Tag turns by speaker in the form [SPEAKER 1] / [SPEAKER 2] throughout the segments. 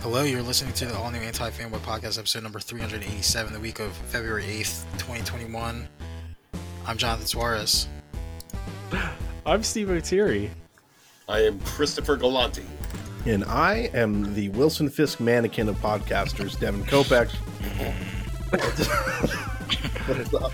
[SPEAKER 1] Hello, you're listening to the all new Anti Fanboy Podcast, episode number 387, the week of February 8th, 2021. I'm Jonathan Suarez.
[SPEAKER 2] I'm Steve O'Teary.
[SPEAKER 3] I am Christopher Galante.
[SPEAKER 4] And I am the Wilson Fisk mannequin of podcasters, Devin Kopeck. what is up?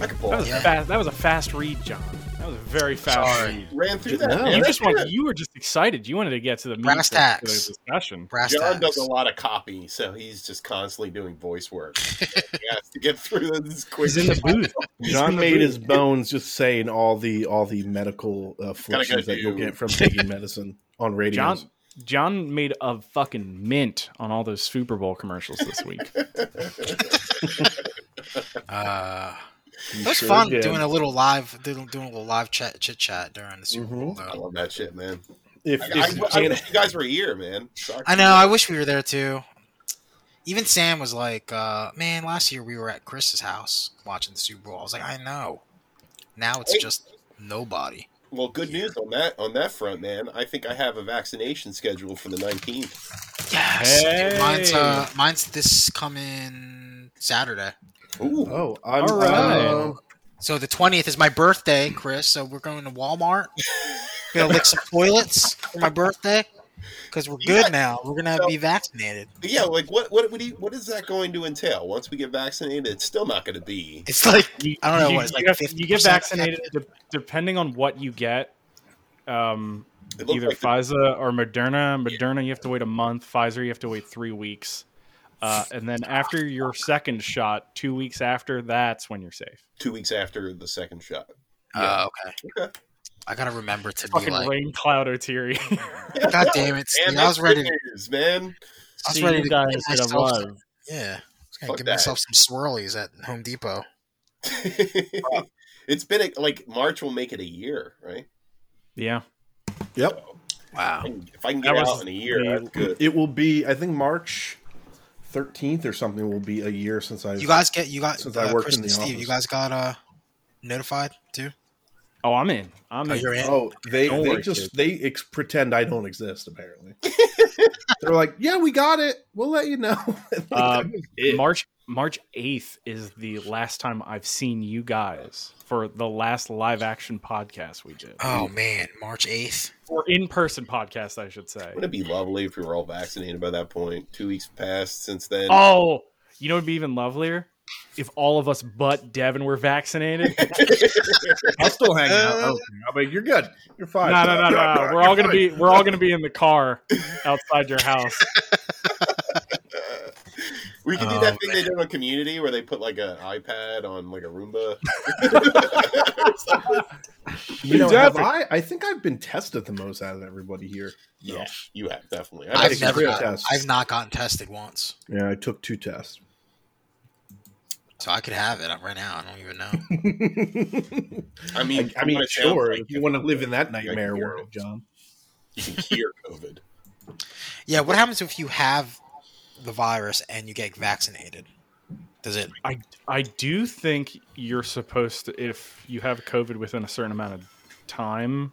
[SPEAKER 3] I could
[SPEAKER 2] That
[SPEAKER 3] pull.
[SPEAKER 2] was
[SPEAKER 3] it.
[SPEAKER 2] a fast. That was a fast read, John. That was a very fast
[SPEAKER 1] Sorry.
[SPEAKER 2] read.
[SPEAKER 3] Ran through that.
[SPEAKER 4] No.
[SPEAKER 3] man.
[SPEAKER 4] Yeah,
[SPEAKER 2] you
[SPEAKER 3] That's
[SPEAKER 2] just wanted,
[SPEAKER 3] good.
[SPEAKER 2] you were just excited. You wanted to get to the meat
[SPEAKER 1] Brass
[SPEAKER 2] of the
[SPEAKER 1] tacks.
[SPEAKER 2] discussion.
[SPEAKER 1] Brass tacks.
[SPEAKER 3] John does a lot of copy, so he's just constantly doing voice work. he has to get through this quick.
[SPEAKER 2] He's in the booth.
[SPEAKER 4] John made his bones just saying all the all the medical afflictions that you'll
[SPEAKER 3] do.
[SPEAKER 4] get from taking medicine on radio.
[SPEAKER 2] John John made a fucking mint on all those Super Bowl commercials this week.
[SPEAKER 1] Uh, it was fun doing a little live, doing doing a little live chat chit chat during the Super
[SPEAKER 4] Mhm.
[SPEAKER 1] Bowl.
[SPEAKER 3] I
[SPEAKER 1] Though.
[SPEAKER 3] love that shit, man.
[SPEAKER 4] If,
[SPEAKER 3] I,
[SPEAKER 4] if you
[SPEAKER 3] I- I
[SPEAKER 4] can't-
[SPEAKER 3] wish you guys were here, man. Sorry.
[SPEAKER 1] I know. I wish we were there too. Even Sam was like, uh, "Man, last year we were at Chris's house watching the Super Bowl." I was like, "I know." Now it's
[SPEAKER 3] Hey.
[SPEAKER 1] just nobody.
[SPEAKER 3] Well, good news on that on that front, man. I think I have a vaccination scheduled for the nineteenth.
[SPEAKER 1] Yes, dude, mine's
[SPEAKER 2] Hey.
[SPEAKER 1] uh, mine's this coming Saturday.
[SPEAKER 3] Ooh,
[SPEAKER 4] oh, I'm,
[SPEAKER 2] All right.
[SPEAKER 4] um,
[SPEAKER 1] So the twentieth is my birthday, Chris. So we're going to Walmart. gonna lick some toilets for my birthday because we're
[SPEAKER 3] You
[SPEAKER 1] good
[SPEAKER 3] got-
[SPEAKER 1] now. We're gonna
[SPEAKER 3] so-
[SPEAKER 1] be vaccinated.
[SPEAKER 3] But yeah. Like, what what what, do you, what is that going to entail? Once we get vaccinated, it's still not going to be.
[SPEAKER 1] It's like
[SPEAKER 2] You,
[SPEAKER 1] I don't know
[SPEAKER 2] You,
[SPEAKER 1] what, it's
[SPEAKER 2] you
[SPEAKER 1] like
[SPEAKER 2] have- you get
[SPEAKER 1] 50%
[SPEAKER 2] vaccinated de- depending on what you get. Um,
[SPEAKER 3] It looks
[SPEAKER 2] either
[SPEAKER 3] like the-
[SPEAKER 2] Pfizer or Moderna. Moderna, you have to wait a month. Pfizer, you have to wait three weeks. Uh, and then after your second shot, two weeks after, that's when you're safe.
[SPEAKER 3] two weeks after the second shot.
[SPEAKER 1] uh, okay.
[SPEAKER 3] Okay.
[SPEAKER 1] I gotta remember to be
[SPEAKER 2] Fucking
[SPEAKER 1] like,
[SPEAKER 2] rain cloud O'Teary.
[SPEAKER 1] God damn it! Steve,
[SPEAKER 3] And
[SPEAKER 1] I was ready. To,
[SPEAKER 3] News,
[SPEAKER 1] I
[SPEAKER 3] man.
[SPEAKER 1] was
[SPEAKER 2] See
[SPEAKER 1] ready
[SPEAKER 2] you
[SPEAKER 1] to
[SPEAKER 2] guys
[SPEAKER 1] give
[SPEAKER 2] in a
[SPEAKER 1] myself
[SPEAKER 2] month.
[SPEAKER 1] some- yeah, I was gonna
[SPEAKER 3] Fuck
[SPEAKER 1] give
[SPEAKER 3] that.
[SPEAKER 1] myself some swirlies at Home Depot.
[SPEAKER 3] it's been a, like March will make it a year, right?
[SPEAKER 2] Yeah.
[SPEAKER 4] yep.
[SPEAKER 1] Wow.
[SPEAKER 3] If I can get
[SPEAKER 2] That was
[SPEAKER 3] out in a year,
[SPEAKER 2] the-
[SPEAKER 3] that's good.
[SPEAKER 4] It will be, I think, March 13th or something will be a year since I.
[SPEAKER 1] You guys get you got
[SPEAKER 4] Since I
[SPEAKER 1] uh,
[SPEAKER 4] worked
[SPEAKER 1] Chris
[SPEAKER 4] in
[SPEAKER 1] and
[SPEAKER 4] the
[SPEAKER 1] Steve. You
[SPEAKER 4] office.
[SPEAKER 1] guys got uh notified too.
[SPEAKER 2] Oh, I'm in. I'm
[SPEAKER 1] Oh,
[SPEAKER 2] in.
[SPEAKER 1] you're in.
[SPEAKER 4] Oh, they
[SPEAKER 2] Don't
[SPEAKER 4] they
[SPEAKER 2] worry,
[SPEAKER 4] just
[SPEAKER 2] kid.
[SPEAKER 4] they ex- pretend I don't exist. Apparently, they're like, "Yeah, we got it. We'll let you know." Like,
[SPEAKER 2] Um,
[SPEAKER 4] that was it.
[SPEAKER 2] March March 8th is the last time I've seen you guys for the last live action podcast we did.
[SPEAKER 1] Oh man, March eighth.
[SPEAKER 2] Or in person podcast, I should say.
[SPEAKER 3] Wouldn't it be lovely if we were all vaccinated by that point? Two weeks passed since then.
[SPEAKER 2] Oh, you know what'd be even lovelier? If all of us but Devin were vaccinated.
[SPEAKER 4] I'll still hang out. I don't care. I'll be like, you're good. You're fine.
[SPEAKER 2] No, no, no, no. We're all gonna be we're all gonna be in the car outside your house.
[SPEAKER 3] we could do
[SPEAKER 1] Oh,
[SPEAKER 3] that thing they did on Community where they put like an iPad on like a Roomba.
[SPEAKER 4] You know, have
[SPEAKER 2] Definitely.
[SPEAKER 4] I, I think I've been tested the most out of everybody here. No.
[SPEAKER 3] yeah, you have definitely. I
[SPEAKER 1] I've
[SPEAKER 4] take
[SPEAKER 3] think-
[SPEAKER 1] never.
[SPEAKER 4] three
[SPEAKER 1] Got,
[SPEAKER 4] tests.
[SPEAKER 1] I've not gotten tested once,
[SPEAKER 4] Yeah, I took two tests.
[SPEAKER 1] so I could have it uh, right now. I don't even know.
[SPEAKER 3] I mean,
[SPEAKER 4] I, I mean,
[SPEAKER 3] what it sounds
[SPEAKER 4] sure.
[SPEAKER 3] like,
[SPEAKER 4] if you want to live in that
[SPEAKER 3] like
[SPEAKER 4] nightmare
[SPEAKER 3] you're-
[SPEAKER 4] world, John.
[SPEAKER 3] you can hear COVID.
[SPEAKER 1] Yeah, what happens if you have the virus and you get vaccinated? Does it?
[SPEAKER 2] I I do think you're supposed to if you have COVID within a certain amount of time,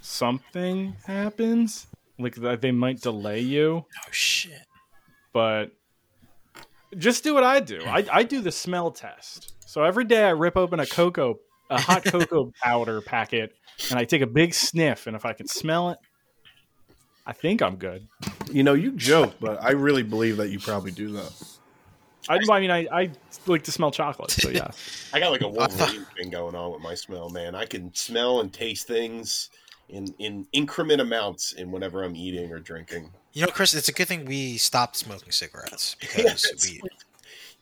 [SPEAKER 2] something happens. Like that they might delay you,
[SPEAKER 1] Oh shit!
[SPEAKER 2] but just do what I do. I, I do the smell test. So every day I rip open a cocoa a hot cocoa powder packet and I take a big sniff and if I can smell it, I think I'm good.
[SPEAKER 4] You know, you joke, but I really believe that you probably do that.
[SPEAKER 2] I, I mean, I, I like to smell chocolate, so yeah.
[SPEAKER 3] I got like a
[SPEAKER 1] I thought-
[SPEAKER 3] Wolverine thing going on with my smell, man. I can smell and taste things in in increment amounts in whatever I'm eating or drinking.
[SPEAKER 1] You know, Chris, it's a good thing we stopped smoking cigarettes because
[SPEAKER 3] Yes.
[SPEAKER 1] we.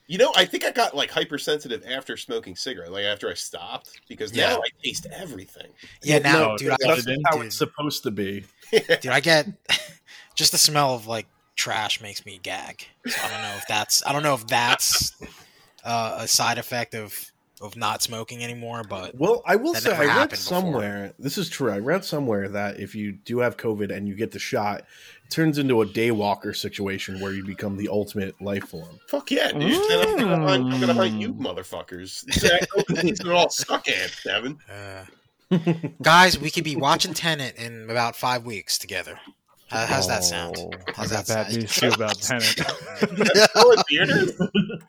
[SPEAKER 3] You know, I think I got like hypersensitive after smoking cigarette, like after I stopped, because
[SPEAKER 1] Yeah.
[SPEAKER 3] now I taste everything.
[SPEAKER 1] Yeah, now,
[SPEAKER 2] no,
[SPEAKER 1] dude, I,
[SPEAKER 2] that's-
[SPEAKER 4] That's
[SPEAKER 2] Didn't
[SPEAKER 4] how
[SPEAKER 1] do.
[SPEAKER 4] it's supposed to be.
[SPEAKER 1] dude, I get just the smell of like trash makes me gag. So I don't know if that's. I don't know if that's uh, a side effect of of not smoking anymore, but
[SPEAKER 4] Well, I will
[SPEAKER 1] That
[SPEAKER 4] say
[SPEAKER 1] never
[SPEAKER 4] I read
[SPEAKER 1] happened before.
[SPEAKER 4] somewhere. This is true. I read somewhere that if you do have COVID and you get the shot, it turns into a daywalker situation where you become the ultimate life form.
[SPEAKER 3] Fuck yeah, dude. Then I'm, gonna hunt, I'm gonna hunt
[SPEAKER 1] Mm.
[SPEAKER 3] you motherfuckers. These are all suck ants, Devin.
[SPEAKER 1] Uh, guys, we could be watching Tenant in about five weeks together. How, how's
[SPEAKER 5] Oh,
[SPEAKER 1] that sound? How's that
[SPEAKER 2] Bad
[SPEAKER 1] sound?
[SPEAKER 2] news too about Tenet.
[SPEAKER 3] Oh, in theaters?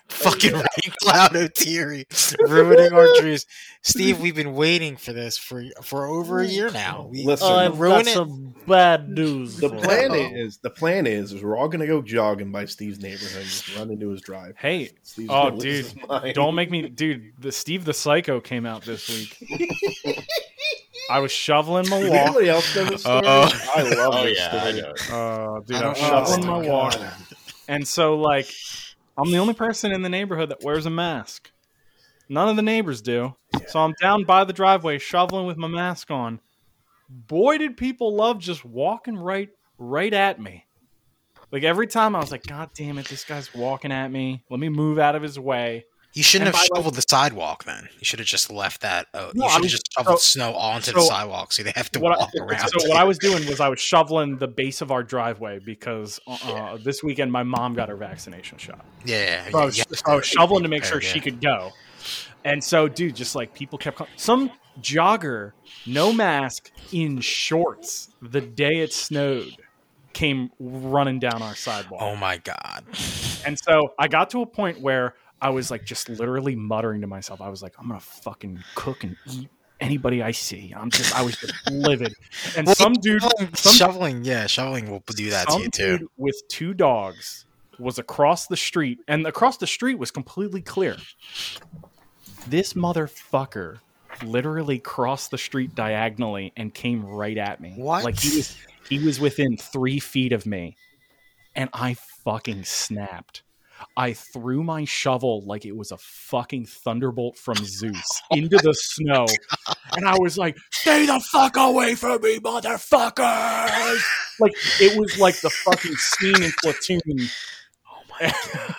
[SPEAKER 1] Fucking rain cloud O'Teary ruining our dreams. Steve, we've been waiting for this for for over a year now. We
[SPEAKER 4] Listen,
[SPEAKER 1] you
[SPEAKER 4] I've
[SPEAKER 1] Oh,
[SPEAKER 5] I've
[SPEAKER 1] ruin
[SPEAKER 5] got
[SPEAKER 1] it.
[SPEAKER 5] some bad news.
[SPEAKER 4] The
[SPEAKER 5] for you.
[SPEAKER 4] plan
[SPEAKER 3] uh,
[SPEAKER 1] Oh.
[SPEAKER 4] is the plan is is we're all gonna go jogging by Steve's neighborhood, and just run into his drive.
[SPEAKER 2] Hey,
[SPEAKER 4] Steve's
[SPEAKER 2] Oh,
[SPEAKER 4] gonna lose
[SPEAKER 2] dude,
[SPEAKER 4] his mind.
[SPEAKER 2] don't make me, dude. The Steve the Psycho came out this week. I was shoveling my
[SPEAKER 4] Did
[SPEAKER 2] walk.
[SPEAKER 4] anybody else know this story?
[SPEAKER 1] Uh,
[SPEAKER 4] I love
[SPEAKER 3] Oh,
[SPEAKER 4] this
[SPEAKER 3] yeah. I
[SPEAKER 4] story.
[SPEAKER 3] know.
[SPEAKER 2] Uh, dude,
[SPEAKER 1] I
[SPEAKER 2] I,
[SPEAKER 1] don't
[SPEAKER 2] was
[SPEAKER 1] know.
[SPEAKER 2] shoveling
[SPEAKER 1] Oh,
[SPEAKER 2] my
[SPEAKER 1] God.
[SPEAKER 2] walk, and so like, I'm the only person in the neighborhood that wears a mask. None of the neighbors do. So I'm down by the driveway shoveling with my mask on. Boy, did people love just walking right, right at me. Like every time, I was like, "God damn it, this guy's walking at me. Let me move out of his way."
[SPEAKER 1] You shouldn't
[SPEAKER 2] And
[SPEAKER 1] have
[SPEAKER 2] by, like-
[SPEAKER 1] shoveled the sidewalk then. You should have just left that. Uh, you
[SPEAKER 2] No, I
[SPEAKER 1] should have
[SPEAKER 2] was-
[SPEAKER 1] just shoveled
[SPEAKER 2] so-
[SPEAKER 1] snow onto the
[SPEAKER 2] so-
[SPEAKER 1] sidewalk so they have to
[SPEAKER 2] what
[SPEAKER 1] walk
[SPEAKER 2] I,
[SPEAKER 1] around.
[SPEAKER 2] So what I was doing was I was shoveling the base of our driveway because uh, this weekend my mom got her vaccination shot.
[SPEAKER 1] yeah, yeah,
[SPEAKER 2] So I was,
[SPEAKER 1] yeah.
[SPEAKER 2] so I was shoveling to make sure
[SPEAKER 1] Yeah.
[SPEAKER 2] she could go. And so, dude, just like people kept calling. some jogger, no mask, in shorts, the day it snowed, came running down our sidewalk.
[SPEAKER 1] Oh my god!
[SPEAKER 2] And so I got to a point where I was like just literally muttering to myself. I was like, I'm gonna fucking cook and eat anybody I see. I'm just I was just livid. And some dude
[SPEAKER 1] shoveling,
[SPEAKER 2] some-
[SPEAKER 1] shoveling, yeah, shoveling will do that to
[SPEAKER 2] some
[SPEAKER 1] you too.
[SPEAKER 2] dude with two dogs was across the street, and across the street was completely clear. This motherfucker literally crossed the street diagonally and came right at me.
[SPEAKER 1] What?
[SPEAKER 2] Like he was he was within three feet of me, and I fucking snapped. I threw my shovel like it was a fucking thunderbolt from Zeus into the snow, and I was like, "Stay the fuck away from me, motherfuckers!" like it was like the fucking scene in Platoon.
[SPEAKER 1] Oh,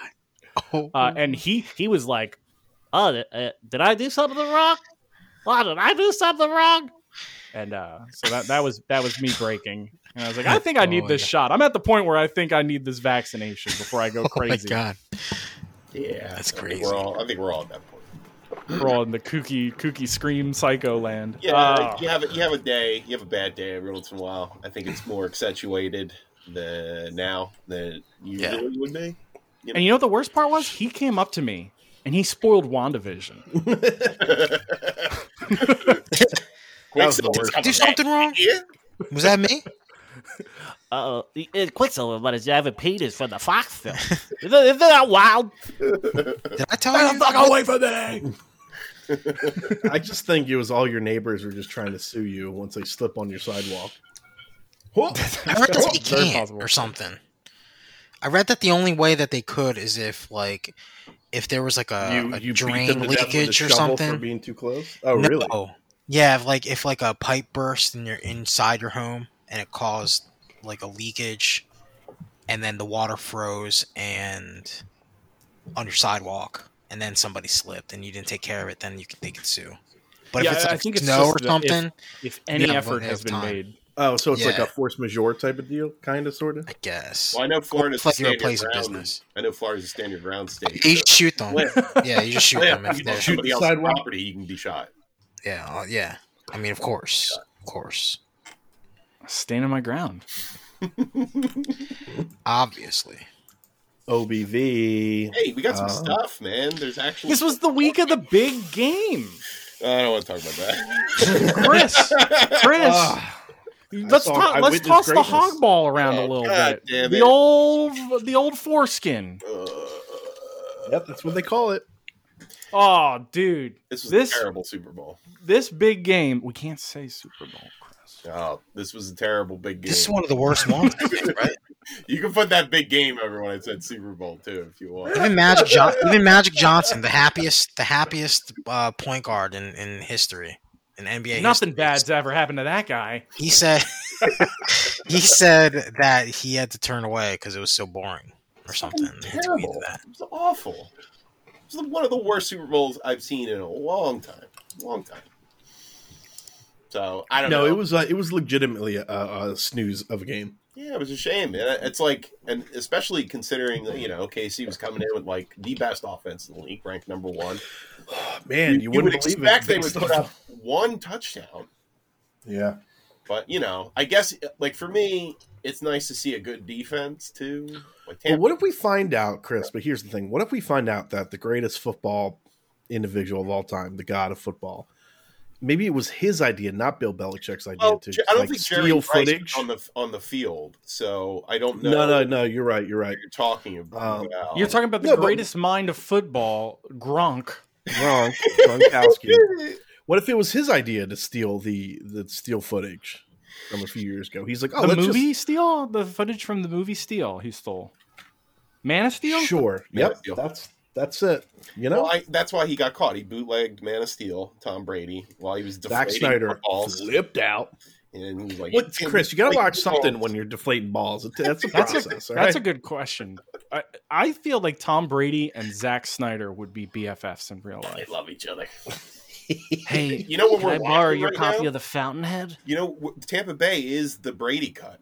[SPEAKER 2] Uh, and he he was like,
[SPEAKER 5] Oh, did, uh, did I do something wrong? Oh, did I do something wrong?
[SPEAKER 2] and uh, so that that was that was me breaking. And I was like, I think I need
[SPEAKER 1] Oh,
[SPEAKER 2] this
[SPEAKER 1] yeah.
[SPEAKER 2] shot. I'm at the point where I think I need this vaccination before I go
[SPEAKER 1] oh my
[SPEAKER 2] crazy.
[SPEAKER 1] god!
[SPEAKER 3] Yeah,
[SPEAKER 1] That's
[SPEAKER 3] I think
[SPEAKER 1] crazy.
[SPEAKER 3] We're all, I think we're all at that point.
[SPEAKER 2] We're all in the kooky kooky scream psycho land.
[SPEAKER 3] Yeah,
[SPEAKER 2] Uh,
[SPEAKER 3] you have a, you have a day, you have a bad day every once in a while. I think it's more accentuated the now than you
[SPEAKER 1] Yeah.
[SPEAKER 3] really would be.
[SPEAKER 2] and you know what the worst part was? He came up to me and he spoiled WandaVision.
[SPEAKER 3] Quicksilver's
[SPEAKER 4] worst.
[SPEAKER 3] coming
[SPEAKER 1] Do
[SPEAKER 3] back.
[SPEAKER 1] something wrong?
[SPEAKER 3] Yeah.
[SPEAKER 1] Was that me?
[SPEAKER 5] Uh, Quicksilver but his jabbing penis from the Fox film. is, that, is that wild?
[SPEAKER 1] Did I tell you?
[SPEAKER 2] away from me!
[SPEAKER 4] I just think it was all your neighbors were just trying to sue you once they slip on your sidewalk.
[SPEAKER 1] I read that they
[SPEAKER 2] Very
[SPEAKER 1] can't
[SPEAKER 2] possible.
[SPEAKER 1] or something. I read that the only way that they could is if like if there was like a,
[SPEAKER 4] you
[SPEAKER 1] Uh, a
[SPEAKER 4] you beat
[SPEAKER 1] drain
[SPEAKER 4] them to death with a
[SPEAKER 1] leakage or
[SPEAKER 4] shovel
[SPEAKER 1] something.
[SPEAKER 4] for being too close. Oh
[SPEAKER 1] no.
[SPEAKER 4] really?
[SPEAKER 1] Yeah, if like if like a pipe burst and you're inside your home and it caused like a leakage, and then the water froze and on your sidewalk, and then somebody slipped and you didn't take care of it, then you could they could sue. But
[SPEAKER 2] Yeah,
[SPEAKER 1] if it's
[SPEAKER 2] I
[SPEAKER 1] like
[SPEAKER 2] think it's
[SPEAKER 1] snow
[SPEAKER 2] just
[SPEAKER 1] or
[SPEAKER 2] the- if-
[SPEAKER 1] something,
[SPEAKER 2] If any
[SPEAKER 1] Yeah,
[SPEAKER 2] effort
[SPEAKER 1] they
[SPEAKER 2] has
[SPEAKER 1] have
[SPEAKER 2] been
[SPEAKER 1] time.
[SPEAKER 2] made,
[SPEAKER 4] Oh, so it's like
[SPEAKER 1] Yeah.
[SPEAKER 4] a force majeure type of deal, kind of, sort of.
[SPEAKER 1] I guess.
[SPEAKER 3] Well, I know Florida's
[SPEAKER 1] Like
[SPEAKER 3] a
[SPEAKER 1] you're a
[SPEAKER 3] standard
[SPEAKER 1] place of
[SPEAKER 3] ground.
[SPEAKER 1] business.
[SPEAKER 3] I know Florida's a standard ground state.
[SPEAKER 1] You shoot them.
[SPEAKER 3] When-
[SPEAKER 1] Yeah, you just shoot
[SPEAKER 3] Yeah,
[SPEAKER 1] them if
[SPEAKER 3] if you
[SPEAKER 1] they're
[SPEAKER 3] shoot somebody
[SPEAKER 4] the
[SPEAKER 3] else's
[SPEAKER 4] sidewalk.
[SPEAKER 3] property, you can be shot.
[SPEAKER 1] Yeah, uh, yeah. I mean, of course, of course,
[SPEAKER 2] standing my ground.
[SPEAKER 1] obviously.
[SPEAKER 4] OBV.
[SPEAKER 3] Hey, we got some
[SPEAKER 4] Oh.
[SPEAKER 3] stuff, man. There's actually.
[SPEAKER 2] This was the week of the big game,
[SPEAKER 3] I don't want to talk about that.
[SPEAKER 2] Chris. Chris.
[SPEAKER 3] Ah.
[SPEAKER 2] let's
[SPEAKER 4] saw-
[SPEAKER 2] to-
[SPEAKER 4] I
[SPEAKER 2] let's
[SPEAKER 4] witnessed
[SPEAKER 2] toss the
[SPEAKER 4] greatness.
[SPEAKER 2] hog ball around a
[SPEAKER 3] Oh,
[SPEAKER 2] little
[SPEAKER 3] God
[SPEAKER 2] bit.
[SPEAKER 3] damn
[SPEAKER 2] The
[SPEAKER 3] it.
[SPEAKER 2] old the old foreskin.
[SPEAKER 4] Yep, that's what they call it.
[SPEAKER 2] Oh, dude,
[SPEAKER 3] This was
[SPEAKER 2] This-
[SPEAKER 3] a terrible Super Bowl.
[SPEAKER 2] this big game. We can't say Super Bowl, Chris.
[SPEAKER 3] Oh, this was a terrible big game.
[SPEAKER 1] This is one of the worst ones, I think, right?
[SPEAKER 3] You can put that big game over when I said Super Bowl too, if you want.
[SPEAKER 1] Even Magic, John- even Magic Johnson, the happiest, the happiest uh, point guard in, in history, in NBA.
[SPEAKER 2] Nothing
[SPEAKER 1] history.
[SPEAKER 2] bad's ever happened to that guy.
[SPEAKER 1] He said, he said that he had to turn away because it was so boring or something. He tweeted
[SPEAKER 3] terrible.
[SPEAKER 1] that.
[SPEAKER 3] It was awful. It was one of the worst Super Bowls I've seen in a long time. Long time. So I don't
[SPEAKER 4] No,
[SPEAKER 3] know.
[SPEAKER 4] it was uh, it was legitimately a, a snooze of a game.
[SPEAKER 3] yeah, it was a shame. And I- it's like, and especially considering that you know KC was coming in with like the best offense in the league, ranked number one.
[SPEAKER 4] Man, you,
[SPEAKER 3] would
[SPEAKER 4] wouldn't believe
[SPEAKER 3] expect
[SPEAKER 4] it.
[SPEAKER 3] they would put up one touchdown,
[SPEAKER 4] Yeah,
[SPEAKER 3] but you know, I guess like for me, it's nice to see a good defense too. Like
[SPEAKER 4] But
[SPEAKER 3] Tampa,
[SPEAKER 4] what if we find out, Chris? But here's the thing: what if we find out that the greatest football individual of all time, the god of football, maybe it was his idea, not Bill Belichick's idea,
[SPEAKER 3] well,
[SPEAKER 4] to
[SPEAKER 3] Jer- I don't
[SPEAKER 4] like,
[SPEAKER 3] think
[SPEAKER 4] steal
[SPEAKER 3] Jerry Rice
[SPEAKER 4] footage?
[SPEAKER 3] was on the on the field, so I don't know.
[SPEAKER 4] no, no,
[SPEAKER 3] what
[SPEAKER 4] no. You're right. You're right.
[SPEAKER 3] you're talking about.
[SPEAKER 4] Um,
[SPEAKER 2] You're talking about the
[SPEAKER 4] No, but-
[SPEAKER 2] greatest mind of football, Gronk.
[SPEAKER 4] Wrong. Gronkowski. What if it was his idea to steal the the steal footage from a few years ago? He's like, oh,
[SPEAKER 2] the
[SPEAKER 4] let's just-
[SPEAKER 2] movie Steel, the footage from the movie Steel, he stole. Man of Steel.
[SPEAKER 4] Sure.
[SPEAKER 3] Man of
[SPEAKER 4] Yep.
[SPEAKER 3] Steel.
[SPEAKER 4] That's that's it. You know,
[SPEAKER 3] Well, I, that's why he got caught. He bootlegged Man of Steel, Tom Brady, while he was
[SPEAKER 4] Zack
[SPEAKER 3] deflating
[SPEAKER 4] Snyder
[SPEAKER 3] balls,
[SPEAKER 4] flipped out.
[SPEAKER 3] and he was like,
[SPEAKER 4] What, Chris? You gotta watch
[SPEAKER 3] Oh,
[SPEAKER 4] something when you're deflating balls. It- That's a
[SPEAKER 2] That's
[SPEAKER 4] process.
[SPEAKER 2] a
[SPEAKER 4] all
[SPEAKER 2] that's a
[SPEAKER 4] right?
[SPEAKER 2] good question. I, I feel like Tom Brady and Zack Snyder would be BFFs in real
[SPEAKER 3] They
[SPEAKER 2] life.
[SPEAKER 3] love each other.
[SPEAKER 5] Hey,
[SPEAKER 3] You know what
[SPEAKER 5] can
[SPEAKER 3] we're
[SPEAKER 5] I borrow
[SPEAKER 3] watching
[SPEAKER 5] your
[SPEAKER 3] right
[SPEAKER 5] copy
[SPEAKER 3] now?
[SPEAKER 5] of the Fountainhead?
[SPEAKER 3] You know, w- Tampa Bay is the Brady cut.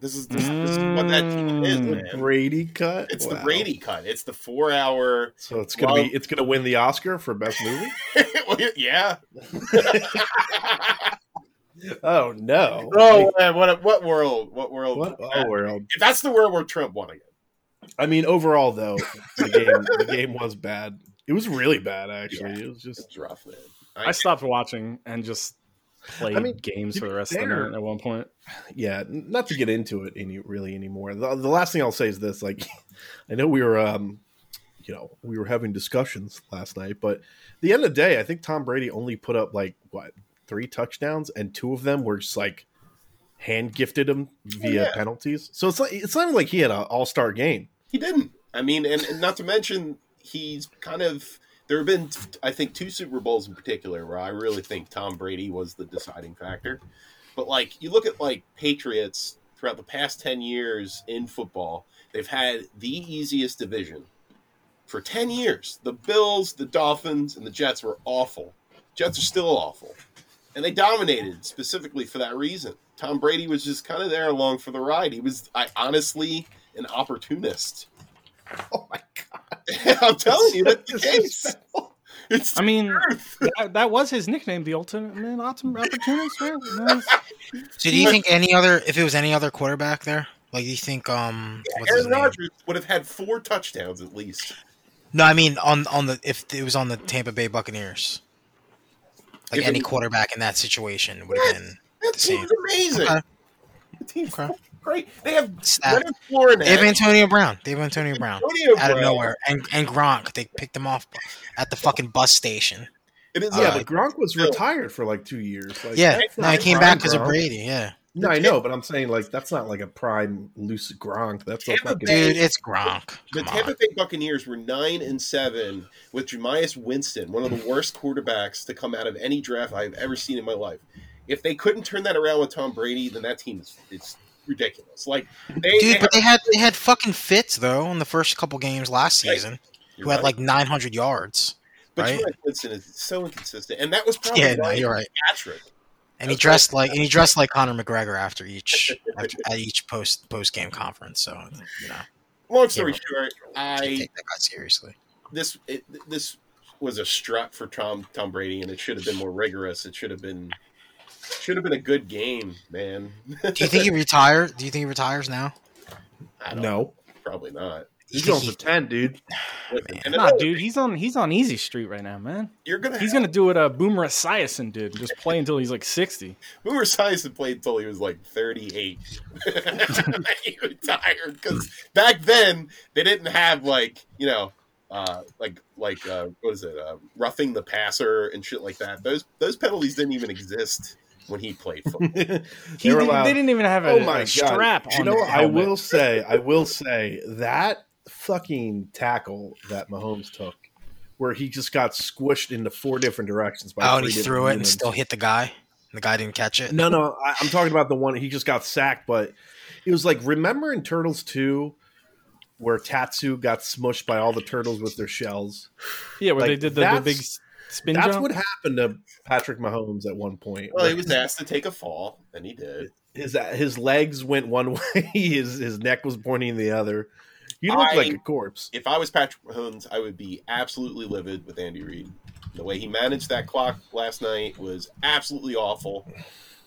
[SPEAKER 3] This is this, this is what that team is,
[SPEAKER 2] Mm.
[SPEAKER 3] man.
[SPEAKER 4] Brady cut.
[SPEAKER 3] It's the
[SPEAKER 4] Wow.
[SPEAKER 3] Brady cut. It's the four hour.
[SPEAKER 4] So it's gonna
[SPEAKER 3] Well-
[SPEAKER 4] be it's gonna win the Oscar for best movie.
[SPEAKER 3] yeah.
[SPEAKER 4] oh no!
[SPEAKER 3] oh man, what a, what world? What world?
[SPEAKER 4] what oh, world?
[SPEAKER 3] If that's the world where Trump won again.
[SPEAKER 4] I mean, overall though, the game the game was bad. It was really bad, actually. It was just
[SPEAKER 3] It's rough, man.
[SPEAKER 2] I stopped watching and just played
[SPEAKER 4] I mean,
[SPEAKER 2] games
[SPEAKER 4] to
[SPEAKER 2] for
[SPEAKER 4] be
[SPEAKER 2] the rest of the
[SPEAKER 4] fair-
[SPEAKER 2] night at one point.
[SPEAKER 4] yeah, n- not to get into it any really anymore. The, the last thing I'll say is this: like, I know we were, um, you know, we were having discussions last night, but at the end of the day, I think Tom Brady only put up like what three touchdowns, and two of them were just like hand gifted him via
[SPEAKER 3] Oh, yeah.
[SPEAKER 4] penalties. So it's like it's not even like he had an all star game.
[SPEAKER 3] He didn't. I mean, and, and not to mention, he's kind of. There have been, I think, two Super Bowls in particular where I really think Tom Brady was the deciding factor. But like, you look at like Patriots throughout the past ten years in football, they've had the easiest division for ten years. The Bills, the Dolphins, and the Jets were awful. Jets are still awful, and they dominated specifically for that reason. Tom Brady was just kind of there along for the ride. He was, I honestly, an opportunist.
[SPEAKER 4] Oh my god!
[SPEAKER 3] I'm telling you, that's the
[SPEAKER 4] This is
[SPEAKER 3] case. It's
[SPEAKER 2] I mean, that, that was his nickname, the ultimate man, ultimate opportunist, right?
[SPEAKER 1] So do you think any other if it was any other quarterback there? Like do you think um what's his
[SPEAKER 3] Aaron
[SPEAKER 1] name?
[SPEAKER 3] Rodgers would have had four touchdowns at least.
[SPEAKER 1] No, I mean on on the if it was on the Tampa Bay Buccaneers. Like
[SPEAKER 3] If
[SPEAKER 1] any
[SPEAKER 3] it-
[SPEAKER 1] quarterback in that situation would have been
[SPEAKER 3] That
[SPEAKER 1] The same.
[SPEAKER 3] team's amazing.
[SPEAKER 1] Okay.
[SPEAKER 3] The team's
[SPEAKER 1] Okay.
[SPEAKER 3] great. They have
[SPEAKER 1] Snap.
[SPEAKER 3] Leonard Flournay.
[SPEAKER 1] They have Antonio Brown. They have Antonio Brown.
[SPEAKER 3] Antonio
[SPEAKER 1] Out of
[SPEAKER 3] Brown.
[SPEAKER 1] nowhere. And and Gronk. They picked him off at the fucking bus station.
[SPEAKER 3] It is
[SPEAKER 4] yeah,
[SPEAKER 1] Uh,
[SPEAKER 4] but Gronk was
[SPEAKER 3] still-
[SPEAKER 4] retired for like two years. Like,
[SPEAKER 1] Yeah.
[SPEAKER 4] that's
[SPEAKER 1] No,
[SPEAKER 4] not
[SPEAKER 1] he came
[SPEAKER 4] prime
[SPEAKER 1] back because of
[SPEAKER 4] Gronk.
[SPEAKER 1] Brady, yeah.
[SPEAKER 4] No, I know, but I'm saying like that's not like a prime loose Gronk. That's a
[SPEAKER 3] Tampa
[SPEAKER 4] fucking
[SPEAKER 3] Bay-
[SPEAKER 1] Dude, it's Gronk.
[SPEAKER 3] the
[SPEAKER 1] Come
[SPEAKER 3] Tampa
[SPEAKER 1] on.
[SPEAKER 3] Bay Buccaneers were nine and seven with Jemias Winston, one of the worst quarterbacks to come out of any draft I've ever seen in my life. If they couldn't turn that around with Tom Brady, then that team is, is ridiculous. Like they, they
[SPEAKER 1] Dude,
[SPEAKER 3] have-
[SPEAKER 1] but they had they had fucking fits though in the first couple games last season,
[SPEAKER 3] You're
[SPEAKER 1] who had
[SPEAKER 3] right.
[SPEAKER 1] like 900 yards.
[SPEAKER 3] but
[SPEAKER 1] right?
[SPEAKER 3] Jemias Winston is so inconsistent, and that was probably
[SPEAKER 1] Yeah, no,
[SPEAKER 3] why
[SPEAKER 1] you're right.
[SPEAKER 3] Patrick
[SPEAKER 1] And he
[SPEAKER 3] That's
[SPEAKER 1] dressed like and he dressed like Conor McGregor after each after, at each post post game conference. So you know,
[SPEAKER 3] long story
[SPEAKER 1] Yeah.
[SPEAKER 3] short,
[SPEAKER 1] I
[SPEAKER 3] I
[SPEAKER 1] take that guy seriously.
[SPEAKER 3] this it, this was a strut for Tom Tom Brady, and it should have been more rigorous. It should have been should have been a good game, man.
[SPEAKER 1] Do you think he retire? Do you think he retires now?
[SPEAKER 3] I don't,
[SPEAKER 4] no.
[SPEAKER 3] probably not.
[SPEAKER 1] You
[SPEAKER 4] He's
[SPEAKER 1] think
[SPEAKER 4] going
[SPEAKER 1] he-
[SPEAKER 4] for ten, dude.
[SPEAKER 3] Listen, and
[SPEAKER 2] Nah,
[SPEAKER 3] another-
[SPEAKER 2] dude, he's on he's on Easy Street right now, man.
[SPEAKER 3] you're gonna
[SPEAKER 2] He's
[SPEAKER 3] he's
[SPEAKER 2] gonna do what uh, Boomer Esiason did, and just play until he's like sixty.
[SPEAKER 3] Boomer Esiason played until he was like 38. he retired because back then they didn't have like you know. Uh, like, like, uh, what is it? Uh, roughing the passer and shit like that. Those those penalties didn't even exist when he played football.
[SPEAKER 4] they
[SPEAKER 2] He didn't-
[SPEAKER 4] were allowed-
[SPEAKER 2] they didn't even have a,
[SPEAKER 4] Oh my
[SPEAKER 2] a strap
[SPEAKER 4] God. You
[SPEAKER 2] on.
[SPEAKER 4] know,
[SPEAKER 2] the
[SPEAKER 4] what? I
[SPEAKER 2] helmet.
[SPEAKER 4] will say, I will say that fucking tackle that Mahomes took, where he just got squished into four different directions by.
[SPEAKER 1] Oh, and
[SPEAKER 4] three
[SPEAKER 1] he
[SPEAKER 4] different
[SPEAKER 1] threw it and
[SPEAKER 4] humans.
[SPEAKER 1] still hit the guy. The guy didn't catch it.
[SPEAKER 4] No, no, I, I'm talking about the one he just got sacked, but it was like remember in Turtles two, where Tatsu got smushed by all the turtles with their shells.
[SPEAKER 2] Yeah, where
[SPEAKER 4] Like,
[SPEAKER 2] they did the, the
[SPEAKER 4] that's-
[SPEAKER 2] big s- spin
[SPEAKER 4] That's
[SPEAKER 2] jump.
[SPEAKER 4] what happened to Patrick Mahomes at one point.
[SPEAKER 3] Well, he was asked to take a fall, and he did.
[SPEAKER 4] his his legs went one way, his his neck was pointing the other. He looked
[SPEAKER 3] I-
[SPEAKER 4] like a corpse.
[SPEAKER 3] if I was Patrick Mahomes, I would be absolutely livid with Andy Reid. The way he managed that clock last night was absolutely awful.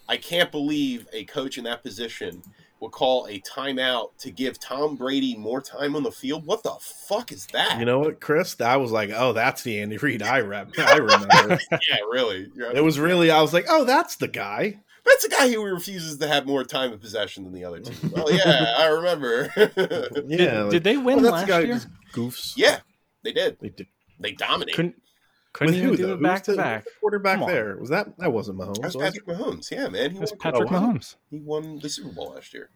[SPEAKER 3] I can't believe a coach in that position would call a timeout to give Tom Brady more time on the field. What the fuck is that?
[SPEAKER 4] You know what, Chris? I was like, oh, that's the Andy Reid I rem- I remember.
[SPEAKER 3] yeah, really. You're-
[SPEAKER 4] it was really. I was like, oh, that's the guy.
[SPEAKER 3] That's a guy who refuses to have more time of possession than the other team. well, yeah, I remember.
[SPEAKER 4] Yeah.
[SPEAKER 2] Did,
[SPEAKER 4] like,
[SPEAKER 2] did they win
[SPEAKER 4] oh, that's
[SPEAKER 2] last
[SPEAKER 4] the guy who
[SPEAKER 2] year?
[SPEAKER 4] just goofs.
[SPEAKER 3] yeah, they did.
[SPEAKER 4] They did.
[SPEAKER 3] They dominated.
[SPEAKER 2] Couldn't couldn't
[SPEAKER 4] With
[SPEAKER 2] even
[SPEAKER 4] who
[SPEAKER 2] do
[SPEAKER 4] though?
[SPEAKER 2] it
[SPEAKER 4] Who's
[SPEAKER 2] back
[SPEAKER 4] the-
[SPEAKER 2] to back.
[SPEAKER 4] the quarterback
[SPEAKER 2] Come on.
[SPEAKER 4] there? Was that that wasn't Mahomes?
[SPEAKER 3] That's
[SPEAKER 4] was
[SPEAKER 3] Patrick
[SPEAKER 4] it?
[SPEAKER 3] Mahomes. Yeah, man. He
[SPEAKER 2] That's
[SPEAKER 3] won, a
[SPEAKER 2] Patrick
[SPEAKER 3] Super Bowl.
[SPEAKER 2] Mahomes.
[SPEAKER 3] he won the Super Bowl last year.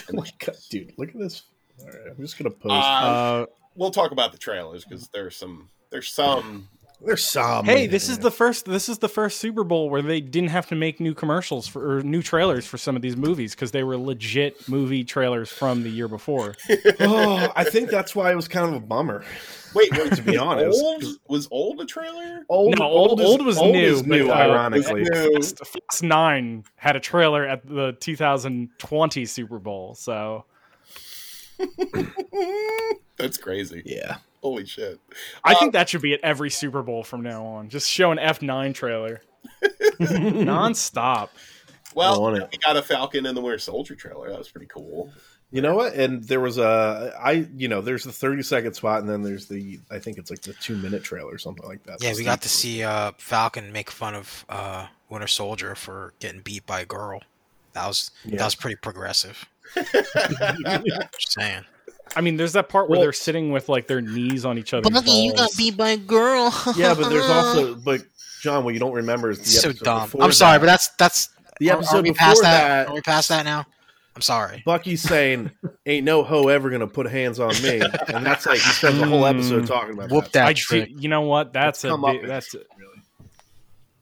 [SPEAKER 4] Oh my god, dude! Look at this. All right, I'm just gonna post.
[SPEAKER 3] Uh,
[SPEAKER 2] Uh,
[SPEAKER 3] we'll talk about the trailers because there's some. There's some.
[SPEAKER 4] There's some.
[SPEAKER 2] hey, this is the first. This is the first Super Bowl where they didn't have to make new commercials for or new trailers for some of these movies because they were legit movie trailers from the year before.
[SPEAKER 4] oh, I think that's why it was kind of a bummer.
[SPEAKER 3] Wait, wait
[SPEAKER 4] To be honest,
[SPEAKER 3] old was old a trailer?
[SPEAKER 4] old,
[SPEAKER 2] No, old-
[SPEAKER 4] is-
[SPEAKER 2] old was new,
[SPEAKER 4] is
[SPEAKER 2] but, uh,
[SPEAKER 4] ironically.
[SPEAKER 3] No.
[SPEAKER 2] Fast, Fast Nine had a trailer at the 2020 Super Bowl, so
[SPEAKER 3] That's crazy.
[SPEAKER 4] yeah,
[SPEAKER 3] Holy shit.
[SPEAKER 2] I
[SPEAKER 3] Uh,
[SPEAKER 2] think that should be at every Super Bowl from now on. Just show an F9 trailer nonstop.
[SPEAKER 4] I
[SPEAKER 3] Well,
[SPEAKER 4] want it.
[SPEAKER 3] we got a Falcon and the Winter Soldier trailer. That was pretty cool.
[SPEAKER 4] you know what? And there was a I, you know, there's the 30 second spot, and then there's the I think it's like the two minute trailer or something like that.
[SPEAKER 1] Yeah, we got to see uh, Falcon make fun of uh, Winter Soldier for getting beat by a girl. That was
[SPEAKER 4] Yeah.
[SPEAKER 1] that was pretty progressive. Just saying.
[SPEAKER 2] I mean, there's that part where
[SPEAKER 4] Well-
[SPEAKER 2] they're sitting with like their knees on each other.
[SPEAKER 1] by a girl.
[SPEAKER 4] Yeah, but there's also but John, what you don't remember is the
[SPEAKER 1] so
[SPEAKER 4] episode
[SPEAKER 1] dumb.
[SPEAKER 4] before
[SPEAKER 1] I'm sorry,
[SPEAKER 4] that.
[SPEAKER 1] but that's that's
[SPEAKER 4] the
[SPEAKER 1] are-
[SPEAKER 4] episode
[SPEAKER 1] are we
[SPEAKER 4] before
[SPEAKER 1] past
[SPEAKER 4] that,
[SPEAKER 1] Are we past that now? I'm sorry.
[SPEAKER 4] Bucky's saying, "Ain't no hoe ever gonna put hands on me," and that's like he spends the whole
[SPEAKER 2] Mm.
[SPEAKER 4] episode talking about
[SPEAKER 1] Whoop
[SPEAKER 4] that.
[SPEAKER 1] that
[SPEAKER 2] I do,
[SPEAKER 1] trick.
[SPEAKER 2] you know what? That's a
[SPEAKER 4] come up
[SPEAKER 2] big-
[SPEAKER 4] with
[SPEAKER 2] that's
[SPEAKER 4] it, really.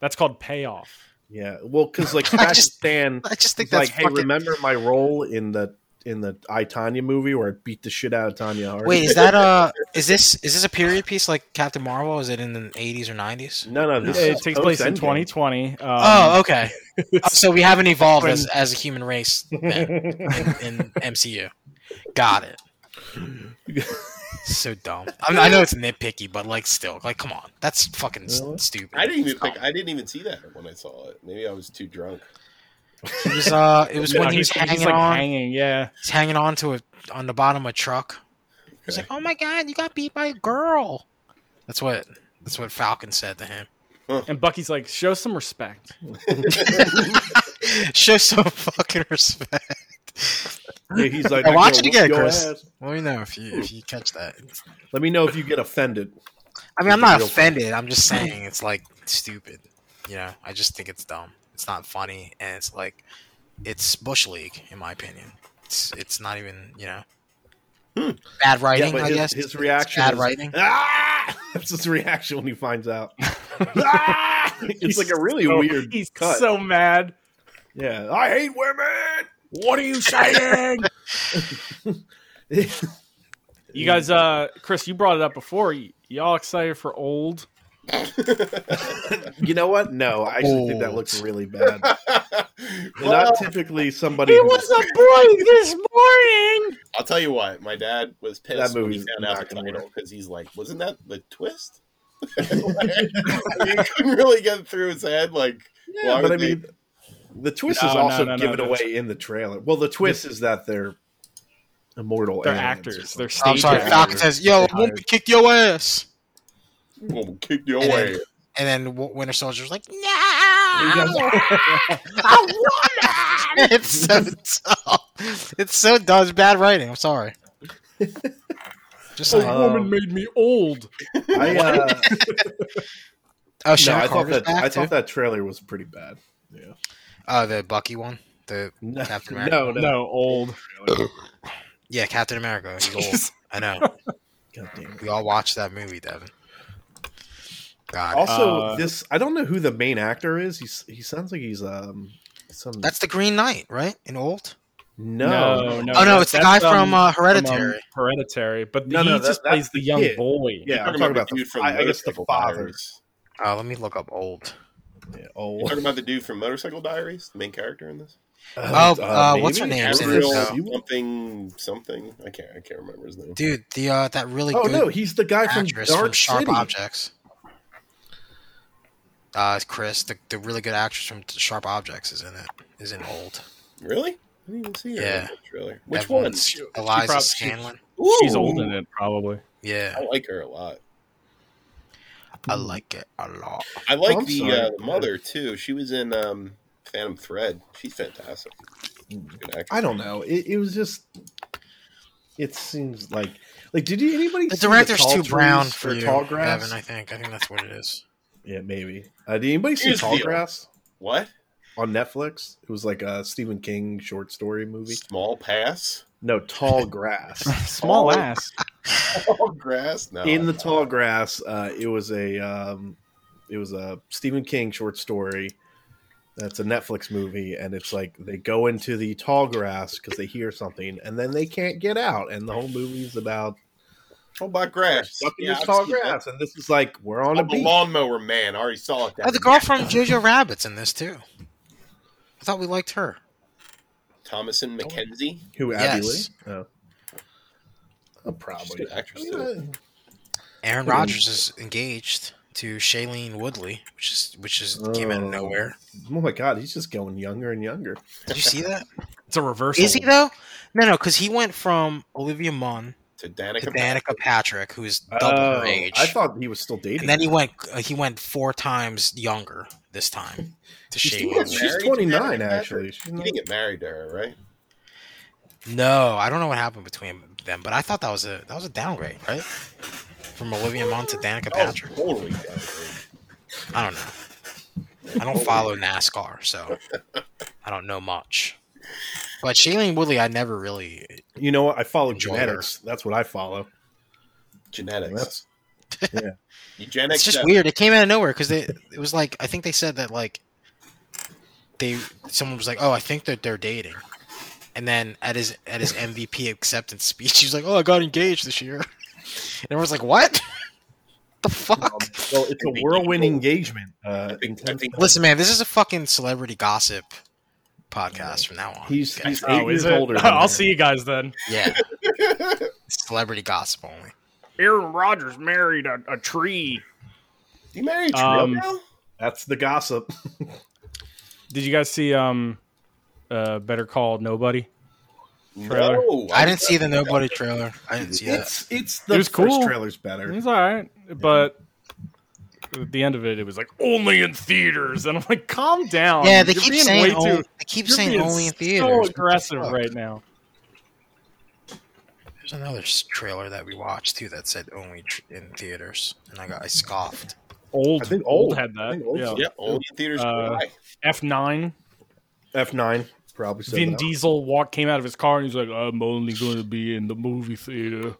[SPEAKER 2] that's called payoff.
[SPEAKER 4] Yeah, well, because like
[SPEAKER 1] I just-
[SPEAKER 4] Pakistan,
[SPEAKER 1] I just think
[SPEAKER 4] It's
[SPEAKER 1] that's
[SPEAKER 4] like, hey,
[SPEAKER 1] fucking.
[SPEAKER 4] remember my role in the in the I Tanya movie where I beat the shit out of Tanya Harding?
[SPEAKER 1] Wait, is that uh is this is this a period piece like Captain Marvel? Is it in the 80s or 90s?
[SPEAKER 4] no, no, this
[SPEAKER 2] it
[SPEAKER 4] is
[SPEAKER 2] takes place in
[SPEAKER 4] post-Endgame.
[SPEAKER 2] 2020. Um,
[SPEAKER 1] oh, okay. Oh, so we haven't evolved as, as a human race then in, in MCU. Got it. So dumb. I, mean, I know it's nitpicky, but like, still, like, come on, that's fucking s-
[SPEAKER 4] Really?
[SPEAKER 1] stupid.
[SPEAKER 3] I didn't even
[SPEAKER 1] Stop.
[SPEAKER 3] think I didn't even see that when I saw it. Maybe I was too drunk.
[SPEAKER 1] It was uh, it was
[SPEAKER 2] no,
[SPEAKER 1] when he was
[SPEAKER 2] he's,
[SPEAKER 1] hanging
[SPEAKER 2] he's like
[SPEAKER 1] on,
[SPEAKER 2] hanging. Yeah,
[SPEAKER 1] he's hanging on to a on the bottom of a truck. He's like, "Oh my god, you got beat by a girl." That's what that's what Falcon said to him.
[SPEAKER 2] and Bucky's like, show some respect.
[SPEAKER 1] Show some fucking respect.
[SPEAKER 4] Yeah, he's like,
[SPEAKER 1] Now
[SPEAKER 4] "I'm
[SPEAKER 1] watch it
[SPEAKER 4] gonna
[SPEAKER 1] again,
[SPEAKER 4] whoop your
[SPEAKER 1] Chris.
[SPEAKER 4] ass."
[SPEAKER 1] Let me know if you if you catch that.
[SPEAKER 4] Let me know if you get offended.
[SPEAKER 1] I mean, I'm not
[SPEAKER 4] Real-
[SPEAKER 1] offended. I'm just saying it's like stupid. You know, I just think it's dumb. It's not funny, and it's like it's bush league, in my opinion. It's it's not even you know Hmm. bad
[SPEAKER 4] Yeah,
[SPEAKER 1] writing.
[SPEAKER 4] but
[SPEAKER 1] I
[SPEAKER 4] his,
[SPEAKER 1] guess
[SPEAKER 4] his
[SPEAKER 1] It's
[SPEAKER 4] reaction
[SPEAKER 1] bad
[SPEAKER 4] is,
[SPEAKER 1] writing.
[SPEAKER 4] Ah! That's his reaction when he finds out. Ah! It's like a really
[SPEAKER 2] so-
[SPEAKER 4] weird
[SPEAKER 2] Oh, He's
[SPEAKER 4] cut.
[SPEAKER 2] so mad.
[SPEAKER 4] yeah, I hate women. What are you saying?
[SPEAKER 2] You guys, uh, Chris, you brought it up before. Y- y'all excited for old?
[SPEAKER 4] you know what? No, I actually think that
[SPEAKER 1] Oh.
[SPEAKER 4] looks really bad. They're
[SPEAKER 3] Well,
[SPEAKER 4] not typically somebody. who-
[SPEAKER 2] boy this morning.
[SPEAKER 3] I'll tell you what, my dad was pissed
[SPEAKER 4] That
[SPEAKER 3] when he
[SPEAKER 4] movie's
[SPEAKER 3] found out
[SPEAKER 4] not
[SPEAKER 3] the
[SPEAKER 4] gonna
[SPEAKER 3] title because he's like, "Wasn't that the twist?" he couldn't really get through his head. Like,
[SPEAKER 4] Yeah,
[SPEAKER 3] why
[SPEAKER 4] but I
[SPEAKER 3] would they-
[SPEAKER 4] mean, the twist
[SPEAKER 2] No,
[SPEAKER 4] is
[SPEAKER 2] no,
[SPEAKER 4] also
[SPEAKER 2] no, no,
[SPEAKER 4] given
[SPEAKER 2] that's-
[SPEAKER 4] away in the trailer. Well, the twist is that they're immortal.
[SPEAKER 2] They're
[SPEAKER 4] aliens or
[SPEAKER 2] actors.
[SPEAKER 4] something.
[SPEAKER 2] They're
[SPEAKER 1] I'm
[SPEAKER 2] stage
[SPEAKER 1] sorry.
[SPEAKER 2] actors.
[SPEAKER 1] Falcon says, "Yo,
[SPEAKER 2] They
[SPEAKER 1] woman
[SPEAKER 2] hired.
[SPEAKER 1] kicked your ass,"
[SPEAKER 3] "Well, we'll kick you
[SPEAKER 1] And
[SPEAKER 3] away."
[SPEAKER 1] then- and then W- Winter Soldier's like, "No, it's so dumb. It's so dumb. It's bad writing. I'm sorry." Just
[SPEAKER 2] Old
[SPEAKER 1] like,
[SPEAKER 4] Uh,
[SPEAKER 2] woman
[SPEAKER 4] Um,
[SPEAKER 2] made me old.
[SPEAKER 4] I, uh,
[SPEAKER 1] oh,
[SPEAKER 4] no,
[SPEAKER 1] Sharon
[SPEAKER 4] I thought
[SPEAKER 1] Carter's
[SPEAKER 4] that
[SPEAKER 1] back
[SPEAKER 4] I
[SPEAKER 1] too?
[SPEAKER 4] thought that trailer was pretty bad. Yeah.
[SPEAKER 1] Oh, the Bucky one. The
[SPEAKER 4] No,
[SPEAKER 1] Captain America.
[SPEAKER 4] no, no.
[SPEAKER 2] No, old.
[SPEAKER 1] yeah, Captain America. He's old. I know.
[SPEAKER 4] God damn it.
[SPEAKER 1] We all watched that movie, Devin. God,
[SPEAKER 4] Also,
[SPEAKER 2] Uh,
[SPEAKER 4] this I don't know who the main actor is. He's he sounds like he's um some
[SPEAKER 1] that's the Green Knight, right? In old.
[SPEAKER 4] no
[SPEAKER 1] oh no, it's the guy
[SPEAKER 2] that's,
[SPEAKER 1] from
[SPEAKER 2] um,
[SPEAKER 1] uh,
[SPEAKER 2] from, um,
[SPEAKER 1] Hereditary.
[SPEAKER 2] Hereditary, but
[SPEAKER 4] No,
[SPEAKER 2] he
[SPEAKER 4] no,
[SPEAKER 2] just
[SPEAKER 4] that-
[SPEAKER 2] plays
[SPEAKER 4] that's
[SPEAKER 2] the
[SPEAKER 4] the
[SPEAKER 2] young
[SPEAKER 4] kid.
[SPEAKER 2] boy.
[SPEAKER 4] Yeah,
[SPEAKER 3] You're
[SPEAKER 4] I'm talking about
[SPEAKER 3] the
[SPEAKER 4] the
[SPEAKER 3] dude from
[SPEAKER 4] I, I guess the
[SPEAKER 3] Motorcycle
[SPEAKER 4] father.
[SPEAKER 3] Diaries.
[SPEAKER 1] Uh, let me look up old.
[SPEAKER 4] Yeah,
[SPEAKER 3] You're
[SPEAKER 4] Oh,
[SPEAKER 3] talking about the dude from Motorcycle Diaries, the main character in this.
[SPEAKER 1] Oh, uh, what's her
[SPEAKER 4] maybe?
[SPEAKER 1] name's in it, uh,
[SPEAKER 3] Gabriel
[SPEAKER 1] though.
[SPEAKER 3] something something. I can't. I can't remember his name.
[SPEAKER 1] Dude, the uh, that really
[SPEAKER 4] Oh
[SPEAKER 1] good
[SPEAKER 4] no, he's the guy from
[SPEAKER 1] actress
[SPEAKER 4] Dark
[SPEAKER 1] from Sharp
[SPEAKER 4] City.
[SPEAKER 1] Objects. uh, Chris, the, the really good actress from Sharp Objects is in it. Is in Old.
[SPEAKER 3] Really? I didn't even see her
[SPEAKER 1] Yeah.
[SPEAKER 3] in that trailer. Which
[SPEAKER 1] That
[SPEAKER 3] one?
[SPEAKER 1] one's Eliza
[SPEAKER 2] prob- she-
[SPEAKER 1] Scanlon.
[SPEAKER 2] She's
[SPEAKER 3] Ooh.
[SPEAKER 2] old in it, probably.
[SPEAKER 1] Yeah,
[SPEAKER 3] I like her a lot.
[SPEAKER 1] I like it a lot.
[SPEAKER 3] I like
[SPEAKER 4] Oh, I'm
[SPEAKER 3] the
[SPEAKER 4] sorry.
[SPEAKER 3] uh, mother too. She was in um, Phantom Thread. She's fantastic. Good actress.
[SPEAKER 4] I don't know. It, it was just. It seems like like did you anybody?
[SPEAKER 1] The
[SPEAKER 4] see
[SPEAKER 1] director's
[SPEAKER 4] tall
[SPEAKER 1] too brown
[SPEAKER 4] trees
[SPEAKER 1] for
[SPEAKER 4] or
[SPEAKER 1] you,
[SPEAKER 4] tall grass.
[SPEAKER 1] Evan. I think. I think that's what it is.
[SPEAKER 4] Yeah, maybe. Uh, did anybody see
[SPEAKER 3] Here's the
[SPEAKER 4] Tall
[SPEAKER 3] deal.
[SPEAKER 4] Grass
[SPEAKER 3] What?
[SPEAKER 4] on Netflix? It was like a Stephen King short story movie.
[SPEAKER 3] Small pass.
[SPEAKER 4] No, Tall Grass.
[SPEAKER 2] Small
[SPEAKER 3] Oh.
[SPEAKER 2] ass.
[SPEAKER 3] Small grass.
[SPEAKER 1] Oh,
[SPEAKER 3] No.
[SPEAKER 4] In the Tall Grass, uh, it was a um, it was a Stephen King short story. That's a Netflix movie, and it's like they go into the tall grass because they hear something, and then they can't get out, and the whole movie's about
[SPEAKER 3] How about grass?
[SPEAKER 4] stuck in
[SPEAKER 3] Yeah,
[SPEAKER 4] this
[SPEAKER 3] I've
[SPEAKER 4] tall
[SPEAKER 3] seen that.
[SPEAKER 4] grass, and this is like we're on a
[SPEAKER 3] I'm a
[SPEAKER 4] beach.
[SPEAKER 3] lawnmower man. I already saw it.
[SPEAKER 1] Oh, the girl from Jojo Rabbit's in this too. I thought we liked her.
[SPEAKER 3] Thomas and McKenzie.
[SPEAKER 4] Who Abby
[SPEAKER 1] Yes.
[SPEAKER 4] Lee? Oh. Oh, probably.
[SPEAKER 3] good actress,
[SPEAKER 4] I mean,
[SPEAKER 1] Aaron
[SPEAKER 4] Hmm.
[SPEAKER 1] Rodgers is engaged to Shailene Woodley, which is which is came out
[SPEAKER 4] Oh.
[SPEAKER 1] of nowhere.
[SPEAKER 4] I- oh my god, he's just going younger and younger.
[SPEAKER 1] Did you see that?
[SPEAKER 2] It's a reversal.
[SPEAKER 1] is he though? No, no, because he went from Olivia Munn
[SPEAKER 3] To
[SPEAKER 1] to
[SPEAKER 3] Danica.
[SPEAKER 1] Danica Patrick, who is double her
[SPEAKER 4] Oh,
[SPEAKER 1] age,
[SPEAKER 4] I thought he was still dating.
[SPEAKER 1] and then he went uh, he went four times younger this time to
[SPEAKER 4] she's,
[SPEAKER 1] Shailene.
[SPEAKER 4] still-
[SPEAKER 3] Woodley.
[SPEAKER 4] she's
[SPEAKER 3] Married to
[SPEAKER 4] twenty nine
[SPEAKER 3] Danica
[SPEAKER 4] actually. She's
[SPEAKER 3] You
[SPEAKER 4] not- Oh,
[SPEAKER 3] didn't get married to her, right?
[SPEAKER 1] No, I don't know what happened between them, but I thought that was a that was a downgrade, right? From Olivia Munn to Danica
[SPEAKER 3] Oh,
[SPEAKER 1] Patrick.
[SPEAKER 3] totally. downgrade.
[SPEAKER 1] I don't know. I don't follow NASCAR, so I don't know much. But Shailene Woodley, I never really.
[SPEAKER 4] You know what? I follow
[SPEAKER 1] Enjoy
[SPEAKER 4] genetics. That's what I follow.
[SPEAKER 3] Genetics.
[SPEAKER 4] That's- yeah.
[SPEAKER 3] Eugenics.
[SPEAKER 1] It's just
[SPEAKER 3] uh,
[SPEAKER 1] weird. It came out of nowhere because they. It was like I think they said that like they someone was like, oh, I think that they're dating, and then at his at his MVP acceptance speech, he's like, oh, I got engaged this year, and everyone's like, what? the fuck?
[SPEAKER 4] Um, well, it's a
[SPEAKER 3] Maybe
[SPEAKER 4] whirlwind
[SPEAKER 3] evil.
[SPEAKER 4] engagement. Uh,
[SPEAKER 3] I think- I
[SPEAKER 4] intense-
[SPEAKER 3] think-
[SPEAKER 1] Listen, man, this is a fucking celebrity gossip podcast from now on.
[SPEAKER 4] he's
[SPEAKER 1] Okay.
[SPEAKER 4] he's eight
[SPEAKER 2] Oh,
[SPEAKER 4] years
[SPEAKER 2] is it?
[SPEAKER 4] older. than her.
[SPEAKER 2] I'll see you guys then.
[SPEAKER 1] yeah, celebrity gossip only.
[SPEAKER 5] Aaron Rodgers married a, a tree.
[SPEAKER 3] You married
[SPEAKER 2] Um,
[SPEAKER 3] Trudeau?
[SPEAKER 4] That's the gossip.
[SPEAKER 2] Did you guys see um, uh, Better Call Nobody? trailer.
[SPEAKER 3] No,
[SPEAKER 1] I didn't see the nobody trailer. I didn't see that.
[SPEAKER 4] It's it's the
[SPEAKER 2] It was
[SPEAKER 4] first
[SPEAKER 2] cool.
[SPEAKER 4] trailer's better.
[SPEAKER 2] It's all right, but at the end of it, it was like only in theaters, and I'm like, calm down.
[SPEAKER 1] Yeah, they
[SPEAKER 2] You're
[SPEAKER 1] keep
[SPEAKER 2] being
[SPEAKER 1] saying
[SPEAKER 2] way
[SPEAKER 1] only,
[SPEAKER 2] too-
[SPEAKER 1] they keep
[SPEAKER 2] you're
[SPEAKER 1] saying
[SPEAKER 2] being
[SPEAKER 1] only in
[SPEAKER 2] So
[SPEAKER 1] theaters.
[SPEAKER 2] aggressive
[SPEAKER 1] fuck?
[SPEAKER 2] right now.
[SPEAKER 1] There's another s- trailer that we watched too that said only tr- in theaters, and I got I scoffed.
[SPEAKER 2] Old,
[SPEAKER 4] I think
[SPEAKER 2] old,
[SPEAKER 4] old.
[SPEAKER 2] had
[SPEAKER 4] I
[SPEAKER 2] that.
[SPEAKER 4] think old.
[SPEAKER 2] yeah.
[SPEAKER 3] Yep, only in theaters.
[SPEAKER 2] Uh,
[SPEAKER 3] July.
[SPEAKER 2] F nine.
[SPEAKER 4] F nine probably. said
[SPEAKER 2] Vin
[SPEAKER 4] that.
[SPEAKER 2] Diesel walked came out of his car and he's like, "I'm only going to be in the movie theater.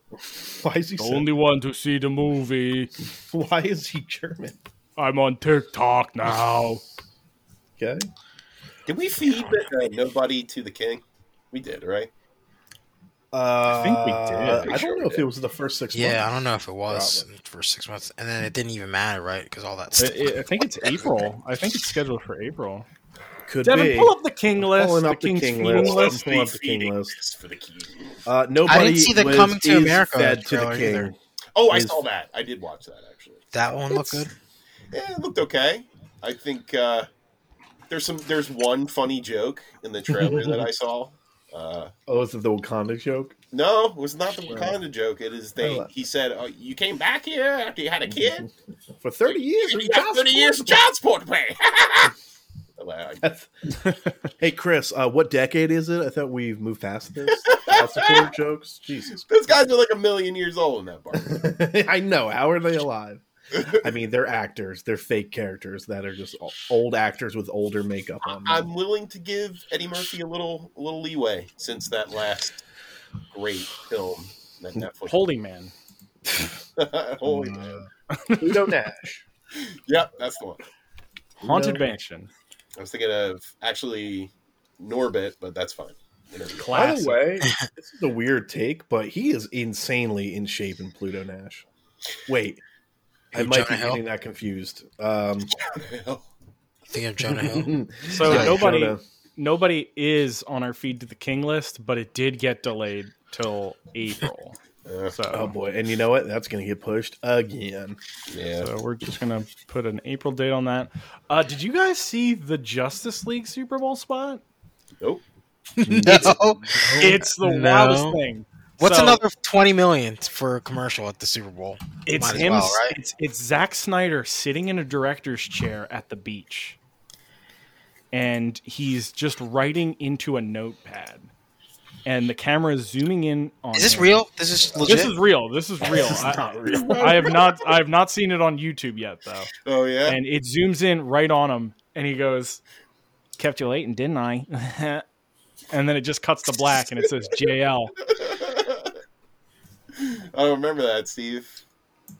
[SPEAKER 4] Why is he
[SPEAKER 2] The
[SPEAKER 4] so-
[SPEAKER 2] only one to see the movie.
[SPEAKER 4] Why is he German?
[SPEAKER 2] I'm on TikTok now."
[SPEAKER 4] Okay.
[SPEAKER 3] Did we feed the, uh, nobody to the king? We did, right?
[SPEAKER 4] Uh, I
[SPEAKER 2] think we did.
[SPEAKER 4] I
[SPEAKER 3] Pretty sure
[SPEAKER 4] don't
[SPEAKER 3] we
[SPEAKER 4] know if
[SPEAKER 3] did.
[SPEAKER 4] it was the first six.
[SPEAKER 1] Yeah, I
[SPEAKER 4] months.
[SPEAKER 1] don't know if it was
[SPEAKER 4] Probably.
[SPEAKER 1] for six months, and then it didn't even matter, right? Because all that
[SPEAKER 2] I,
[SPEAKER 1] stuff.
[SPEAKER 2] I- I think it's April. I think it's scheduled for April.
[SPEAKER 4] could
[SPEAKER 2] Devin,
[SPEAKER 4] be.
[SPEAKER 2] pull up the king list.
[SPEAKER 4] pulling up the
[SPEAKER 2] king's
[SPEAKER 4] king
[SPEAKER 2] feeding
[SPEAKER 4] list.
[SPEAKER 2] list.
[SPEAKER 4] I'm pulling up the king
[SPEAKER 3] Feeding
[SPEAKER 4] list.
[SPEAKER 3] this for the king.
[SPEAKER 4] Uh, nobody
[SPEAKER 1] see the
[SPEAKER 4] was-
[SPEAKER 1] Coming to
[SPEAKER 4] is
[SPEAKER 1] America
[SPEAKER 4] fed to the
[SPEAKER 1] trailer
[SPEAKER 4] king.
[SPEAKER 1] either.
[SPEAKER 3] Oh, I
[SPEAKER 4] Is-
[SPEAKER 3] saw that. I did watch that actually.
[SPEAKER 1] that one looked good.
[SPEAKER 3] Yeah, it looked okay. I think uh, there's some there's one funny joke in the trailer that I saw. Uh,
[SPEAKER 4] Oh, is it the Wakanda joke?
[SPEAKER 3] no, it was not the Wakanda joke. It is they. He said, oh, "You came back here after you had a kid.
[SPEAKER 2] Mm-hmm.
[SPEAKER 4] For thirty years,
[SPEAKER 3] You
[SPEAKER 4] we
[SPEAKER 3] got thirty years of child support to pay." I'm like,
[SPEAKER 4] That's- hey Chris, uh, what decade is it? I thought we've moved past this. Lots of corner jokes. Jesus,
[SPEAKER 3] Those guys are like a million years old in that part.
[SPEAKER 4] I know. How are they alive? I mean, they're actors. They're fake characters that are just o- old actors with older makeup on. them.
[SPEAKER 3] I'm willing to give Eddie Murphy a little a little leeway since that last great film that Netflix.
[SPEAKER 2] Holy man.
[SPEAKER 3] Holy,
[SPEAKER 4] Uh, Pluto Nash.
[SPEAKER 3] yep, that's the one.
[SPEAKER 2] Haunted
[SPEAKER 4] Pluto-
[SPEAKER 2] Mansion.
[SPEAKER 3] I was thinking of actually Norbit, but that's fine. Interview.
[SPEAKER 4] By
[SPEAKER 2] Classic.
[SPEAKER 4] the way, this is a weird take, but he is insanely in shape in Pluto Nash. Wait, I
[SPEAKER 1] Who,
[SPEAKER 4] might
[SPEAKER 1] Jonah
[SPEAKER 4] be
[SPEAKER 1] Hill?
[SPEAKER 4] getting that confused. Um,
[SPEAKER 1] You think of Jonah Hill?
[SPEAKER 2] so
[SPEAKER 1] Yeah,
[SPEAKER 2] nobody
[SPEAKER 4] Jonah.
[SPEAKER 2] nobody is on our feed to the king list, but it did get delayed till April.
[SPEAKER 3] Uh,
[SPEAKER 2] So,
[SPEAKER 4] Oh boy, and you know what? That's going to get pushed again.
[SPEAKER 3] yeah.
[SPEAKER 2] so we're just gonna put an April date on that. Uh, did you guys see the Justice League Super Bowl spot?
[SPEAKER 3] Nope.
[SPEAKER 1] no.
[SPEAKER 2] It's the
[SPEAKER 1] Oh, No.
[SPEAKER 2] wildest thing.
[SPEAKER 1] What's
[SPEAKER 2] So- Oh,
[SPEAKER 1] another twenty million for a commercial at the Super Bowl?
[SPEAKER 2] It's
[SPEAKER 1] Might as
[SPEAKER 2] him.
[SPEAKER 1] well, right?
[SPEAKER 2] It's it's Zack Snyder sitting in a director's chair at the beach, and he's just writing into a notepad, and the camera is zooming in on.
[SPEAKER 1] Is this
[SPEAKER 2] him.
[SPEAKER 1] real? This is legit.
[SPEAKER 2] This is real. This is real. I, I have not. I have not seen it on YouTube yet, though.
[SPEAKER 3] Oh yeah.
[SPEAKER 2] And it zooms in right on him, and he goes, "Kept you waiting, didn't I?" and then it just cuts to black, and it says JL.
[SPEAKER 3] I don't Oh, remember that, Steve.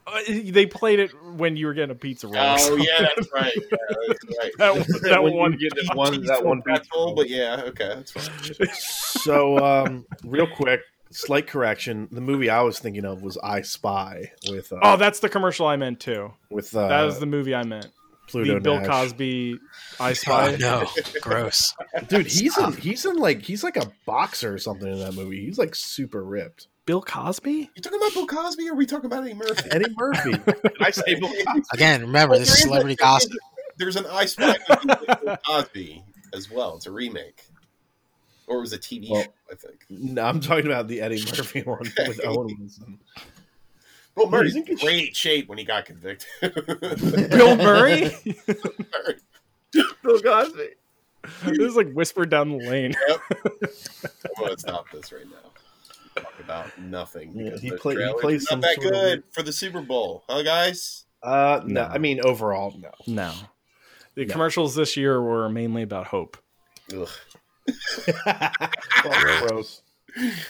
[SPEAKER 2] Uh, They played it when you were getting a pizza roll. or
[SPEAKER 3] Oh
[SPEAKER 2] something.
[SPEAKER 3] yeah, that's right. Yeah, that's right.
[SPEAKER 2] That one- that
[SPEAKER 4] When you
[SPEAKER 2] one
[SPEAKER 4] get that one, that one
[SPEAKER 3] That's old, but yeah, okay, that's fine.
[SPEAKER 4] So, um, real quick, slight correction. The movie I was thinking of was I Spy with uh,
[SPEAKER 2] Oh, that's the commercial I meant too.
[SPEAKER 4] with uh,
[SPEAKER 2] That was the movie I meant.
[SPEAKER 4] Pluto
[SPEAKER 2] the Bill
[SPEAKER 4] Nash.
[SPEAKER 2] Cosby I
[SPEAKER 1] Oh,
[SPEAKER 2] Spy.
[SPEAKER 1] no, gross.
[SPEAKER 4] Dude, he's in he's in like he's like a boxer or something in that movie. He's like super ripped.
[SPEAKER 2] Bill Cosby?
[SPEAKER 3] You talking about Bill Cosby? Or are we talking about Eddie Murphy?
[SPEAKER 4] Eddie Murphy. I say Bill Cosby.
[SPEAKER 1] Again, remember this is celebrity gossip.
[SPEAKER 3] There's an I Spy movie with Bill Cosby as well. It's a remake, or it was a TV
[SPEAKER 4] Well-
[SPEAKER 3] show, I think.
[SPEAKER 4] No, I'm talking about the Eddie Murphy one with Owen Wilson.
[SPEAKER 3] Bill Murray's
[SPEAKER 4] he's in
[SPEAKER 3] in
[SPEAKER 4] good
[SPEAKER 3] great shape when he got convicted.
[SPEAKER 2] Bill Murray?
[SPEAKER 4] Bill Cosby.
[SPEAKER 2] this is like whispered down the lane.
[SPEAKER 3] I'm gonna stop this right now. Talk about nothing.
[SPEAKER 4] Yeah,
[SPEAKER 3] because
[SPEAKER 4] he
[SPEAKER 3] the
[SPEAKER 4] play- he
[SPEAKER 3] trailer's
[SPEAKER 4] plays some
[SPEAKER 3] not that
[SPEAKER 4] sort of-
[SPEAKER 3] good for the Super Bowl, huh, guys?
[SPEAKER 4] Uh, no,
[SPEAKER 2] No.
[SPEAKER 4] I mean overall, no.
[SPEAKER 2] No. The
[SPEAKER 4] No.
[SPEAKER 2] commercials this year were mainly about hope.
[SPEAKER 3] Ugh.
[SPEAKER 4] Oh, gross.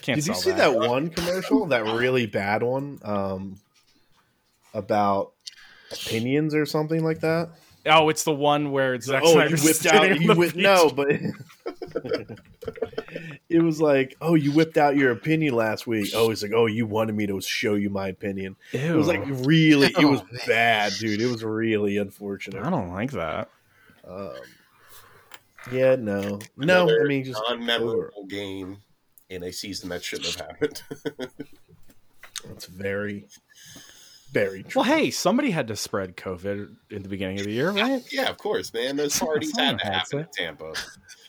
[SPEAKER 2] Can't
[SPEAKER 4] Did you
[SPEAKER 2] sell
[SPEAKER 4] see that. one commercial? That really bad one um, about opinions or something like that.
[SPEAKER 2] Oh, it's the one where it's Zack Snyder's sitting on the
[SPEAKER 4] Oh, whipped
[SPEAKER 2] beach.
[SPEAKER 4] no, but it was like, oh, you whipped out your opinion last week. Oh, it's like, oh, you wanted me to show you my opinion. It was like
[SPEAKER 2] Ew.
[SPEAKER 4] really, it was
[SPEAKER 1] Oh, man.
[SPEAKER 4] bad, dude. It was really unfortunate.
[SPEAKER 2] I don't like that.
[SPEAKER 4] Um, yeah, no, no. I
[SPEAKER 3] Another
[SPEAKER 4] mean, just
[SPEAKER 3] non-memorable game in a season that shouldn't have happened.
[SPEAKER 4] it's very, very. True.
[SPEAKER 2] Well, hey, somebody had to spread COVID in the beginning of the year, right?
[SPEAKER 3] yeah, of course, man. Those parties
[SPEAKER 2] I
[SPEAKER 3] had to
[SPEAKER 2] had
[SPEAKER 3] happen
[SPEAKER 2] to.
[SPEAKER 3] in Tampa.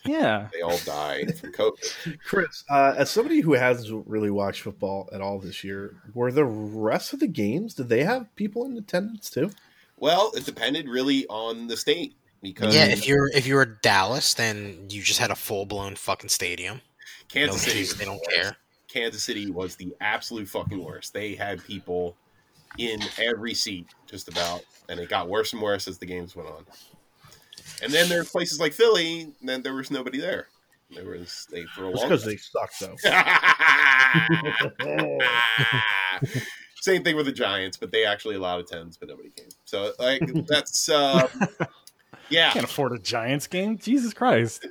[SPEAKER 2] Yeah.
[SPEAKER 3] They all died from COVID.
[SPEAKER 4] Chris, uh, as somebody who hasn't really watched football at all this year, were the rest of the games? Did they have people in attendance too?
[SPEAKER 3] Well, it depended really on the state because
[SPEAKER 1] Yeah, if you're if you're Dallas, then you just had a full blown fucking stadium. No
[SPEAKER 3] Kansas City,
[SPEAKER 1] kids,
[SPEAKER 3] was
[SPEAKER 1] they don't
[SPEAKER 3] the worst.
[SPEAKER 1] care.
[SPEAKER 3] Kansas City was the absolute fucking worst. They had people in every seat, just about, and it got worse and worse as the games went on. And then there's places like Philly, and then there was nobody there. There was they for a
[SPEAKER 4] It's
[SPEAKER 3] long.
[SPEAKER 4] because they suck, though. Oh.
[SPEAKER 3] Same thing with the Giants, but they actually allowed attendance, but nobody came. So like that's uh, yeah,
[SPEAKER 2] Can't afford a Giants game? Jesus Christ.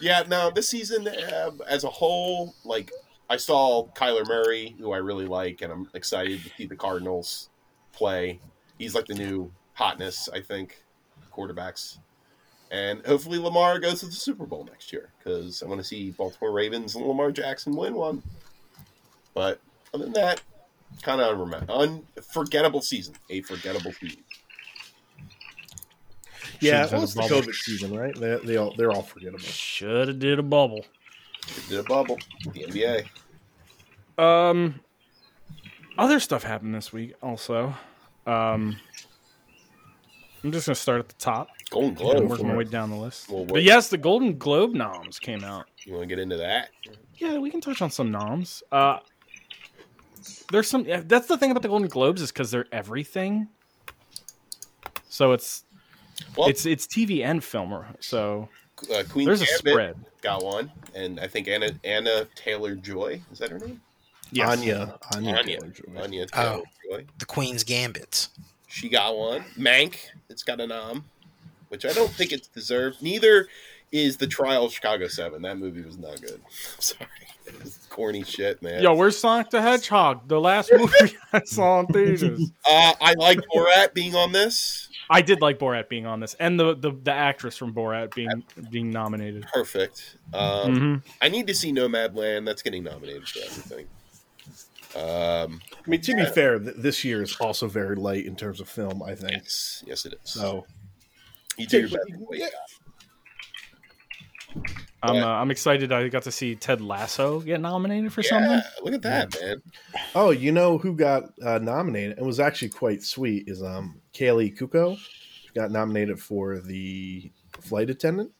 [SPEAKER 3] Yeah, no, this season uh, as a whole, like I saw Kyler Murray, who I really like, and I'm excited to see the Cardinals play. He's like the new hotness, I think, quarterbacks. And hopefully Lamar goes to the Super Bowl next year because I want to see Baltimore Ravens and Lamar Jackson win one. But other than that, kind of unrem- unforgettable season, a forgettable season.
[SPEAKER 2] Should've
[SPEAKER 4] yeah, well,
[SPEAKER 2] done
[SPEAKER 4] it's the
[SPEAKER 2] bubble.
[SPEAKER 4] COVID season, right? They, they all they're all forgettable.
[SPEAKER 5] Should have did a bubble.
[SPEAKER 3] Did a bubble, the NBA.
[SPEAKER 2] Um, other stuff happened this week also. Um, I'm just gonna start at the top
[SPEAKER 3] Golden
[SPEAKER 2] and
[SPEAKER 4] Oh,
[SPEAKER 3] Globe.
[SPEAKER 2] work my way down the list.
[SPEAKER 3] Well,
[SPEAKER 2] But
[SPEAKER 3] what-
[SPEAKER 2] yes, the Golden Globe noms came out.
[SPEAKER 3] You want to get into that?
[SPEAKER 2] Yeah, we can touch on some noms. Uh, there's some. yeah, That's the thing about the Golden Globes is because they're everything. So it's
[SPEAKER 3] Well-
[SPEAKER 2] it's it's TV and film. So
[SPEAKER 3] uh, Queen
[SPEAKER 2] there's a
[SPEAKER 3] Gambit
[SPEAKER 2] spread.
[SPEAKER 3] got one, and I think Anna Anna Taylor Joy is that her name?
[SPEAKER 2] Yes.
[SPEAKER 4] Anya, Anya,
[SPEAKER 3] Anya.
[SPEAKER 4] Taylor-Joy.
[SPEAKER 3] Anya
[SPEAKER 1] Oh.
[SPEAKER 3] Taylor Joy.
[SPEAKER 1] The Queen's gambits.
[SPEAKER 3] She got one. Mank, it's got a nom, which I don't think it's deserved. Neither is the Trial of Chicago Seven. That movie was not good. I'm sorry, it was corny shit, man.
[SPEAKER 2] Yo, where's Sonic the Hedgehog? The last movie I saw in theaters.
[SPEAKER 3] Uh, I like Borat being on this.
[SPEAKER 2] I did like Borat being on this, and the the, the actress from Borat being being nominated.
[SPEAKER 3] Perfect. Um,
[SPEAKER 2] Mhm.
[SPEAKER 4] Mm-hmm.
[SPEAKER 3] I need to see Nomadland. That's getting nominated for everything. Um,
[SPEAKER 4] I mean, to be fair, th- this year is also very light in terms of film. I think
[SPEAKER 3] yes, yes, it is.
[SPEAKER 4] so.
[SPEAKER 3] you do your best.
[SPEAKER 4] Yeah.
[SPEAKER 2] I'm,
[SPEAKER 3] But-
[SPEAKER 2] uh, I'm excited. I got to see Ted Lasso get nominated for
[SPEAKER 3] Yeah,
[SPEAKER 2] something.
[SPEAKER 3] look at that, man.
[SPEAKER 4] Oh, you know who got uh, nominated and was actually quite sweet is um Kaylee Kuko got nominated for the flight attendant,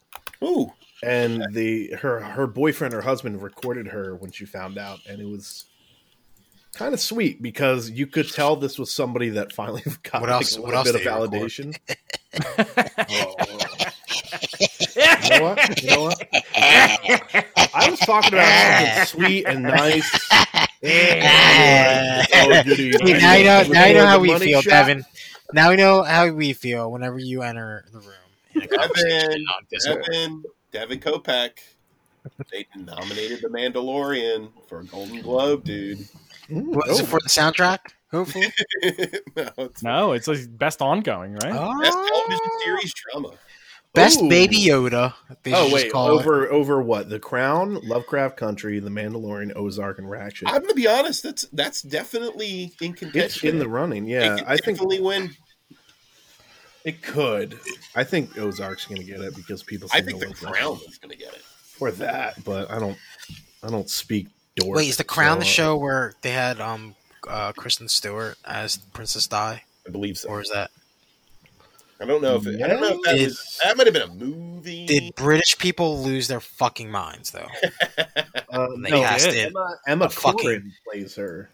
[SPEAKER 3] Ooh,
[SPEAKER 4] and the her her boyfriend or husband recorded her when she found out, and it was kind of sweet because you could tell this was somebody that finally got
[SPEAKER 1] What
[SPEAKER 4] like,
[SPEAKER 1] else-
[SPEAKER 4] a
[SPEAKER 1] what
[SPEAKER 4] little
[SPEAKER 1] else
[SPEAKER 4] bit of
[SPEAKER 1] did he record?
[SPEAKER 4] validation. You know what? You know what? I was talking about something sweet and nice.
[SPEAKER 1] Ah!
[SPEAKER 4] Yeah. Oh, goody.
[SPEAKER 1] See, now you know. Now you know how
[SPEAKER 4] The
[SPEAKER 1] we
[SPEAKER 4] money
[SPEAKER 1] feel,
[SPEAKER 4] shot.
[SPEAKER 1] Devin. Now we know how we feel whenever you enter the room. in a conversation on Discord.
[SPEAKER 3] Devin, Devin Kopeck. They nominated The Mandalorian for a Golden Globe, dude.
[SPEAKER 4] Mm,
[SPEAKER 1] Was
[SPEAKER 4] oh.
[SPEAKER 1] it for the soundtrack? Hopefully.
[SPEAKER 3] no, it's
[SPEAKER 2] No, it's like best ongoing, right?
[SPEAKER 3] best
[SPEAKER 1] Oh,
[SPEAKER 3] television series drama.
[SPEAKER 1] best
[SPEAKER 4] Ooh.
[SPEAKER 1] Baby Yoda. They should
[SPEAKER 4] Oh
[SPEAKER 1] just
[SPEAKER 4] wait,
[SPEAKER 1] call it.
[SPEAKER 4] over over what? The Crown, Lovecraft Country, The Mandalorian, Ozark, and Ratchet.
[SPEAKER 3] I'm gonna be honest. That's that's definitely in
[SPEAKER 4] it's
[SPEAKER 3] contention.
[SPEAKER 4] in the running.
[SPEAKER 3] They
[SPEAKER 4] Yeah,
[SPEAKER 3] could
[SPEAKER 4] I think
[SPEAKER 3] definitely win.
[SPEAKER 4] it could. I think Ozark's going to get it because people.
[SPEAKER 3] I
[SPEAKER 4] seem
[SPEAKER 3] think
[SPEAKER 4] to
[SPEAKER 3] the
[SPEAKER 4] love that.
[SPEAKER 3] Crown is gonna get it.
[SPEAKER 4] for that, but I don't. I don't speak. Dork,
[SPEAKER 1] Wait, is the Crown the
[SPEAKER 4] so-
[SPEAKER 1] show where they had um uh Kristen Stewart as Princess Di,
[SPEAKER 3] I believe so.
[SPEAKER 1] or is that
[SPEAKER 3] I don't know if it, I don't know if that,
[SPEAKER 1] Yeah.
[SPEAKER 3] was, that might have been a movie.
[SPEAKER 4] Mm.
[SPEAKER 1] did British people lose their fucking minds though?
[SPEAKER 4] Uh,
[SPEAKER 1] When they
[SPEAKER 4] no,
[SPEAKER 1] cast
[SPEAKER 2] it-
[SPEAKER 1] in.
[SPEAKER 4] Emma, Emma
[SPEAKER 1] A fucking-
[SPEAKER 4] Corrin plays her.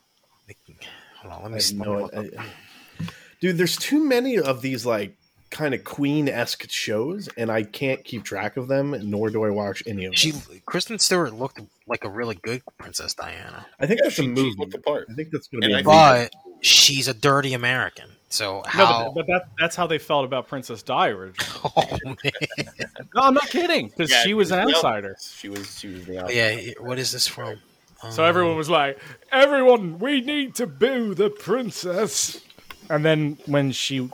[SPEAKER 1] Hold on, let
[SPEAKER 4] I
[SPEAKER 1] me.
[SPEAKER 4] have
[SPEAKER 1] see.
[SPEAKER 4] no I- Dude, there's too many of these like kind of queen esque shows, and I can't keep track of them, nor do I watch any of them.
[SPEAKER 1] She Kristen Stewart looked like a really good Princess Diana,
[SPEAKER 4] I think
[SPEAKER 3] Yeah,
[SPEAKER 4] that's
[SPEAKER 3] she-
[SPEAKER 4] a
[SPEAKER 3] she
[SPEAKER 4] movie.
[SPEAKER 3] looked the part.
[SPEAKER 4] I think that's going to
[SPEAKER 3] And
[SPEAKER 4] be.
[SPEAKER 3] I
[SPEAKER 4] a
[SPEAKER 3] think-
[SPEAKER 4] movie.
[SPEAKER 1] but she's a dirty American. So
[SPEAKER 2] No,
[SPEAKER 1] how?
[SPEAKER 2] but, but that, that's how they felt about Princess Di originally.
[SPEAKER 1] Oh, man.
[SPEAKER 2] No, I'm not kidding, because
[SPEAKER 3] Yeah,
[SPEAKER 2] she was an
[SPEAKER 3] no,
[SPEAKER 2] outsider.
[SPEAKER 3] She was. She
[SPEAKER 2] Oh,
[SPEAKER 3] was the outsider.
[SPEAKER 1] yeah, it- what is this from? Um,
[SPEAKER 2] So everyone was like, "Everyone, we need to boo the princess." And then when she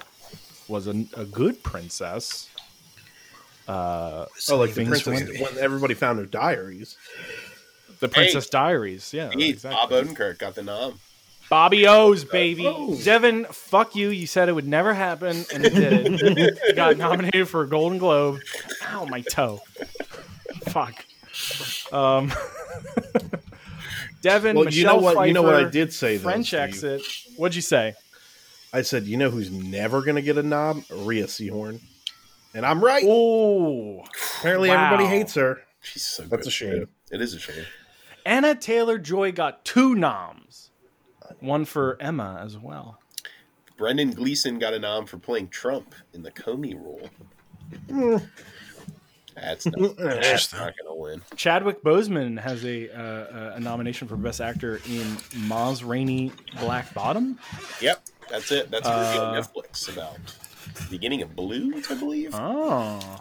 [SPEAKER 2] was a, a good princess,
[SPEAKER 4] Oh, like the
[SPEAKER 2] Things
[SPEAKER 4] princess
[SPEAKER 2] went-
[SPEAKER 4] when everybody found her diaries.
[SPEAKER 2] the Princess Diaries, yeah,
[SPEAKER 3] Hey, Bob
[SPEAKER 2] exactly.
[SPEAKER 3] Odenkirk got the nom.
[SPEAKER 2] Bobby O's baby.
[SPEAKER 4] Oh.
[SPEAKER 2] Devin, fuck you. You said it would never happen, and it did. He Got nominated for a Golden Globe. Ow, my toe. Fuck. Um, Devin,
[SPEAKER 4] Well, you know
[SPEAKER 2] Michelle
[SPEAKER 4] what? you know what I
[SPEAKER 2] Pfeiffer,
[SPEAKER 4] did say. Though,
[SPEAKER 2] French
[SPEAKER 4] Steve?
[SPEAKER 2] exit. What'd you say?
[SPEAKER 4] I said, you know who's never going to get a knob? Rhea Seahorn, and I'm right.
[SPEAKER 2] Oh,
[SPEAKER 4] Apparently, everybody
[SPEAKER 2] wow.
[SPEAKER 4] hates her.
[SPEAKER 3] She's so.
[SPEAKER 4] That's
[SPEAKER 3] good.
[SPEAKER 4] a shame.
[SPEAKER 3] It is a shame.
[SPEAKER 2] Anna Taylor Joy got two noms, one for Emma as well.
[SPEAKER 3] Brendan Gleeson got a nom for playing Trump in the Comey rule. That's
[SPEAKER 2] Mm,
[SPEAKER 3] not, that's
[SPEAKER 1] Interesting.
[SPEAKER 3] not gonna win.
[SPEAKER 2] Chadwick Boseman has a uh, a nomination for Best Actor in Maz Rainey Black Bottom.
[SPEAKER 3] Yep, that's it. That's a review on
[SPEAKER 2] Uh,
[SPEAKER 3] Netflix about the beginning of Blues, I believe.
[SPEAKER 2] Oh,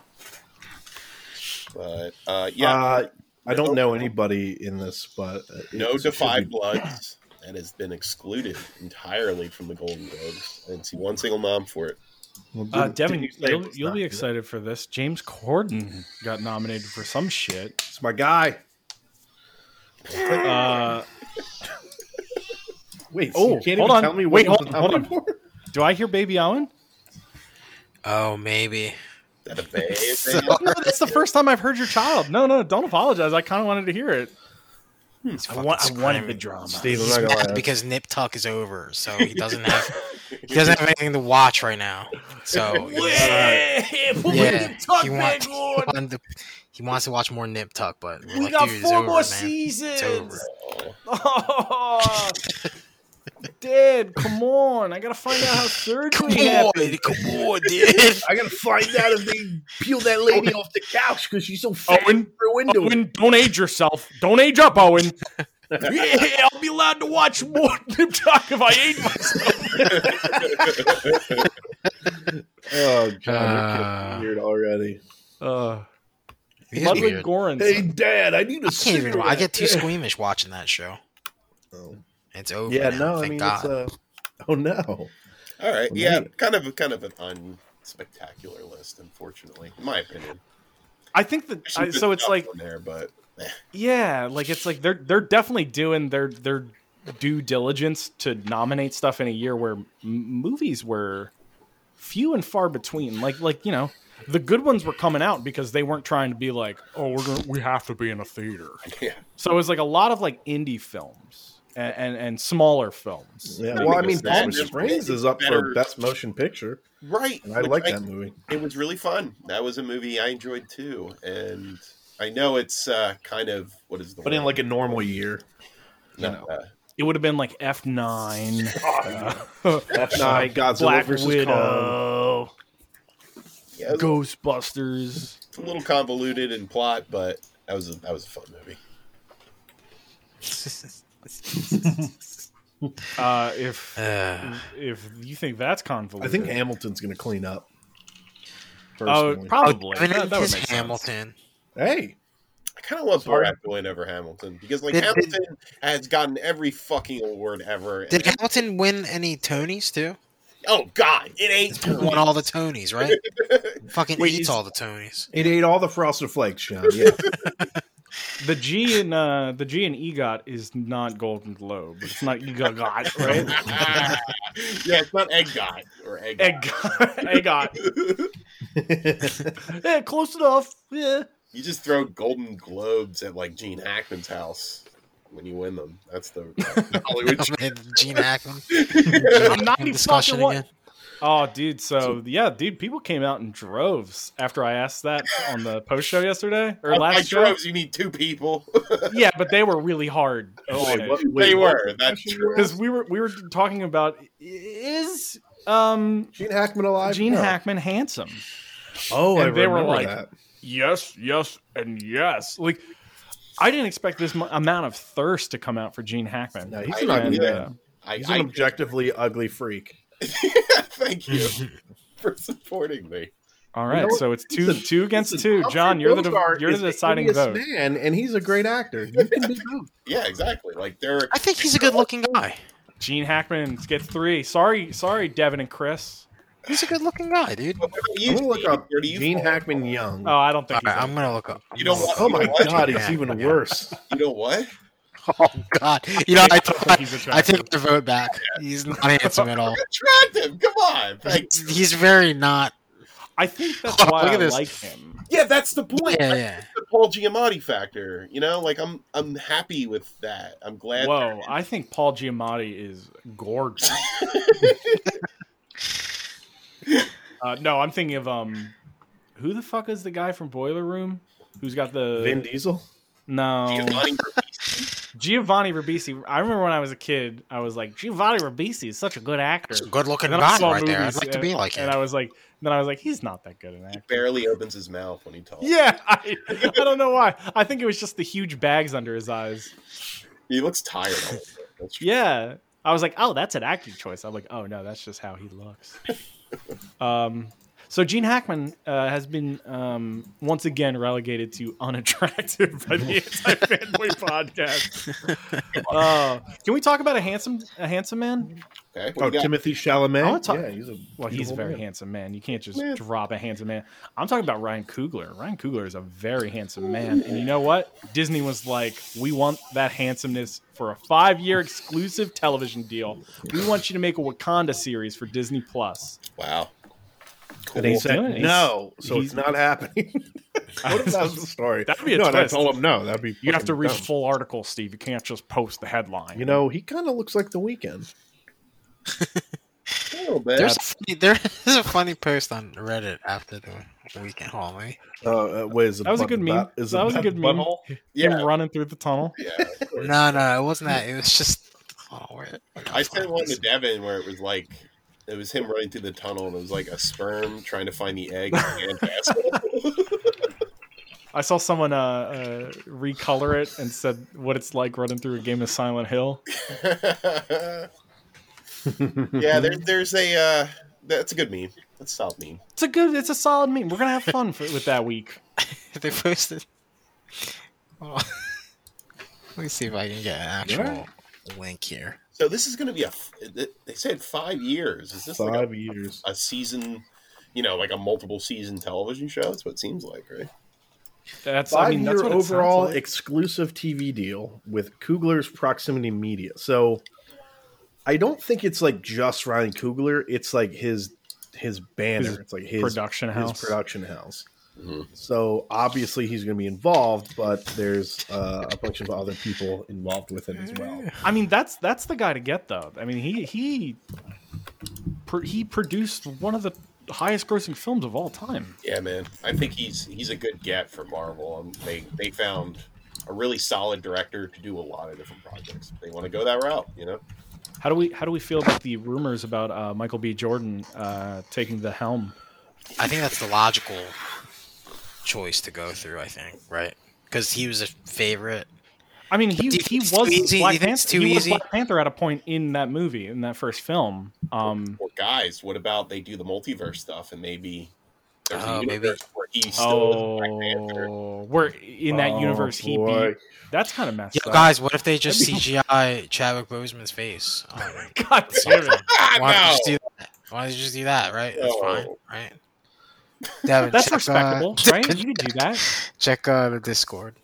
[SPEAKER 3] But uh, yeah,
[SPEAKER 4] Uh, I don't know anybody in this, but uh, it
[SPEAKER 3] no
[SPEAKER 4] should
[SPEAKER 3] Defy
[SPEAKER 4] be-
[SPEAKER 3] Bloods. That has been excluded entirely from the Golden Globes. I didn't see one single nom for it.
[SPEAKER 4] Well,
[SPEAKER 2] uh,
[SPEAKER 4] didn't-
[SPEAKER 2] Devin,
[SPEAKER 4] didn't you say it
[SPEAKER 2] you'll,
[SPEAKER 4] was
[SPEAKER 2] you'll
[SPEAKER 4] not
[SPEAKER 2] be
[SPEAKER 4] good? Mm-hmm.
[SPEAKER 2] excited for this. James Corden got nominated for some shit.
[SPEAKER 4] It's my guy.
[SPEAKER 2] Uh,
[SPEAKER 4] Wait,
[SPEAKER 2] Oh,
[SPEAKER 4] oh, you can't
[SPEAKER 2] hold
[SPEAKER 4] even
[SPEAKER 2] on.
[SPEAKER 4] tell me
[SPEAKER 2] Wait,
[SPEAKER 4] what
[SPEAKER 2] hold
[SPEAKER 4] it was
[SPEAKER 2] on, hold
[SPEAKER 4] nominated for?
[SPEAKER 2] do I hear Baby Owen?
[SPEAKER 1] Oh, maybe.
[SPEAKER 3] Is that a bay?
[SPEAKER 1] So-
[SPEAKER 2] No, that's the first time I've heard your child. No, no, don't apologize. I kind of wanted to hear it.
[SPEAKER 4] Hmm.
[SPEAKER 1] He's
[SPEAKER 5] I, want, I
[SPEAKER 1] fucking
[SPEAKER 5] wanted the
[SPEAKER 1] screaming.
[SPEAKER 5] drama.
[SPEAKER 4] Steve, I'm
[SPEAKER 1] He's
[SPEAKER 4] not gonna lie,
[SPEAKER 1] mad
[SPEAKER 4] that's-
[SPEAKER 1] because Nip Tuck is over, so he doesn't have he doesn't have anything to watch right now. So he's- yeah, he, want, he, wanted to, he wants to watch more Nip Tuck, but we're like, dude, it's over, man. It's over.
[SPEAKER 5] seasons.
[SPEAKER 2] Oh, Dad, come on! I gotta find out how surgery
[SPEAKER 1] Come
[SPEAKER 2] happened.
[SPEAKER 1] on, come on, dude.
[SPEAKER 4] I gotta find out if they peel that lady off the couch because she's so fat
[SPEAKER 2] Owen,
[SPEAKER 4] through a window.
[SPEAKER 2] Owen, don't age yourself. Don't age up, Owen. yeah, I'll be allowed to watch more Nip Tuck if I age myself.
[SPEAKER 4] Oh god,
[SPEAKER 1] Uh.
[SPEAKER 4] you're weird already.
[SPEAKER 2] Uh,
[SPEAKER 1] It is
[SPEAKER 2] Ludwig
[SPEAKER 1] weird.
[SPEAKER 2] Goransson.
[SPEAKER 4] Hey, Dad, I need a
[SPEAKER 1] I can't even. I get too
[SPEAKER 4] cigarette.
[SPEAKER 1] squeamish watching that show.
[SPEAKER 4] Oh.
[SPEAKER 1] It's over.
[SPEAKER 4] Yeah,
[SPEAKER 1] now,
[SPEAKER 4] no,
[SPEAKER 1] thank
[SPEAKER 4] I mean
[SPEAKER 1] God.
[SPEAKER 4] it's uh Oh no,
[SPEAKER 3] All right,
[SPEAKER 4] Well,
[SPEAKER 3] yeah,
[SPEAKER 4] maybe.
[SPEAKER 3] kind of, kind of an unspectacular list, unfortunately, in my opinion.
[SPEAKER 2] I think that
[SPEAKER 3] There's some
[SPEAKER 2] I,
[SPEAKER 3] good
[SPEAKER 2] so. It's
[SPEAKER 3] stuff
[SPEAKER 2] like
[SPEAKER 3] on there, but eh.
[SPEAKER 2] yeah, like it's like they're they're definitely doing their their due diligence to nominate stuff in a year where m- movies were few and far between. Like like you know, the good ones were coming out because they weren't trying to be like, oh, we're gonna, we have to be in a theater.
[SPEAKER 3] Yeah.
[SPEAKER 2] So it was like a lot of like indie films and and, and smaller films.
[SPEAKER 4] Yeah,
[SPEAKER 3] I
[SPEAKER 4] well,
[SPEAKER 3] think
[SPEAKER 4] I mean,
[SPEAKER 3] it's that
[SPEAKER 4] Palm
[SPEAKER 3] just
[SPEAKER 4] Springs
[SPEAKER 3] made
[SPEAKER 4] is
[SPEAKER 3] it
[SPEAKER 4] up for
[SPEAKER 3] better.
[SPEAKER 4] best motion picture,
[SPEAKER 3] Right.
[SPEAKER 4] and I
[SPEAKER 3] which
[SPEAKER 4] like that movie.
[SPEAKER 3] It was really fun. That was a movie I enjoyed too, and I know it's uh, kind of what is the
[SPEAKER 4] But
[SPEAKER 3] word?
[SPEAKER 4] in like a normal year, you know,
[SPEAKER 3] Uh,
[SPEAKER 2] It would have been like F nine, uh,
[SPEAKER 4] F nine, Godzilla
[SPEAKER 2] Black
[SPEAKER 4] versus Kong.
[SPEAKER 2] Widow,
[SPEAKER 3] yeah, it was
[SPEAKER 2] Ghostbusters.
[SPEAKER 3] a little convoluted in plot, but that was a, that was a fun movie.
[SPEAKER 2] Uh, if
[SPEAKER 1] Uh,
[SPEAKER 2] if you think that's
[SPEAKER 4] I
[SPEAKER 2] convoluted,
[SPEAKER 4] think Hamilton's going to clean up.
[SPEAKER 2] Oh,
[SPEAKER 4] Personally.
[SPEAKER 2] probably.
[SPEAKER 1] I mean,
[SPEAKER 2] That- that would
[SPEAKER 1] it's
[SPEAKER 2] make sense.
[SPEAKER 1] Hamilton.
[SPEAKER 4] hey,
[SPEAKER 3] I kind of love
[SPEAKER 4] Sorry.
[SPEAKER 3] Borat going over Hamilton because like
[SPEAKER 1] Did- did-
[SPEAKER 3] Hamilton has gotten every fucking award ever. and-
[SPEAKER 1] Did Hamilton win any Tonys too?
[SPEAKER 3] oh God, it ain't.
[SPEAKER 1] He won all the Tonys, right? Fucking
[SPEAKER 2] Wait,
[SPEAKER 1] eats
[SPEAKER 2] he's-
[SPEAKER 1] all the Tonys.
[SPEAKER 4] it ate all the frosted flakes, Sean. Yeah,
[SPEAKER 2] The G in uh, the G in EGOT is not Golden Globe. It's not EGOT, right?
[SPEAKER 3] yeah, it's not egg guy or egg.
[SPEAKER 2] Egg- EGOT. Yeah, close enough. Yeah.
[SPEAKER 3] You just throw Golden Globes at like Gene Hackman's house when you win them. That's the Hollywood.
[SPEAKER 1] I mean, Oh, Gene Hackman.
[SPEAKER 2] I'm not even
[SPEAKER 1] Discussion
[SPEAKER 2] fucking what-
[SPEAKER 1] again.
[SPEAKER 2] Oh, dude. So yeah, dude. People came out in droves after I asked that on the post show yesterday or
[SPEAKER 3] By
[SPEAKER 2] last show.
[SPEAKER 3] droves, you need two people.
[SPEAKER 2] Yeah, but they were really hard. on it.
[SPEAKER 3] they were. That's true.
[SPEAKER 2] because we were we were talking about is um
[SPEAKER 4] Gene Hackman alive?
[SPEAKER 2] Gene
[SPEAKER 4] No.
[SPEAKER 2] Hackman handsome?
[SPEAKER 4] Oh, I
[SPEAKER 2] And they were
[SPEAKER 4] remember
[SPEAKER 2] like-
[SPEAKER 4] that.
[SPEAKER 2] Yes, yes, and yes. Like I didn't expect this mu- amount of thirst to come out for Gene Hackman. uh,
[SPEAKER 4] No,
[SPEAKER 2] No,
[SPEAKER 4] he's an
[SPEAKER 3] I-
[SPEAKER 4] ugly
[SPEAKER 3] yeah.
[SPEAKER 4] man.
[SPEAKER 3] I,
[SPEAKER 4] He's an
[SPEAKER 3] I
[SPEAKER 4] objectively ugly freak.
[SPEAKER 3] thank you for supporting me.
[SPEAKER 2] All right,
[SPEAKER 4] You know
[SPEAKER 2] so it's two
[SPEAKER 4] Listen,
[SPEAKER 2] two against
[SPEAKER 4] listen,
[SPEAKER 2] two.
[SPEAKER 4] Humphrey
[SPEAKER 2] John, you're the de-
[SPEAKER 4] Bogart
[SPEAKER 2] you're
[SPEAKER 4] is
[SPEAKER 2] the
[SPEAKER 4] a
[SPEAKER 2] deciding
[SPEAKER 4] hideous
[SPEAKER 2] vote.
[SPEAKER 4] Man, and he's a great actor. You can do both.
[SPEAKER 3] Yeah, exactly. Like there are
[SPEAKER 1] I think he's a good-looking guy.
[SPEAKER 2] Gene Hackman gets three. Sorry, sorry, Devin and Chris.
[SPEAKER 1] He's a good-looking guy, dude.
[SPEAKER 3] What about you,
[SPEAKER 4] I'm gonna look
[SPEAKER 3] Steve?
[SPEAKER 4] up
[SPEAKER 3] Where do you
[SPEAKER 4] Gene
[SPEAKER 3] fall?
[SPEAKER 4] Hackman young.
[SPEAKER 2] Oh, I don't
[SPEAKER 1] All
[SPEAKER 2] think
[SPEAKER 1] right,
[SPEAKER 2] he's
[SPEAKER 1] I'm gonna look up. I'm
[SPEAKER 3] You don't
[SPEAKER 1] gonna
[SPEAKER 3] want-
[SPEAKER 1] look up
[SPEAKER 4] oh my
[SPEAKER 1] Gene
[SPEAKER 4] god, he's
[SPEAKER 1] Hackman.
[SPEAKER 4] even worse.
[SPEAKER 3] You know what?
[SPEAKER 1] Oh god, you know I,
[SPEAKER 2] think he's attractive.
[SPEAKER 1] I take the vote back. He's not handsome at all.
[SPEAKER 3] Attractive. Come on. Like,
[SPEAKER 1] He's, he's very not.
[SPEAKER 2] I think that's
[SPEAKER 1] Hold on,
[SPEAKER 2] why
[SPEAKER 1] look
[SPEAKER 2] I
[SPEAKER 1] at this.
[SPEAKER 2] like him.
[SPEAKER 3] yeah, that's the point.
[SPEAKER 1] Yeah, yeah.
[SPEAKER 3] The Paul Giamatti factor. You know, like I'm I'm happy with that. I'm glad.
[SPEAKER 2] Whoa, I think Paul Giamatti is gorgeous. uh, no, I'm thinking of um, who the fuck is the guy from Boiler Room who's got the
[SPEAKER 4] Vin Diesel?
[SPEAKER 2] no
[SPEAKER 3] Giamatti
[SPEAKER 2] Giovanni Ribisi? I remember when I was a kid, I was like Giovanni Ribisi is such a good actor.
[SPEAKER 1] It's a good-looking
[SPEAKER 2] And then I
[SPEAKER 1] guy
[SPEAKER 2] saw
[SPEAKER 1] right there. I'd
[SPEAKER 2] movies
[SPEAKER 1] like to
[SPEAKER 2] and-
[SPEAKER 1] be like
[SPEAKER 2] And
[SPEAKER 1] him.
[SPEAKER 2] I was like, then I was like, he's not that good an actor.
[SPEAKER 3] barely opens his mouth when he talks.
[SPEAKER 2] Yeah, I, I don't know why. I think it was just the huge bags under his eyes.
[SPEAKER 3] He looks tired. all the time. That's true.
[SPEAKER 2] Yeah. I was like, oh, that's an acting choice. I'm like, oh no, that's just how he looks. um, so Gene Hackman uh, has been um, once again relegated to unattractive by the anti fanboy podcast. Uh, can we talk about a handsome a handsome man?
[SPEAKER 3] Okay.
[SPEAKER 4] Oh,
[SPEAKER 3] What do you got?
[SPEAKER 4] Timothy Chalamet?
[SPEAKER 2] I wanna talk-
[SPEAKER 4] yeah, he's a
[SPEAKER 2] Well, he's a
[SPEAKER 4] beautiful
[SPEAKER 2] very
[SPEAKER 4] man.
[SPEAKER 2] handsome man. You can't just
[SPEAKER 3] Man.
[SPEAKER 2] drop a handsome man. I'm talking about Ryan Coogler. Ryan Coogler is a very handsome man, and you know what? Disney was like, "We want that handsomeness for a five-year exclusive television deal. We want you to make a Wakanda series for Disney Plus."
[SPEAKER 3] wow.
[SPEAKER 4] And he
[SPEAKER 2] Cool.
[SPEAKER 4] said
[SPEAKER 2] Doing it.
[SPEAKER 4] no, so
[SPEAKER 2] he's-
[SPEAKER 4] it's not happening. what if that was the story?
[SPEAKER 2] That'd be a
[SPEAKER 4] no, and I
[SPEAKER 2] twist.
[SPEAKER 4] told him no. That'd be
[SPEAKER 2] You have to
[SPEAKER 4] fucking
[SPEAKER 2] read
[SPEAKER 4] dumb.
[SPEAKER 2] full article, Steve. You can't just post the headline.
[SPEAKER 4] You know, he kind of looks like the weekend.
[SPEAKER 3] A little bit.
[SPEAKER 1] There's a funny, there's a funny post on Reddit after the weekend oh, holiday.
[SPEAKER 4] Uh, uh, wait, is it
[SPEAKER 2] That was a
[SPEAKER 4] butt-
[SPEAKER 2] good meme.
[SPEAKER 4] butt- is it
[SPEAKER 2] that was a
[SPEAKER 4] butt-
[SPEAKER 2] good meme.
[SPEAKER 4] butthole?
[SPEAKER 2] Him
[SPEAKER 3] yeah.
[SPEAKER 2] running through the tunnel.
[SPEAKER 3] yeah.
[SPEAKER 1] No, no, it wasn't that. It was just. Oh, wait.
[SPEAKER 3] I sent one to Devin where it was like it was him running through the tunnel and it was like a sperm trying to find the egg in the man's asshole.
[SPEAKER 2] I saw someone uh, uh, recolor it and said what it's like running through a game of Silent Hill.
[SPEAKER 3] yeah, there's there's a uh, that's a good meme. That's a solid meme.
[SPEAKER 2] It's a good. It's a solid meme. We're gonna have fun for, with that week.
[SPEAKER 1] They posted. Hold on. Let me see if I can get an actual link here.
[SPEAKER 3] So this is going to be a. f- They said five years. Is this like
[SPEAKER 4] Five years.
[SPEAKER 3] a, a season? You know, like a multiple season television show. That's what it seems like, right?
[SPEAKER 2] That's
[SPEAKER 4] five
[SPEAKER 2] I mean, that's
[SPEAKER 4] year
[SPEAKER 2] what it sounds
[SPEAKER 4] overall
[SPEAKER 2] like.
[SPEAKER 4] exclusive TV deal with Kugler's Proximity Media. So I don't think it's like just Ryan Kugler. It's like his his banner.
[SPEAKER 2] His
[SPEAKER 4] it's like his
[SPEAKER 2] production
[SPEAKER 4] his
[SPEAKER 2] house.
[SPEAKER 4] production house.
[SPEAKER 3] Mhm.
[SPEAKER 4] So obviously he's going to be involved, but there's uh, a bunch of other people involved with it as well.
[SPEAKER 2] I mean, that's that's the guy to get though. I mean, he he pr- he produced one of the highest grossing films of all time.
[SPEAKER 3] Yeah, man. I think he's he's a good get for Marvel. And they they found a really solid director to do a lot of different projects. They want to go that route, you know.
[SPEAKER 2] How do we how do we feel about the rumors about uh, Michael B. Jordan uh, taking the helm?
[SPEAKER 1] I think that's the logical choice to go through. I think, right? Because he was a favorite.
[SPEAKER 2] I mean, he
[SPEAKER 1] Do you think
[SPEAKER 2] he
[SPEAKER 1] it's
[SPEAKER 2] was
[SPEAKER 1] too easy? Do
[SPEAKER 2] Black
[SPEAKER 1] you think it's
[SPEAKER 2] Panther.
[SPEAKER 1] too
[SPEAKER 2] he
[SPEAKER 1] easy?
[SPEAKER 2] was Black Panther at a point in that movie, in that first film. Um,
[SPEAKER 3] Or guys, what about they do the multiverse stuff and maybe there's
[SPEAKER 1] Oh,
[SPEAKER 3] a
[SPEAKER 1] maybe.
[SPEAKER 3] universe where he's still is Black Panther.
[SPEAKER 2] oh, where in that
[SPEAKER 4] Oh,
[SPEAKER 2] universe he
[SPEAKER 4] boy.
[SPEAKER 2] beat. That's kind of messed
[SPEAKER 1] Yo,
[SPEAKER 2] up.
[SPEAKER 1] guys, what if they just CGI Chadwick Boseman's face? Oh, my
[SPEAKER 2] God damn it.
[SPEAKER 3] Ah,
[SPEAKER 1] Why don't you just
[SPEAKER 3] no!
[SPEAKER 1] do that? Why don't you just do that? Right? That's
[SPEAKER 3] No.
[SPEAKER 1] fine. Right? Devin,
[SPEAKER 2] That's
[SPEAKER 1] check, uh,
[SPEAKER 2] respectable, right? You could do that.
[SPEAKER 1] Check uh, the Discord.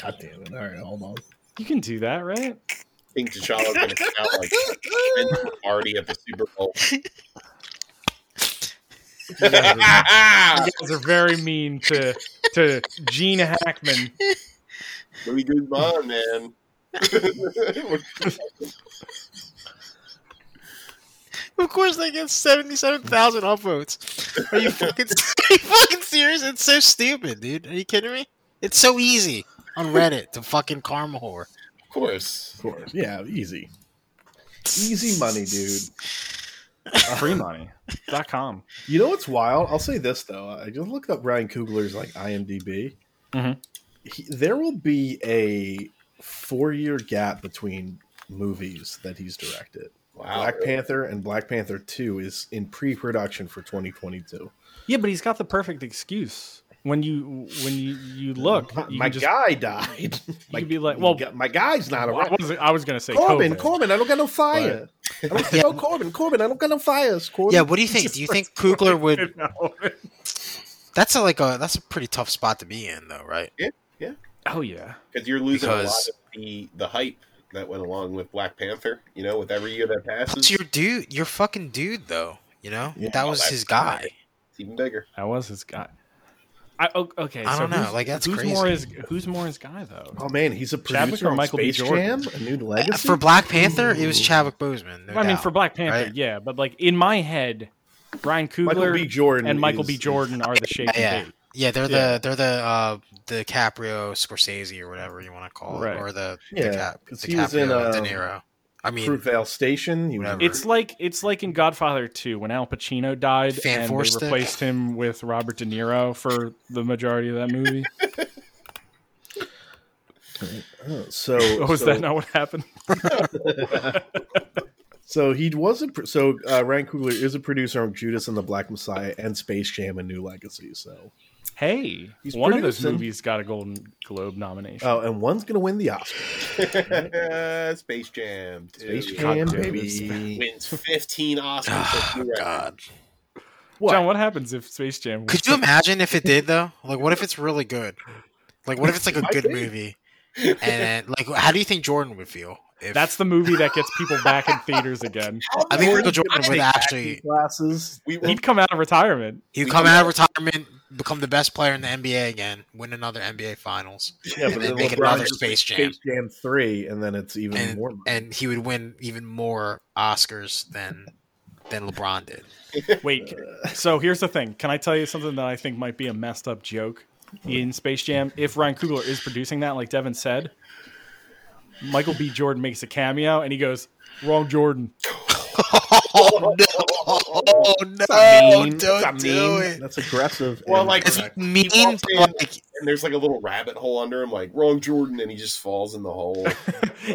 [SPEAKER 4] God damn it! All right, hold on.
[SPEAKER 2] You can do that, right?
[SPEAKER 3] I think T'Challa's gonna come out like friends with Marty at the Super Bowl.
[SPEAKER 2] You guys are very mean to to Gene Hackman.
[SPEAKER 3] Louis Guzman, man.
[SPEAKER 1] Of course, they get seventy-seven thousand upvotes. Are you fucking, are you fucking serious? It's so stupid, dude. Are you kidding me? It's so easy on Reddit to fucking karma whore.
[SPEAKER 3] of course.
[SPEAKER 4] Of course, yeah, easy, easy money, dude.
[SPEAKER 2] Freemoney.com.
[SPEAKER 4] You know what's wild? I'll say this though. I just looked up Ryan Coogler's like IMDb.
[SPEAKER 2] Mhm.
[SPEAKER 4] He, there will be a four-year gap between movies that he's directed.
[SPEAKER 3] Wow.
[SPEAKER 4] Black Panther and Black Panther Two is in pre-production for 2022.
[SPEAKER 2] Yeah, but he's got the perfect excuse. When you when you, you look,
[SPEAKER 4] my,
[SPEAKER 2] you
[SPEAKER 4] my
[SPEAKER 2] can just-
[SPEAKER 4] guy died. my,
[SPEAKER 2] could be like, well-
[SPEAKER 4] my gu- my guy's not
[SPEAKER 2] I
[SPEAKER 4] around.
[SPEAKER 2] was I was gonna say
[SPEAKER 4] Corbin,
[SPEAKER 2] COVID.
[SPEAKER 4] Corbin, I don't got no fire. I don't got no Corbin, Corbin, I don't got no fires. Corbin.
[SPEAKER 1] Yeah, what do you think? Do you think Kugler would? That's a, like a that's a pretty tough spot to be in, though, right?
[SPEAKER 2] Oh yeah.
[SPEAKER 3] because you're losing
[SPEAKER 1] Because-
[SPEAKER 3] a lot of the, the hype that went along with Black Panther. You know, with every year that passes,
[SPEAKER 1] It's your dude, your fucking dude, though. You know
[SPEAKER 4] Yeah.
[SPEAKER 1] that was
[SPEAKER 3] that's
[SPEAKER 1] his guy.
[SPEAKER 3] it's even bigger.
[SPEAKER 2] That was his guy. I o- okay.
[SPEAKER 1] I
[SPEAKER 2] so
[SPEAKER 1] don't know,
[SPEAKER 2] who's-
[SPEAKER 1] like, that's
[SPEAKER 2] who's
[SPEAKER 1] crazy.
[SPEAKER 2] more is who's more his guy though?
[SPEAKER 4] Oh man, he's a
[SPEAKER 2] Chadwick
[SPEAKER 4] producer
[SPEAKER 2] or
[SPEAKER 4] on
[SPEAKER 2] Michael B.
[SPEAKER 4] Space
[SPEAKER 2] Jordan?
[SPEAKER 4] Jam, a new legacy.
[SPEAKER 1] Uh, For Black Panther, it was Chadwick Boseman. No
[SPEAKER 2] I mean,
[SPEAKER 1] doubt.
[SPEAKER 2] for Black Panther,
[SPEAKER 1] right?
[SPEAKER 2] yeah, but like in my head, Brian
[SPEAKER 4] Michael
[SPEAKER 2] Coogler
[SPEAKER 4] B. Jordan
[SPEAKER 2] and Michael B.
[SPEAKER 4] is-
[SPEAKER 2] Jordan are the shaking
[SPEAKER 1] yeah,
[SPEAKER 2] bait.
[SPEAKER 1] yeah, they're
[SPEAKER 4] Yeah.
[SPEAKER 1] the they're the uh the Caprio Scorsese or whatever you want to call
[SPEAKER 2] Right.
[SPEAKER 1] it, or the
[SPEAKER 4] Yeah,
[SPEAKER 1] the Cap,
[SPEAKER 4] 'cause
[SPEAKER 1] the
[SPEAKER 4] he was in,
[SPEAKER 1] Caprio De
[SPEAKER 4] um,
[SPEAKER 1] Niro. I mean,
[SPEAKER 4] Fruitvale Station. He was
[SPEAKER 1] Whatever.
[SPEAKER 2] It's like it's like in Godfather 2 when Al Pacino died
[SPEAKER 1] Fan
[SPEAKER 2] and
[SPEAKER 1] four
[SPEAKER 2] they
[SPEAKER 1] stick.
[SPEAKER 2] replaced him with Robert De Niro for the majority of that movie.
[SPEAKER 4] Oh, so
[SPEAKER 2] Was
[SPEAKER 4] so,
[SPEAKER 2] that not what happened?
[SPEAKER 4] So he was a pr- so uh, Ryan Coogler is a producer on Judas and the Black Messiah and Space Jam: A New Legacy. So
[SPEAKER 2] Hey,
[SPEAKER 4] He's
[SPEAKER 2] one of those
[SPEAKER 4] producing.
[SPEAKER 2] movies got a Golden Globe nomination.
[SPEAKER 4] oh, and one's gonna win the Oscar.
[SPEAKER 3] Space Jam. two.
[SPEAKER 4] Space
[SPEAKER 2] God
[SPEAKER 4] Jam,
[SPEAKER 2] damn it.
[SPEAKER 4] baby.
[SPEAKER 3] wins 15 Oscars.
[SPEAKER 1] oh,
[SPEAKER 3] That's new record.
[SPEAKER 1] God,
[SPEAKER 4] What?
[SPEAKER 2] John, what happens if Space Jam?
[SPEAKER 1] could you imagine if it did though? Like, what if it's really good? Like, what if it's like a
[SPEAKER 4] Might
[SPEAKER 1] good
[SPEAKER 4] be.
[SPEAKER 1] movie? And like, how do you think Jordan would feel? If,
[SPEAKER 2] That's the movie that gets people back in theaters again.
[SPEAKER 1] I think Michael Jordan would
[SPEAKER 4] Acting
[SPEAKER 1] actually
[SPEAKER 4] classes.
[SPEAKER 3] We were,
[SPEAKER 2] He'd come out of retirement.
[SPEAKER 1] he'd
[SPEAKER 3] we
[SPEAKER 1] come
[SPEAKER 3] know
[SPEAKER 1] out of retirement, become the best player in the NBA again, win another NBA Finals,
[SPEAKER 4] Yeah, but
[SPEAKER 1] and then
[SPEAKER 4] then
[SPEAKER 1] make
[SPEAKER 4] LeBron
[SPEAKER 1] another
[SPEAKER 4] just
[SPEAKER 1] Space Jam.
[SPEAKER 4] Space Jam three, and then it's even
[SPEAKER 1] and
[SPEAKER 4] more.
[SPEAKER 1] and he would win even more Oscars than than LeBron did.
[SPEAKER 2] Wait, so here's the thing. Can I tell you something that I think might be a messed up joke in Space Jam? If Ryan Coogler is producing that, like Devin said, Michael B. Jordan makes a cameo and he goes, "Wrong Jordan."
[SPEAKER 1] Oh no! Oh no! Don't
[SPEAKER 4] That's a
[SPEAKER 1] do
[SPEAKER 4] meme.
[SPEAKER 1] it.
[SPEAKER 4] That's aggressive.
[SPEAKER 3] Well,
[SPEAKER 4] and
[SPEAKER 3] like-
[SPEAKER 1] It's
[SPEAKER 4] correct.
[SPEAKER 1] mean,
[SPEAKER 3] He walks in-
[SPEAKER 1] but like
[SPEAKER 3] and there's like a little rabbit hole under him, like wrong Jordan, and he just falls in the hole.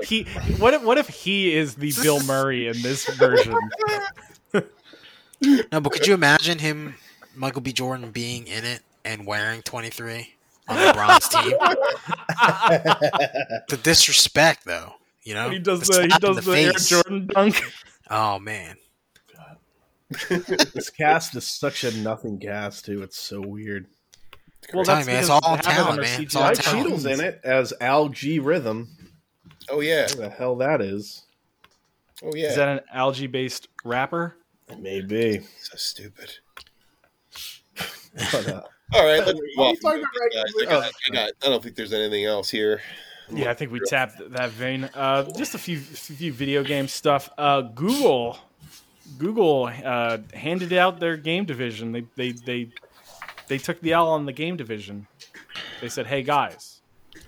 [SPEAKER 2] He what if what if he is the Bill Murray in this version?
[SPEAKER 1] no. But could you imagine him, Michael B. Jordan, being in it and wearing twenty three on LeBron's team? the disrespect, though. You know
[SPEAKER 2] He does the
[SPEAKER 1] slap
[SPEAKER 2] he
[SPEAKER 1] in
[SPEAKER 2] does the Air
[SPEAKER 1] face.
[SPEAKER 2] Jordan dunk.
[SPEAKER 1] Oh man!
[SPEAKER 4] this cast is such a nothing cast too. It's so weird.
[SPEAKER 2] Well,
[SPEAKER 1] Tell you,
[SPEAKER 2] that's
[SPEAKER 1] man, it's
[SPEAKER 2] because
[SPEAKER 1] all
[SPEAKER 2] half of them
[SPEAKER 1] talent,
[SPEAKER 2] are
[SPEAKER 1] man. It's
[SPEAKER 2] CGI
[SPEAKER 1] all
[SPEAKER 4] Guy
[SPEAKER 1] talent.
[SPEAKER 2] cartoons.
[SPEAKER 4] Cheadle's in it as Al G Rhythm.
[SPEAKER 3] Oh yeah.
[SPEAKER 4] Who the hell that is?
[SPEAKER 3] Oh yeah.
[SPEAKER 2] Is that an algae based rapper?
[SPEAKER 4] Maybe.
[SPEAKER 3] so stupid.
[SPEAKER 4] But, uh,
[SPEAKER 3] All right. Let's
[SPEAKER 4] What
[SPEAKER 3] move
[SPEAKER 4] are
[SPEAKER 3] off
[SPEAKER 4] you talking
[SPEAKER 3] of
[SPEAKER 4] about,
[SPEAKER 3] this,
[SPEAKER 4] right?
[SPEAKER 3] guys. I, got, I, got, I don't think there's anything else here.
[SPEAKER 2] Yeah, I think we tapped that vein. Uh, just a few few video game stuff. Uh, Google, Google uh, handed out their game division. They they they they took the L on the game division. They said, "Hey guys,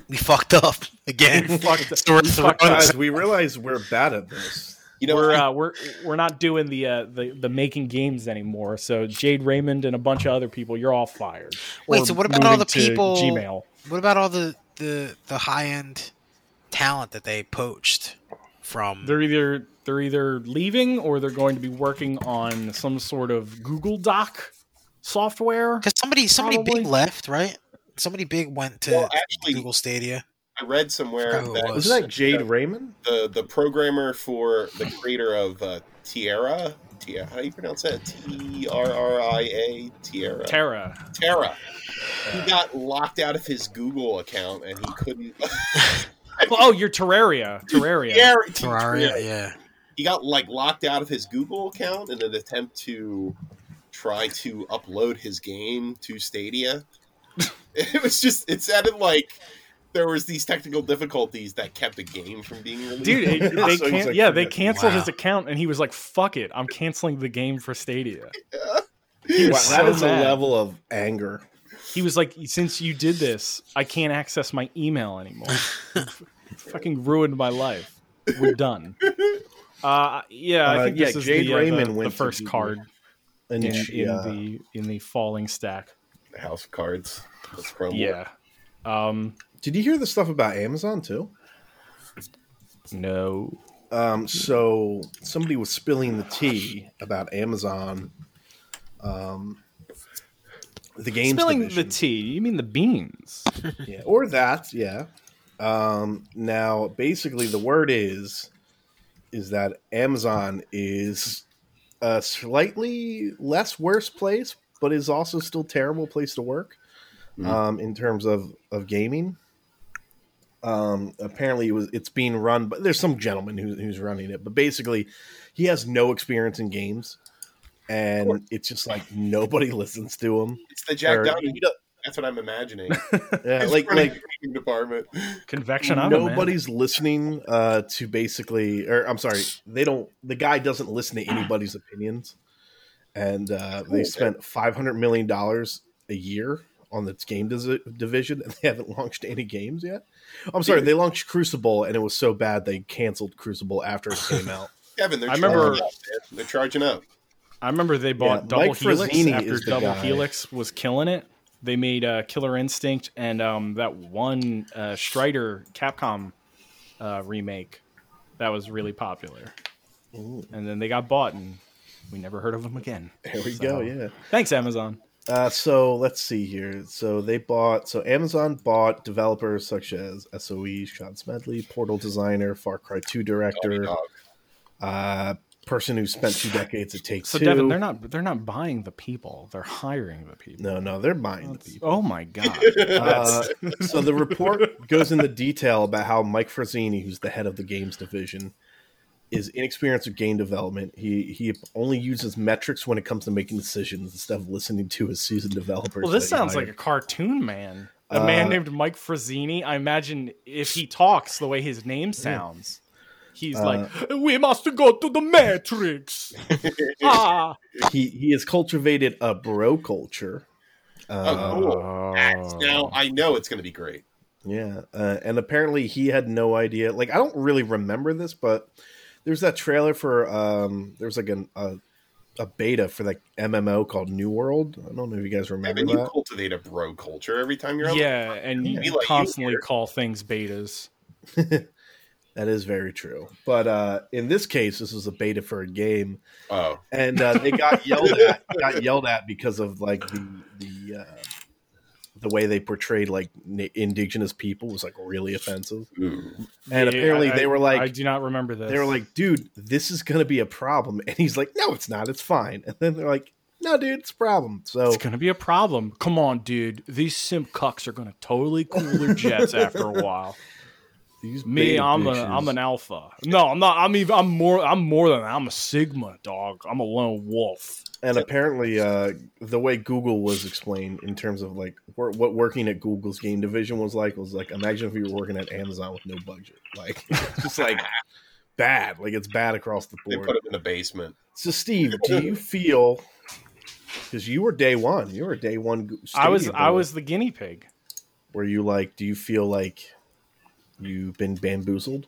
[SPEAKER 1] We fucked up again.
[SPEAKER 2] We fucked up.
[SPEAKER 1] So we're
[SPEAKER 2] We fucked
[SPEAKER 1] throwing-
[SPEAKER 4] guys, we realize we're bad at this.
[SPEAKER 3] You know,
[SPEAKER 2] we're
[SPEAKER 3] I-
[SPEAKER 2] uh, we're we're not doing the uh, the the making games anymore." So Jade Raymond and a bunch of other people, you're all fired.
[SPEAKER 1] Wait,
[SPEAKER 2] Or
[SPEAKER 1] so what about all
[SPEAKER 2] moving
[SPEAKER 1] the
[SPEAKER 2] to
[SPEAKER 1] people-
[SPEAKER 2] Gmail.
[SPEAKER 1] What about all the the the high end talent that they poached from?
[SPEAKER 2] They're either they're either leaving or they're going to be working on some sort of Google Doc software.
[SPEAKER 1] Because somebody somebody
[SPEAKER 2] Probably.
[SPEAKER 1] big left, right? Somebody big went to
[SPEAKER 3] well, actually,
[SPEAKER 1] Google Stadia.
[SPEAKER 3] I read somewhere
[SPEAKER 1] Forgot who it
[SPEAKER 3] that
[SPEAKER 1] was.
[SPEAKER 4] Isn't that Jade Raymond?
[SPEAKER 3] the the programmer for the creator of uh, Tierra, Tierra, how do you pronounce that? T R R I A, Tierra,
[SPEAKER 2] Terra.
[SPEAKER 3] Terra. He got locked out of his Google account and he couldn't.
[SPEAKER 2] Oh, you're Terraria. Terraria.
[SPEAKER 3] Terra-
[SPEAKER 1] Terraria, yeah.
[SPEAKER 3] He got like locked out of his Google account in an attempt to try to upload his game to Stadia. it was just it sounded like there was these technical difficulties that kept the game from being released.
[SPEAKER 2] Dude, it- they
[SPEAKER 4] So he's
[SPEAKER 2] can't,
[SPEAKER 4] like,
[SPEAKER 2] yeah, they
[SPEAKER 4] forget it.
[SPEAKER 2] canceled
[SPEAKER 1] Wow.
[SPEAKER 2] his account, and he was like, "Fuck it, I'm canceling the game for Stadia."
[SPEAKER 4] Wow,
[SPEAKER 2] so
[SPEAKER 4] that is
[SPEAKER 2] mad.
[SPEAKER 4] a level of anger.
[SPEAKER 2] He was like, "Since you did this, I can't access my email anymore. You f- fucking ruined my life. We're done." Uh, yeah, I
[SPEAKER 4] Uh,
[SPEAKER 2] think
[SPEAKER 4] yeah,
[SPEAKER 2] this is
[SPEAKER 4] Jade
[SPEAKER 2] the, uh, the-
[SPEAKER 4] Raymond
[SPEAKER 2] the
[SPEAKER 4] went to
[SPEAKER 2] first
[SPEAKER 4] Google.
[SPEAKER 2] card
[SPEAKER 4] And
[SPEAKER 2] in, in
[SPEAKER 4] she, uh,
[SPEAKER 2] the in the falling stack.
[SPEAKER 3] House of Cards. That's
[SPEAKER 4] Oh.
[SPEAKER 3] Chrome
[SPEAKER 2] Yeah. Um.
[SPEAKER 4] did you hear the stuff about Amazon too?
[SPEAKER 2] No.
[SPEAKER 4] Um, so somebody was spilling the tea about Amazon, um, the games
[SPEAKER 2] Spilling
[SPEAKER 4] division.
[SPEAKER 2] the tea. You mean the beans?
[SPEAKER 4] yeah, or that, yeah. Um, now, basically, the word is is that Amazon is a slightly less worse place, but is also still terrible place to work um, in terms of of gaming. Um, apparently, it was it's being run, but there's some gentleman who, who's running it. But basically, he has no experience in games, and it's just like nobody listens to him.
[SPEAKER 3] It's the Jack
[SPEAKER 4] Or-
[SPEAKER 3] Donnelly. That's what I'm imagining.
[SPEAKER 4] Yeah,
[SPEAKER 3] He's
[SPEAKER 4] like
[SPEAKER 3] running
[SPEAKER 4] like
[SPEAKER 3] the marketing department.
[SPEAKER 2] Convection. I'm a man.
[SPEAKER 4] nobody's listening uh, to basically or i'm sorry they don't the guy doesn't listen to anybody's opinions and uh, they spent 500 million dollars a year on this game dis- division and they haven't launched any games yet i'm sorry they launched crucible and it was so bad they canceled crucible after it came out
[SPEAKER 3] Kevin, they're
[SPEAKER 2] I
[SPEAKER 3] charging
[SPEAKER 2] remember-
[SPEAKER 3] up. man. They're charging up.
[SPEAKER 2] I remember they bought
[SPEAKER 4] Yeah,
[SPEAKER 2] Double
[SPEAKER 4] Mike
[SPEAKER 2] Helix
[SPEAKER 4] Frazzini
[SPEAKER 2] after
[SPEAKER 4] is the
[SPEAKER 2] Double
[SPEAKER 4] guy.
[SPEAKER 2] Helix was killing it. They made uh, Killer Instinct and um, that one uh, Strider Capcom uh, remake that was really popular. And then they got bought, and we never heard of them again.
[SPEAKER 4] there we
[SPEAKER 2] So,
[SPEAKER 4] go yeah
[SPEAKER 2] Thanks, Amazon.
[SPEAKER 4] Uh, so let's see here. So they bought. So Amazon bought developers such as SOE, Sean Smedley, Portal designer, Far Cry Two director,
[SPEAKER 3] Dog.
[SPEAKER 4] uh, person who spent two decades at Take
[SPEAKER 2] So
[SPEAKER 4] Two.
[SPEAKER 2] Devin, they're not they're not buying the people; they're hiring the people.
[SPEAKER 4] no, no, they're buying the people.
[SPEAKER 2] Oh my god!
[SPEAKER 4] Uh, so the report goes into detail about how Mike Frazzini, who's the head of the games division, is inexperienced with game development. He he only uses metrics when it comes to making decisions instead of listening to his seasoned developers.
[SPEAKER 2] Well, this
[SPEAKER 4] that he
[SPEAKER 2] sounds
[SPEAKER 4] hired.
[SPEAKER 2] like a cartoon man. A man
[SPEAKER 4] Uh,
[SPEAKER 2] named Mike Frazzini. I imagine if he talks the way his name sounds, he's
[SPEAKER 4] Uh,
[SPEAKER 2] like, "We must go to the Matrix." ah,
[SPEAKER 4] he he has cultivated a bro culture. Uh,
[SPEAKER 3] Oh, cool. That's-
[SPEAKER 4] Oh.
[SPEAKER 3] now I know it's going to be great.
[SPEAKER 4] Yeah, uh, and apparently he had no idea. Like I don't really remember this, but there's that trailer for um, there was like an, a a beta for like MMO called New World. I don't know if you guys
[SPEAKER 3] I
[SPEAKER 4] remember
[SPEAKER 3] mean, you
[SPEAKER 4] that.
[SPEAKER 3] cultivate a bro culture every time you're on.
[SPEAKER 2] yeah, and
[SPEAKER 4] Yeah.
[SPEAKER 2] you
[SPEAKER 3] Be like you,
[SPEAKER 2] constantly
[SPEAKER 3] Peter.
[SPEAKER 2] call things betas.
[SPEAKER 4] That is very true. But uh, in this case, this was a beta for a game,
[SPEAKER 3] Oh,
[SPEAKER 4] and uh, they got yelled at. Got yelled at because of like the the uh, the way they portrayed like na- indigenous people was like really offensive.
[SPEAKER 3] ooh.
[SPEAKER 4] And
[SPEAKER 2] Yeah,
[SPEAKER 4] apparently
[SPEAKER 2] I-
[SPEAKER 4] they were like,
[SPEAKER 2] "I do not remember this."
[SPEAKER 4] they were like, dude, this is going to be a problem. And he's like, no, it's not. It's fine. And then they're like, No, dude, it's a problem. So
[SPEAKER 2] It's going to be a problem. Come on, dude. These sim cucks are going to totally cool their jets after a while.
[SPEAKER 4] these
[SPEAKER 2] Me,
[SPEAKER 4] beta
[SPEAKER 2] I'm a,
[SPEAKER 4] bitches-
[SPEAKER 2] I'm an alpha. No, I'm not. I'm even. I'm more. I'm more than. I'm a sigma dog. I'm a lone wolf.
[SPEAKER 4] and apparently uh, the way Google was explained in terms of like wor- what working at Google's game division was like was like imagine if you were working at Amazon with no budget, like it's just like bad, like it's bad across the
[SPEAKER 3] They
[SPEAKER 4] board.
[SPEAKER 3] put him in the basement.
[SPEAKER 4] So, Steve, do you feel because you were day one, you were day one? Go-
[SPEAKER 2] I was.
[SPEAKER 4] Stadia
[SPEAKER 2] I
[SPEAKER 4] boy,
[SPEAKER 2] was the guinea pig.
[SPEAKER 4] Were you like? Do you feel like you've been bamboozled?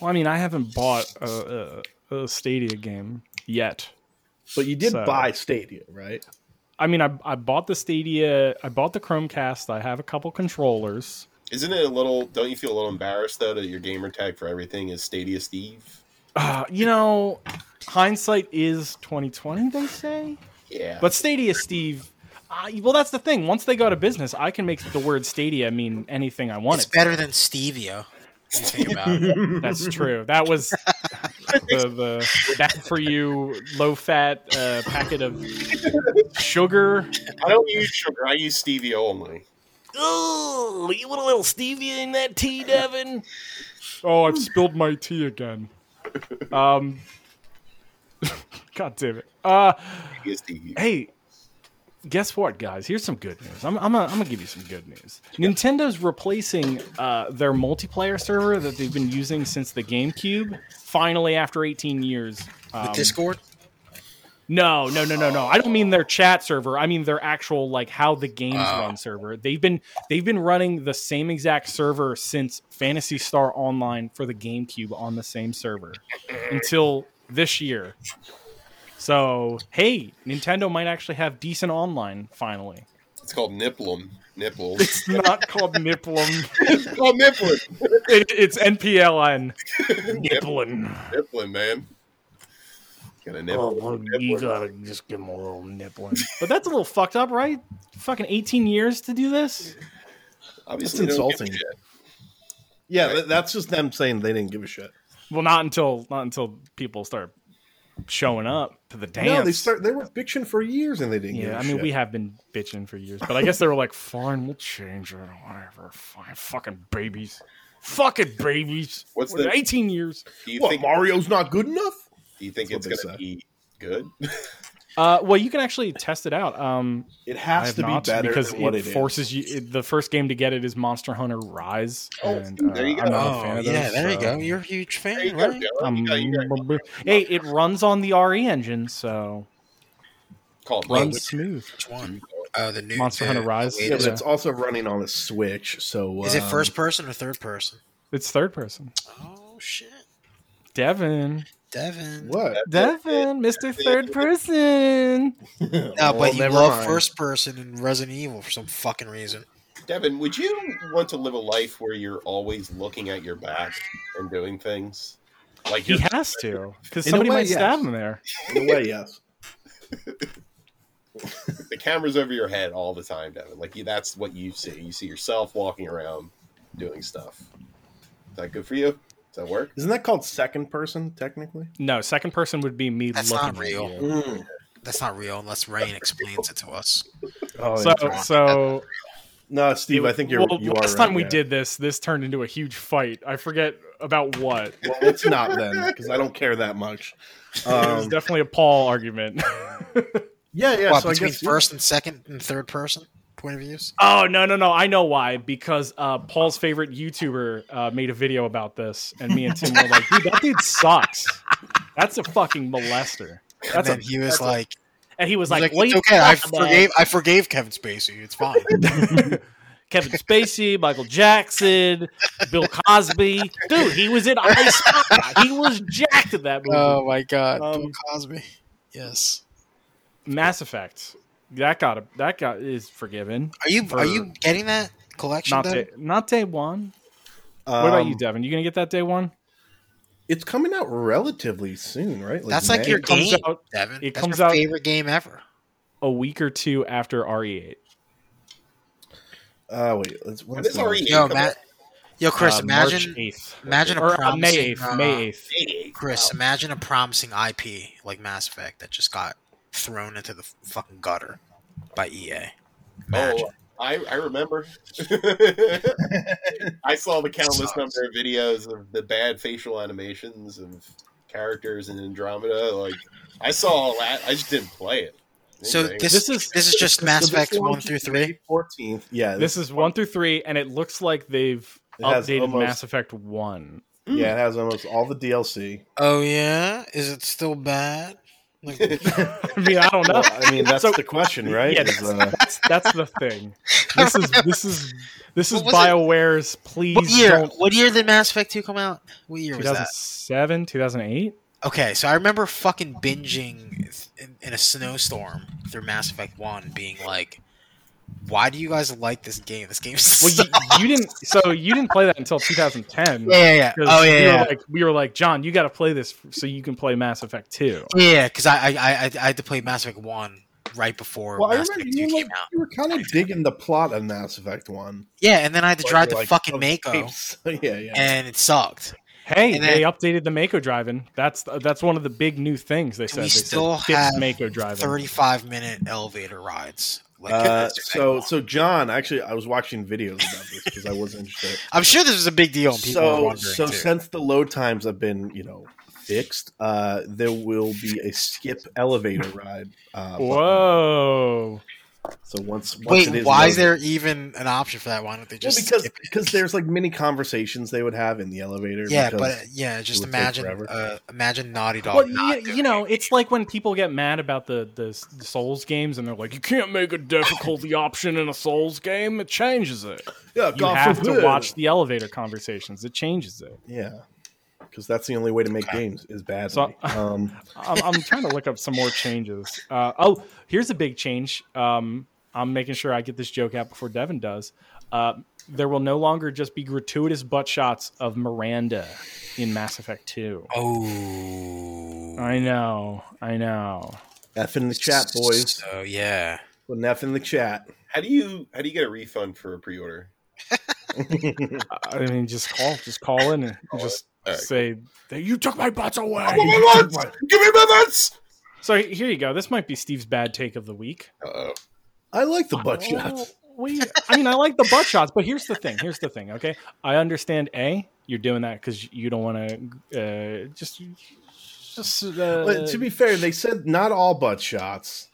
[SPEAKER 2] Well, I mean, I haven't bought a, a, a Stadia game yet.
[SPEAKER 4] But you did
[SPEAKER 2] So-
[SPEAKER 4] buy Stadia, right?
[SPEAKER 2] I mean, I, I bought the Stadia. I bought the Chromecast. I have a couple controllers.
[SPEAKER 3] Isn't it a little? Don't you feel a little embarrassed though that your gamer tag for everything is Stadia Steve?
[SPEAKER 2] Uh, you know, hindsight is twenty twenty. They say,
[SPEAKER 3] Yeah,
[SPEAKER 2] but Stadia, Steve. I, well, that's the thing. Once they go out of business, I can make the word Stadia mean anything I want.
[SPEAKER 1] It's
[SPEAKER 2] it to.
[SPEAKER 1] better than stevia. if you think about it.
[SPEAKER 2] That's true. That was the, the that for you low fat uh, packet of sugar.
[SPEAKER 3] I don't use sugar. I use stevia only.
[SPEAKER 5] Oh, you want a little stevia in that tea, Devin?
[SPEAKER 2] Oh, I've spilled my tea again. Um, God damn it. Uh,
[SPEAKER 3] Stevia Steve.
[SPEAKER 2] hey, guess what, guys? Here's some good news. I'm, I'm, gonna, I'm gonna give you some good news. Nintendo's replacing uh, their multiplayer server that they've been using since the GameCube. Finally, after 18 years, um,
[SPEAKER 1] Discord.
[SPEAKER 2] no, no, no, no, no. I don't mean their chat server. I mean their actual like how the games run server. They've been they've been running the same exact server since Fantasy Star Online for the GameCube on the same server until this year. So, hey, Nintendo might actually have decent online finally.
[SPEAKER 3] It's called Niplum. Nipple.
[SPEAKER 2] It's not called Niplum.
[SPEAKER 3] it's called Niplum.
[SPEAKER 2] It, it's NPLN. Niplin.
[SPEAKER 3] Niplum, man. Gonna nipple.
[SPEAKER 5] Oh, you gotta just give him a little nippling.
[SPEAKER 2] But that's a little fucked up, right? Fucking 18 years to do this?
[SPEAKER 3] Obviously,
[SPEAKER 4] That's
[SPEAKER 3] they don't give a
[SPEAKER 4] insulting.
[SPEAKER 3] shit.
[SPEAKER 4] Yeah, that, that's just them saying they didn't give a shit.
[SPEAKER 2] Well, not until not until people start showing up to the dance.
[SPEAKER 4] No, they start. They were bitching for years and they didn't. give
[SPEAKER 2] Yeah,
[SPEAKER 4] a
[SPEAKER 2] I mean,
[SPEAKER 4] shit.
[SPEAKER 2] we have been bitching for years, but I guess they were like, "Fine, we'll change it, or whatever." Fine, fucking babies, fucking babies.
[SPEAKER 3] What's
[SPEAKER 2] We're
[SPEAKER 3] the-
[SPEAKER 2] eighteen years?
[SPEAKER 3] Do you
[SPEAKER 4] What,
[SPEAKER 3] think?
[SPEAKER 4] Mario's not good enough.
[SPEAKER 3] Do you think
[SPEAKER 4] That's
[SPEAKER 3] it's gonna
[SPEAKER 4] what they say.
[SPEAKER 3] be good?
[SPEAKER 2] Uh, well, you can actually test it out. Um,
[SPEAKER 4] It
[SPEAKER 2] I
[SPEAKER 4] has
[SPEAKER 2] have
[SPEAKER 4] to be
[SPEAKER 2] not
[SPEAKER 4] better
[SPEAKER 2] because
[SPEAKER 4] than what
[SPEAKER 2] it
[SPEAKER 4] it is.
[SPEAKER 2] forces you. it- the first game to get it is Monster Hunter Rise.
[SPEAKER 3] Oh,
[SPEAKER 2] and,
[SPEAKER 3] there you
[SPEAKER 2] uh,
[SPEAKER 3] go.
[SPEAKER 2] I'm not a fan
[SPEAKER 1] Oh
[SPEAKER 2] of
[SPEAKER 1] yeah,
[SPEAKER 2] those,
[SPEAKER 1] there you
[SPEAKER 2] so-
[SPEAKER 1] go. You're a huge
[SPEAKER 3] There you
[SPEAKER 1] fan,
[SPEAKER 3] go,
[SPEAKER 1] right?
[SPEAKER 3] Dylan. You got- you got-
[SPEAKER 2] Um, hey, it runs on the RE engine, so
[SPEAKER 3] called
[SPEAKER 1] Runs-
[SPEAKER 2] it's smooth.
[SPEAKER 1] Which one? Oh, the new
[SPEAKER 2] Monster
[SPEAKER 1] the-
[SPEAKER 2] Hunter Rise.
[SPEAKER 1] the
[SPEAKER 4] Yeah, but
[SPEAKER 1] latest.
[SPEAKER 4] it's also running on a Switch. So
[SPEAKER 1] Is it
[SPEAKER 4] um,
[SPEAKER 1] first person or third person?
[SPEAKER 2] It's third person.
[SPEAKER 1] Oh shit,
[SPEAKER 2] Devin.
[SPEAKER 1] Devin.
[SPEAKER 4] What?
[SPEAKER 2] Devin, Mr. Third Person.
[SPEAKER 1] No,
[SPEAKER 4] Well,
[SPEAKER 1] but you
[SPEAKER 4] never
[SPEAKER 1] love
[SPEAKER 4] mind.
[SPEAKER 1] first person in Resident Evil for some fucking reason.
[SPEAKER 3] Devin, would you want to live a life where you're always looking at your back and doing things? Like
[SPEAKER 2] He
[SPEAKER 3] you're,
[SPEAKER 2] has to, because
[SPEAKER 4] In a
[SPEAKER 2] somebody
[SPEAKER 4] way,
[SPEAKER 2] might stab
[SPEAKER 4] yes.
[SPEAKER 2] him there.
[SPEAKER 4] In a way, yes.
[SPEAKER 3] the camera's over your head all the time, Devin. Like you, that's what you see. You see yourself walking around doing stuff. Is that good for you? Does that work?
[SPEAKER 4] Isn't that called second person technically?
[SPEAKER 2] No, second person would be me
[SPEAKER 1] That's
[SPEAKER 2] looking.
[SPEAKER 1] not real.
[SPEAKER 2] At you.
[SPEAKER 1] Mm. That's not real unless Rain explains it to us.
[SPEAKER 4] Oh,
[SPEAKER 2] So,
[SPEAKER 4] yeah.
[SPEAKER 2] so
[SPEAKER 4] no, Steve. I think you're.
[SPEAKER 2] well,
[SPEAKER 4] you
[SPEAKER 2] last
[SPEAKER 4] are
[SPEAKER 2] time
[SPEAKER 4] right
[SPEAKER 2] we
[SPEAKER 4] there.
[SPEAKER 2] did this, this turned into a huge fight. I forget about what.
[SPEAKER 4] Well, it's not then because I don't care that much.
[SPEAKER 2] it was
[SPEAKER 4] Um,
[SPEAKER 2] definitely a Paul argument.
[SPEAKER 4] yeah, yeah.
[SPEAKER 1] what
[SPEAKER 4] so I
[SPEAKER 1] between
[SPEAKER 4] guess
[SPEAKER 1] first and second and third person point of views?
[SPEAKER 2] oh no, no, no! I know why. Because uh, Paul's favorite YouTuber uh, made a video about this, and me and Tim were like, "Dude, that dude sucks. That's a fucking molester."
[SPEAKER 1] And
[SPEAKER 2] That's a,
[SPEAKER 1] then he was like,
[SPEAKER 5] And he was
[SPEAKER 1] He's
[SPEAKER 5] like,
[SPEAKER 1] like,
[SPEAKER 5] "What
[SPEAKER 1] it's
[SPEAKER 5] are you
[SPEAKER 1] okay. I
[SPEAKER 5] talking about?
[SPEAKER 1] forgave. I forgave Kevin Spacey. It's fine.
[SPEAKER 5] Kevin Spacey, Michael Jackson, Bill Cosby. Dude, he was in I Spy. He was jacked in that movie.
[SPEAKER 1] Oh my God,
[SPEAKER 2] Bill
[SPEAKER 1] Cosby. Yes.
[SPEAKER 2] Mass Effect. That got a, that got is forgiven.
[SPEAKER 1] Are you
[SPEAKER 2] For-
[SPEAKER 1] are you getting that collection?
[SPEAKER 2] Not
[SPEAKER 1] done?
[SPEAKER 2] day, not day one.
[SPEAKER 4] um,
[SPEAKER 2] What about you, Devin? You gonna get that day one?
[SPEAKER 4] It's coming out relatively soon, right?
[SPEAKER 1] That's like
[SPEAKER 4] May?
[SPEAKER 1] your
[SPEAKER 2] It comes
[SPEAKER 1] game,
[SPEAKER 2] out
[SPEAKER 1] Devin.
[SPEAKER 2] it
[SPEAKER 1] That's
[SPEAKER 2] comes
[SPEAKER 1] your
[SPEAKER 2] out-
[SPEAKER 1] favorite game ever.
[SPEAKER 2] a week or two after E RE8.
[SPEAKER 4] Uh, wait, let's,
[SPEAKER 3] When is RE8
[SPEAKER 1] Yo,
[SPEAKER 3] coming
[SPEAKER 1] Matt. Yo, Chris.
[SPEAKER 2] Uh,
[SPEAKER 1] imagine,
[SPEAKER 2] March eighth
[SPEAKER 1] imagine a
[SPEAKER 2] or uh,
[SPEAKER 1] promising,
[SPEAKER 2] May eighth.
[SPEAKER 1] uh,
[SPEAKER 2] May eighth.
[SPEAKER 3] out?
[SPEAKER 1] Chris, imagine a promising IP like Mass Effect that just got thrown into the fucking gutter by EA. Imagine.
[SPEAKER 3] Oh, I, I remember. I saw the countless
[SPEAKER 1] Sucks.
[SPEAKER 3] number of videos of the bad facial animations of characters in Andromeda. Like I saw all that. I just didn't play it.
[SPEAKER 1] so
[SPEAKER 3] Anyway,
[SPEAKER 1] this,
[SPEAKER 2] This
[SPEAKER 1] is
[SPEAKER 2] is-
[SPEAKER 1] this is just Mass
[SPEAKER 4] So this
[SPEAKER 1] Effect one
[SPEAKER 4] launches
[SPEAKER 1] through three.
[SPEAKER 4] May 14th. Yeah, this,
[SPEAKER 2] This is one through three, and it looks like they've
[SPEAKER 4] It has
[SPEAKER 2] updated
[SPEAKER 4] almost-
[SPEAKER 2] Mass Effect One.
[SPEAKER 4] yeah, it has almost all the DLC.
[SPEAKER 1] Oh yeah, is it still bad? Like,
[SPEAKER 2] I mean, I don't know.
[SPEAKER 4] Well, I mean, that's
[SPEAKER 2] So-
[SPEAKER 4] the question, right?
[SPEAKER 2] Yeah,
[SPEAKER 4] Is, uh,
[SPEAKER 2] That's that's the thing. This is this is this is
[SPEAKER 1] What was it?
[SPEAKER 2] Bioware's. Please
[SPEAKER 1] what year?
[SPEAKER 2] don't.
[SPEAKER 1] What year did Mass Effect two come out? What year was that?
[SPEAKER 2] 2007, 2008.
[SPEAKER 1] Okay, so I remember fucking binging in, in a snowstorm through Mass Effect one, being like, "Why do you guys like this game? This game
[SPEAKER 2] Well,
[SPEAKER 1] sucks."
[SPEAKER 2] you, you didn't. So you didn't play that until 2010.
[SPEAKER 1] yeah, yeah, yeah.
[SPEAKER 2] 'Cause
[SPEAKER 1] Oh yeah,
[SPEAKER 2] we
[SPEAKER 1] yeah.
[SPEAKER 2] Were like, we were like, John, you got to play this f- so you can play Mass Effect 2.
[SPEAKER 1] Yeah, because I, I I I- I had to play Mass Effect one right before
[SPEAKER 4] well, I
[SPEAKER 1] Mass
[SPEAKER 4] remember
[SPEAKER 1] Effect
[SPEAKER 4] you,
[SPEAKER 1] two
[SPEAKER 4] were, like,
[SPEAKER 1] came out.
[SPEAKER 4] you were kind of digging the plot of Mass Effect One.
[SPEAKER 1] Yeah, and then I had to
[SPEAKER 4] Like,
[SPEAKER 1] drive to
[SPEAKER 4] like,
[SPEAKER 1] fucking
[SPEAKER 4] those
[SPEAKER 1] Mako,
[SPEAKER 4] tapes. yeah, yeah.
[SPEAKER 1] and it sucked.
[SPEAKER 2] Hey,
[SPEAKER 1] And then-
[SPEAKER 2] they updated the Mako driving. That's that's one of the big new things they said.
[SPEAKER 1] we
[SPEAKER 2] They said,
[SPEAKER 1] still
[SPEAKER 2] "Fix
[SPEAKER 1] have
[SPEAKER 2] Mako driving.
[SPEAKER 1] Thirty-five minute elevator rides. Like
[SPEAKER 4] Uh,
[SPEAKER 1] Mass Effect
[SPEAKER 4] so,
[SPEAKER 1] 1.
[SPEAKER 4] so John, actually, I was watching videos about this because I was interested.
[SPEAKER 1] I'm sure this was a big deal. And people were
[SPEAKER 4] so,
[SPEAKER 1] wondering
[SPEAKER 4] so
[SPEAKER 1] too.
[SPEAKER 4] since the load times have been, you know, fixed, uh, there will be a skip elevator ride. Uh, button.
[SPEAKER 2] Whoa.
[SPEAKER 4] So once, once
[SPEAKER 1] Wait,
[SPEAKER 4] it is
[SPEAKER 1] why is
[SPEAKER 4] loaded-
[SPEAKER 1] there even an option for that? Why don't they
[SPEAKER 4] Well,
[SPEAKER 1] just
[SPEAKER 4] because
[SPEAKER 1] skip it?
[SPEAKER 4] because there's like many conversations they would have in the elevator.
[SPEAKER 1] yeah,
[SPEAKER 4] because-
[SPEAKER 1] but uh, yeah, just
[SPEAKER 4] would take
[SPEAKER 1] imagine
[SPEAKER 4] forever.
[SPEAKER 1] uh, imagine Naughty Dog.
[SPEAKER 2] Well,
[SPEAKER 1] not
[SPEAKER 2] you,
[SPEAKER 1] doing
[SPEAKER 2] you know,
[SPEAKER 1] it.
[SPEAKER 2] it's like when people get mad about the, the S- the Souls games and they're like, you can't make a difficulty option in a Souls game. It changes it.
[SPEAKER 4] yeah,
[SPEAKER 2] You have to watch the elevator conversations. It changes it.
[SPEAKER 4] yeah, because that's the only way to make games is bad.
[SPEAKER 2] So-
[SPEAKER 4] um,
[SPEAKER 2] I'm, I'm trying to look up some more changes. Uh, oh, here's a big change. Um, I'm making sure I get this joke out before Devin does. Uh, there will no longer just be gratuitous butt shots of Miranda in Mass Effect 2.
[SPEAKER 1] oh,
[SPEAKER 2] I know, I know.
[SPEAKER 4] F in the chat, boys.
[SPEAKER 1] So yeah,
[SPEAKER 4] Put an F in the chat.
[SPEAKER 3] how do you how do you get a refund for a pre-order?
[SPEAKER 2] I I mean, just call, just call in and just
[SPEAKER 3] All right.
[SPEAKER 2] say that you took my butts away.
[SPEAKER 3] Give me my votes! Give me my votes!
[SPEAKER 2] So here you go. This might be Steve's bad take of the week.
[SPEAKER 3] Uh-oh.
[SPEAKER 4] I like the butt shots.
[SPEAKER 2] Well, We, I mean, I like the butt shots, but here's the thing. Here's the thing. Okay, I understand. A, you're doing that because you don't want to uh, just, just. Uh,
[SPEAKER 4] But to be fair, they said not all butt shots,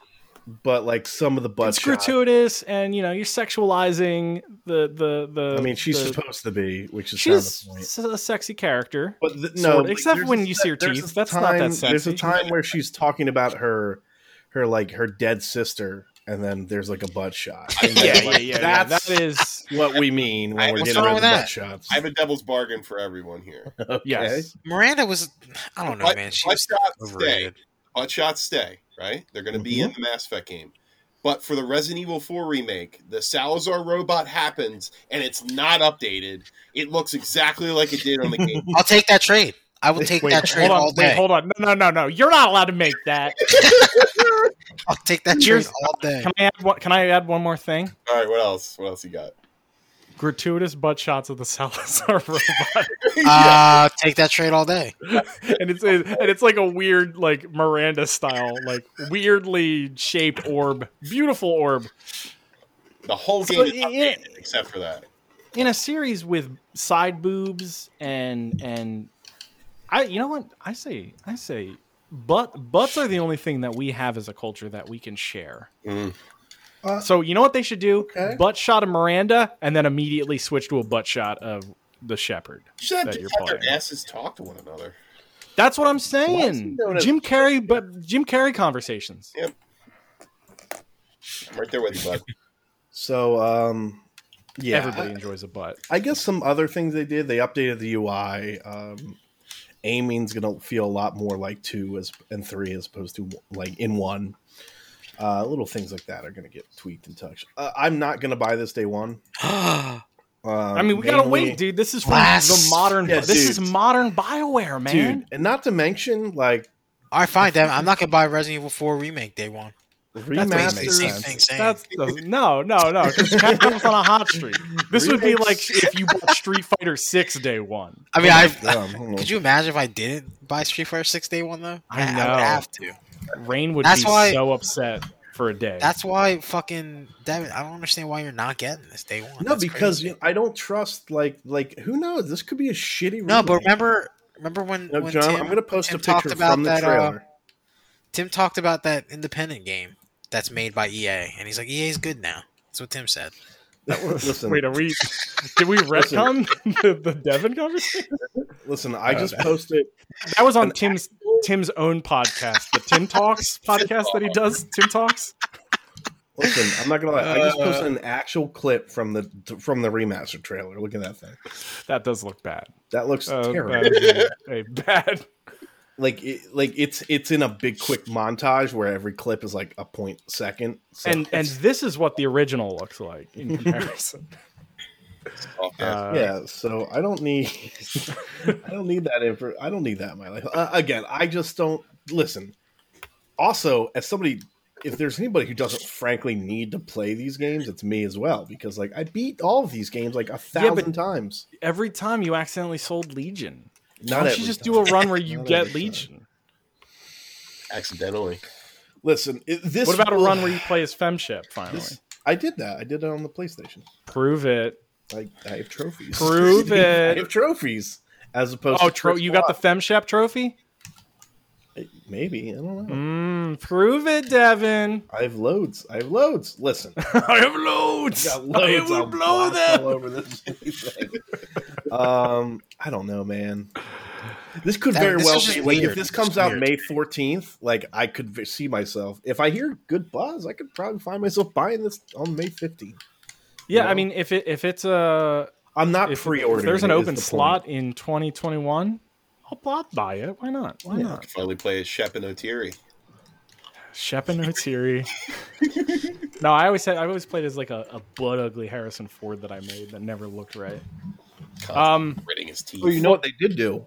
[SPEAKER 4] but like some of the butt
[SPEAKER 2] it's
[SPEAKER 4] shots.
[SPEAKER 2] gratuitous, and you know you're sexualizing the the the.
[SPEAKER 4] I mean, she's
[SPEAKER 2] the-
[SPEAKER 4] supposed to be, which is kind of
[SPEAKER 2] she's
[SPEAKER 4] the point.
[SPEAKER 2] s- a sexy character.
[SPEAKER 4] But the,
[SPEAKER 2] Sort
[SPEAKER 4] no,
[SPEAKER 2] of, except
[SPEAKER 4] there's
[SPEAKER 2] when
[SPEAKER 4] a
[SPEAKER 2] you
[SPEAKER 4] se-
[SPEAKER 2] see her
[SPEAKER 4] there's
[SPEAKER 2] teeth.
[SPEAKER 4] a
[SPEAKER 2] That's not that
[SPEAKER 4] time- There's
[SPEAKER 2] sexy.
[SPEAKER 4] a time where she's talking about her, her like her dead sister, and then there's like a butt shot. And
[SPEAKER 3] Yeah,
[SPEAKER 4] that's,
[SPEAKER 3] yeah,
[SPEAKER 4] like,
[SPEAKER 2] That is
[SPEAKER 4] what we mean when
[SPEAKER 3] I-
[SPEAKER 4] we're
[SPEAKER 3] what's
[SPEAKER 4] getting
[SPEAKER 1] wrong
[SPEAKER 4] rid
[SPEAKER 1] with
[SPEAKER 4] of the
[SPEAKER 1] that?
[SPEAKER 4] butt shots.
[SPEAKER 3] I have a devil's bargain for everyone here.
[SPEAKER 2] yes.
[SPEAKER 1] Miranda was. I don't know,
[SPEAKER 3] Butt-
[SPEAKER 1] man. She
[SPEAKER 3] Butt
[SPEAKER 1] was
[SPEAKER 3] shots stay.
[SPEAKER 1] overrated.
[SPEAKER 3] Butt shots stay. Right? They're going to be in the Mass Effect game. But for the Resident Evil 4 remake, the Salazar robot happens and it's not updated. It looks exactly like it did on the game.
[SPEAKER 1] I'll take that trade. I will take
[SPEAKER 4] Wait,
[SPEAKER 1] that
[SPEAKER 2] Hold
[SPEAKER 1] trade all
[SPEAKER 2] on, wait,
[SPEAKER 1] day.
[SPEAKER 2] hold on. No, no, no, no. You're not allowed to make that.
[SPEAKER 1] I'll take that trade
[SPEAKER 2] Here's-
[SPEAKER 1] all day.
[SPEAKER 2] Can I add one? Can I add one more thing?
[SPEAKER 3] All right, what else? What else you got?
[SPEAKER 2] Gratuitous butt shots of the Salazar robot.
[SPEAKER 1] Uh, take that trade all day.
[SPEAKER 2] and it's and it's like a weird like Miranda style like weirdly shaped orb beautiful orb
[SPEAKER 3] The whole
[SPEAKER 2] So
[SPEAKER 3] game is
[SPEAKER 2] it-
[SPEAKER 3] updated except for that.
[SPEAKER 2] in a series with side boobs and and I you know what I say I say but butts are the only thing that we have as a culture that we can share
[SPEAKER 4] Mm.
[SPEAKER 2] so you know what they should do
[SPEAKER 4] Uh, Okay.
[SPEAKER 2] butt shot of Miranda and then immediately switch to a butt shot of the shepherd
[SPEAKER 3] You should have
[SPEAKER 2] That
[SPEAKER 3] just
[SPEAKER 2] you're
[SPEAKER 3] have their
[SPEAKER 2] playing.
[SPEAKER 3] asses talk to one another.
[SPEAKER 2] that's what I'm
[SPEAKER 4] Why is he
[SPEAKER 2] saying
[SPEAKER 4] known as-
[SPEAKER 2] Jim Carrey but Jim Carrey conversations
[SPEAKER 3] I'm right there with you, bud.
[SPEAKER 4] So, um, yeah,
[SPEAKER 2] everybody
[SPEAKER 4] I-
[SPEAKER 2] enjoys a butt
[SPEAKER 4] I guess some other things they did. They updated the UI. Um, aiming's gonna feel a lot more like two as and three as opposed to like in one. Uh, little things like that are gonna get tweaked and touched. Uh, I'm not gonna buy this day one. Um,
[SPEAKER 2] I mean, we gotta
[SPEAKER 4] mainly-
[SPEAKER 2] wait, dude. This is from
[SPEAKER 1] Last-
[SPEAKER 2] the modern.
[SPEAKER 4] Yeah,
[SPEAKER 2] this
[SPEAKER 4] dude.
[SPEAKER 2] is modern Bioware, man.
[SPEAKER 4] dude. And not to mention like
[SPEAKER 1] All right, fine, Devin. I'm not gonna buy Resident Evil 4 remake day one.
[SPEAKER 2] That's
[SPEAKER 1] It's the same thing.
[SPEAKER 4] remasters.
[SPEAKER 1] Same.
[SPEAKER 2] That's doesn't- no, no, no. 'cause Capcom's on a hot streak. This would be like
[SPEAKER 4] Remakes.
[SPEAKER 2] if you bought Street Fighter Six day one.
[SPEAKER 1] I mean, I.
[SPEAKER 4] Yeah, I don't know.
[SPEAKER 1] Could you imagine if I didn't buy Street Fighter Six day one though?
[SPEAKER 2] I
[SPEAKER 1] I
[SPEAKER 2] know.
[SPEAKER 1] would have to.
[SPEAKER 2] Rain would
[SPEAKER 1] That's
[SPEAKER 2] be
[SPEAKER 1] why-
[SPEAKER 2] so upset for a day.
[SPEAKER 1] That's why fucking Devin. I don't understand why you're not getting this day one.
[SPEAKER 4] No,
[SPEAKER 1] That's
[SPEAKER 4] because
[SPEAKER 1] crazy.
[SPEAKER 4] you know, I don't trust. Like, like who knows? This could be a shitty.
[SPEAKER 1] no. But
[SPEAKER 4] remake.
[SPEAKER 1] remember, remember when,
[SPEAKER 4] No,
[SPEAKER 1] when
[SPEAKER 4] John,
[SPEAKER 1] Tim,
[SPEAKER 4] I'm going to post
[SPEAKER 1] Tim
[SPEAKER 4] a
[SPEAKER 1] talked
[SPEAKER 4] picture
[SPEAKER 1] about
[SPEAKER 4] from the
[SPEAKER 1] that, uh,
[SPEAKER 4] trailer.
[SPEAKER 1] Tim talked about that independent game that's made by EA, and he's like, EA's good now. That's what Tim said.
[SPEAKER 4] That was- listen,
[SPEAKER 2] Wait, are we? Did we retcon the, the Devin conversation?
[SPEAKER 4] listen. I just
[SPEAKER 1] Uh,
[SPEAKER 4] posted.
[SPEAKER 2] That was on Tim's Tim's own podcast, the Tim Talks podcast that he does. Tim Talks.
[SPEAKER 4] Listen, I'm not going to lie. I just posted
[SPEAKER 1] uh,
[SPEAKER 4] an actual clip from the from the remastered trailer. Look at that thing.
[SPEAKER 2] That does look bad.
[SPEAKER 4] That looks
[SPEAKER 2] Uh,
[SPEAKER 4] terrible.
[SPEAKER 2] that is a bad.
[SPEAKER 4] like it, like it's it's in a big quick montage where every clip is like a point second. So
[SPEAKER 2] and and
[SPEAKER 4] it's-
[SPEAKER 2] this is what the original looks like in comparison.
[SPEAKER 3] Okay.
[SPEAKER 2] Uh,
[SPEAKER 4] yeah, so I don't need I don't need that info. I don't need that in my life. Uh, again, I just don't listen. Also, as somebody if there's anybody who doesn't frankly need to play these games, it's me as well because like I beat all of these games like a
[SPEAKER 2] Yeah, but-
[SPEAKER 4] thousand times.
[SPEAKER 2] Every time you accidentally sold Legion,
[SPEAKER 4] Not
[SPEAKER 2] why don't
[SPEAKER 4] every
[SPEAKER 2] you just
[SPEAKER 4] time.
[SPEAKER 2] do a run where you
[SPEAKER 4] Not every
[SPEAKER 2] get
[SPEAKER 4] time.
[SPEAKER 2] Legion?
[SPEAKER 3] Accidentally.
[SPEAKER 4] Listen, it, this
[SPEAKER 2] What about a
[SPEAKER 4] will-
[SPEAKER 2] run where you play as Femship finally?
[SPEAKER 4] this- I did that. I did it on the PlayStation.
[SPEAKER 2] Prove it.
[SPEAKER 4] I, I have trophies.
[SPEAKER 2] Prove
[SPEAKER 4] I have
[SPEAKER 2] it.
[SPEAKER 4] trophies as opposed
[SPEAKER 2] Oh,
[SPEAKER 4] to
[SPEAKER 2] tro-
[SPEAKER 4] first
[SPEAKER 2] you got the
[SPEAKER 4] block.
[SPEAKER 2] Femship trophy?
[SPEAKER 4] maybe I don't know.
[SPEAKER 2] Mm, prove it, Devin.
[SPEAKER 4] I have loads. I have loads. Listen,
[SPEAKER 2] I have loads.
[SPEAKER 4] I got loads.
[SPEAKER 2] will
[SPEAKER 4] I'll
[SPEAKER 2] blow
[SPEAKER 4] blast
[SPEAKER 2] them.
[SPEAKER 4] all over this thing. um, I don't know, man. This could
[SPEAKER 1] That-
[SPEAKER 4] very
[SPEAKER 1] this
[SPEAKER 4] well
[SPEAKER 1] is just
[SPEAKER 4] be like, if
[SPEAKER 1] weird.
[SPEAKER 4] this
[SPEAKER 1] It's
[SPEAKER 4] comes out
[SPEAKER 1] weird.
[SPEAKER 4] May fourteenth. Like I could v- see myself if I hear good buzz, I could probably find myself buying this on May fifteenth.
[SPEAKER 2] Yeah,
[SPEAKER 4] No.
[SPEAKER 2] I mean, if it if it's a
[SPEAKER 4] I'm not
[SPEAKER 2] if,
[SPEAKER 4] pre-ordering.
[SPEAKER 2] if there's an
[SPEAKER 4] it, is
[SPEAKER 2] open
[SPEAKER 4] the point.
[SPEAKER 2] slot in 2021, I'll block buy it. Why not? Why not?
[SPEAKER 3] Finally play as Shep and O'Teary.
[SPEAKER 2] Shep and O'Teary. no, I always had I always played as like a, a blood ugly Harrison Ford that I made that never looked right. Um,
[SPEAKER 3] Gritting his teeth.
[SPEAKER 4] Well, you know what they did do?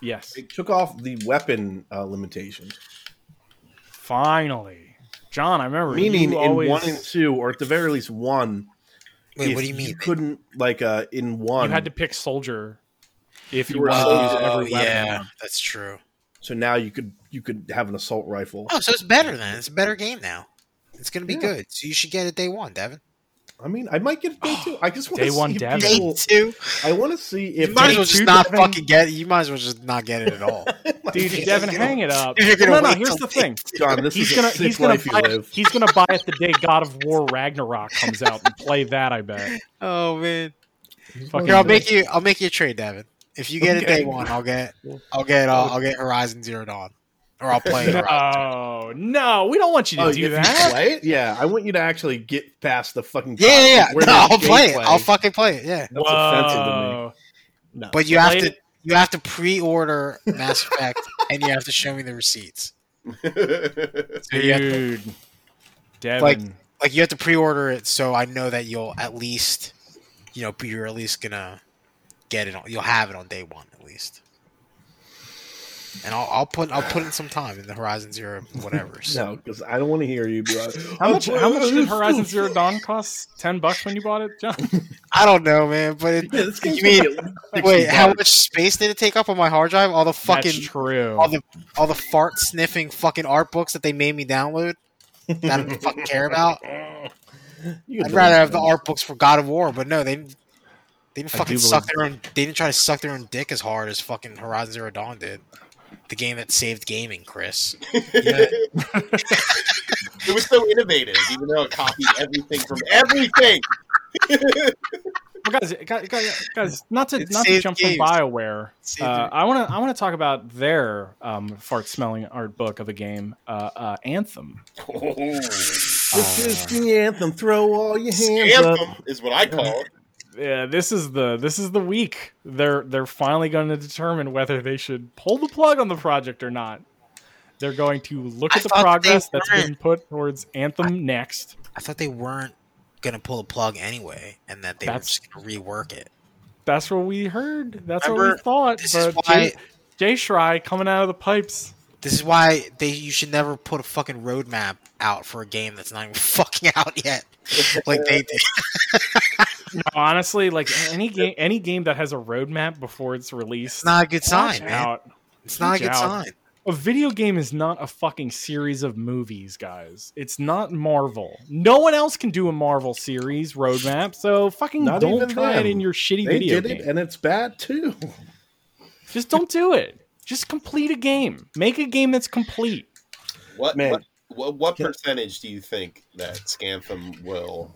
[SPEAKER 2] yes,
[SPEAKER 4] They took off the weapon uh, limitation,
[SPEAKER 2] finally, John. I remember
[SPEAKER 4] meaning
[SPEAKER 2] you
[SPEAKER 4] in
[SPEAKER 2] always
[SPEAKER 4] one and two, or at the very least one.
[SPEAKER 1] Wait,
[SPEAKER 4] if
[SPEAKER 1] what do you mean?
[SPEAKER 4] couldn't like uh in one?
[SPEAKER 2] you had to pick soldier if you
[SPEAKER 4] were
[SPEAKER 2] wanted to use
[SPEAKER 4] supposed
[SPEAKER 1] Oh
[SPEAKER 2] every weapon.
[SPEAKER 1] yeah, that's true.
[SPEAKER 4] So now you could you could have an assault rifle.
[SPEAKER 1] Oh, so it's better then. It's a better game now. It's gonna be
[SPEAKER 4] Yeah.
[SPEAKER 1] good. So you should get it day one, Devin.
[SPEAKER 4] I mean, I might get a day two. I just want
[SPEAKER 2] Day
[SPEAKER 4] to see
[SPEAKER 2] one
[SPEAKER 4] if
[SPEAKER 2] Devin.
[SPEAKER 1] Day
[SPEAKER 4] people-
[SPEAKER 1] two.
[SPEAKER 4] I want to see if
[SPEAKER 1] You might as
[SPEAKER 4] they-
[SPEAKER 1] well just
[SPEAKER 2] two,
[SPEAKER 1] not
[SPEAKER 2] Devin.
[SPEAKER 1] fucking get it. You might as well just not get it at all.
[SPEAKER 2] Dude, Devin, hang it up.
[SPEAKER 1] You're gonna
[SPEAKER 2] no, no.
[SPEAKER 1] wait
[SPEAKER 2] Here's
[SPEAKER 1] till
[SPEAKER 2] the thing.
[SPEAKER 4] John. This
[SPEAKER 2] He's
[SPEAKER 4] is
[SPEAKER 2] gonna
[SPEAKER 4] a sick
[SPEAKER 2] he's gonna
[SPEAKER 4] life you
[SPEAKER 2] buy,
[SPEAKER 4] live.
[SPEAKER 2] he's gonna buy it the day God of War Ragnarok comes out and play that. I bet.
[SPEAKER 1] oh man.
[SPEAKER 2] Fucking
[SPEAKER 1] Here, I'll make you. I'll make you a trade, Devin. If you get it
[SPEAKER 4] Okay.
[SPEAKER 1] day one, I'll get. I'll get. Uh, I'll get Horizon Zero Dawn, or I'll play. Horizon.
[SPEAKER 2] Uh, No, no, we don't want you to
[SPEAKER 4] Oh,
[SPEAKER 2] do
[SPEAKER 4] if you
[SPEAKER 2] that.
[SPEAKER 4] play it? Yeah, I want you to actually get past the fucking.
[SPEAKER 1] Yeah, yeah, yeah.
[SPEAKER 4] where
[SPEAKER 1] No,
[SPEAKER 4] there's
[SPEAKER 1] I'll play it.
[SPEAKER 4] gameplay.
[SPEAKER 1] I'll fucking play it. Yeah,
[SPEAKER 4] That's offensive to me.
[SPEAKER 2] Whoa. No.
[SPEAKER 1] but you have
[SPEAKER 2] Play
[SPEAKER 1] to.
[SPEAKER 2] it.
[SPEAKER 1] You have to pre-order Mass Effect, and you have to show me the receipts. So you have to-
[SPEAKER 2] dude. Devin,
[SPEAKER 1] Like- like you have to pre-order it, so I know that you'll at least, you know, you're at least gonna get it. On, you'll have it on day one at least. And I'll, I'll put I'll put in some time in the Horizon Zero whatever.
[SPEAKER 4] No, because I don't want to hear you. Be like,
[SPEAKER 2] how much?
[SPEAKER 4] "Oh,
[SPEAKER 2] How much did
[SPEAKER 4] this
[SPEAKER 2] Horizon
[SPEAKER 4] is-
[SPEAKER 2] Zero Dawn cost? Ten bucks when you bought it, John.
[SPEAKER 1] I don't know, man. But it,
[SPEAKER 4] Yeah, this game's
[SPEAKER 1] you mean
[SPEAKER 4] gonna be at least
[SPEAKER 1] wait,
[SPEAKER 4] 60
[SPEAKER 1] how
[SPEAKER 4] bucks.
[SPEAKER 1] much space did it take up on my hard drive? All the
[SPEAKER 2] That's
[SPEAKER 1] fucking
[SPEAKER 2] true.
[SPEAKER 1] all the all the fart sniffing fucking art books that they made me download. That I don't fucking care about.
[SPEAKER 4] You can
[SPEAKER 1] I'd rather
[SPEAKER 4] delete
[SPEAKER 1] have the
[SPEAKER 4] that.
[SPEAKER 1] art books for God of War, but no, they didn't- they didn't
[SPEAKER 2] I
[SPEAKER 1] fucking
[SPEAKER 2] do
[SPEAKER 1] suck their own. They didn't try to suck their own dick as hard as fucking Horizon Zero Dawn did. The game that saved gaming, Chris.
[SPEAKER 3] it was so innovative, even though it copied everything from everything.
[SPEAKER 2] Well, guys, guys, guys, guys, not to
[SPEAKER 1] It
[SPEAKER 2] not to
[SPEAKER 1] saved
[SPEAKER 2] jump
[SPEAKER 1] games.
[SPEAKER 2] from Bioware.
[SPEAKER 1] saved
[SPEAKER 2] Uh,
[SPEAKER 1] games.
[SPEAKER 2] I want to I want to talk about their um, fart smelling art book of a game, uh, uh, Anthem. Uh,
[SPEAKER 4] This is the anthem. Throw all your hands up.
[SPEAKER 3] Anthem is what I call it.
[SPEAKER 2] Yeah, this is the this is the week. They're they're finally going to determine whether they should pull the plug on the project or not. They're going to look
[SPEAKER 1] I
[SPEAKER 2] at the
[SPEAKER 1] thought they
[SPEAKER 2] progress that's been
[SPEAKER 1] weren't.
[SPEAKER 2] put towards Anthem next.
[SPEAKER 1] I thought they weren't gonna pull the plug anyway, and that they
[SPEAKER 2] That's-
[SPEAKER 1] were just gonna rework it.
[SPEAKER 2] That's what we heard. That's what
[SPEAKER 1] Remember,
[SPEAKER 2] we thought.
[SPEAKER 1] this is
[SPEAKER 2] But Jay,
[SPEAKER 1] why-
[SPEAKER 2] Jay Shry coming out of the pipes.
[SPEAKER 1] This is why they you should never put a fucking roadmap out for a game that's not even fucking out yet, like they did.
[SPEAKER 2] Honestly, like any game any game that has a roadmap before it's released.
[SPEAKER 1] It's not a good
[SPEAKER 2] watch
[SPEAKER 1] sign, man.
[SPEAKER 2] out.
[SPEAKER 1] It's not a
[SPEAKER 2] Watch
[SPEAKER 1] good
[SPEAKER 2] out.
[SPEAKER 1] sign.
[SPEAKER 2] a video game is not a fucking series of movies, guys. It's not Marvel. No one else can do a Marvel series roadmap, so fucking
[SPEAKER 4] Not
[SPEAKER 2] don't
[SPEAKER 4] even
[SPEAKER 2] try
[SPEAKER 4] them.
[SPEAKER 2] it in your shitty
[SPEAKER 4] They
[SPEAKER 2] video
[SPEAKER 4] did it,
[SPEAKER 2] game.
[SPEAKER 4] and it's bad too.
[SPEAKER 2] Just don't do it. Just complete a game. Make a game that's complete.
[SPEAKER 3] What
[SPEAKER 4] Man.
[SPEAKER 3] what what, what
[SPEAKER 4] Yeah.
[SPEAKER 3] percentage do you think that Scantham will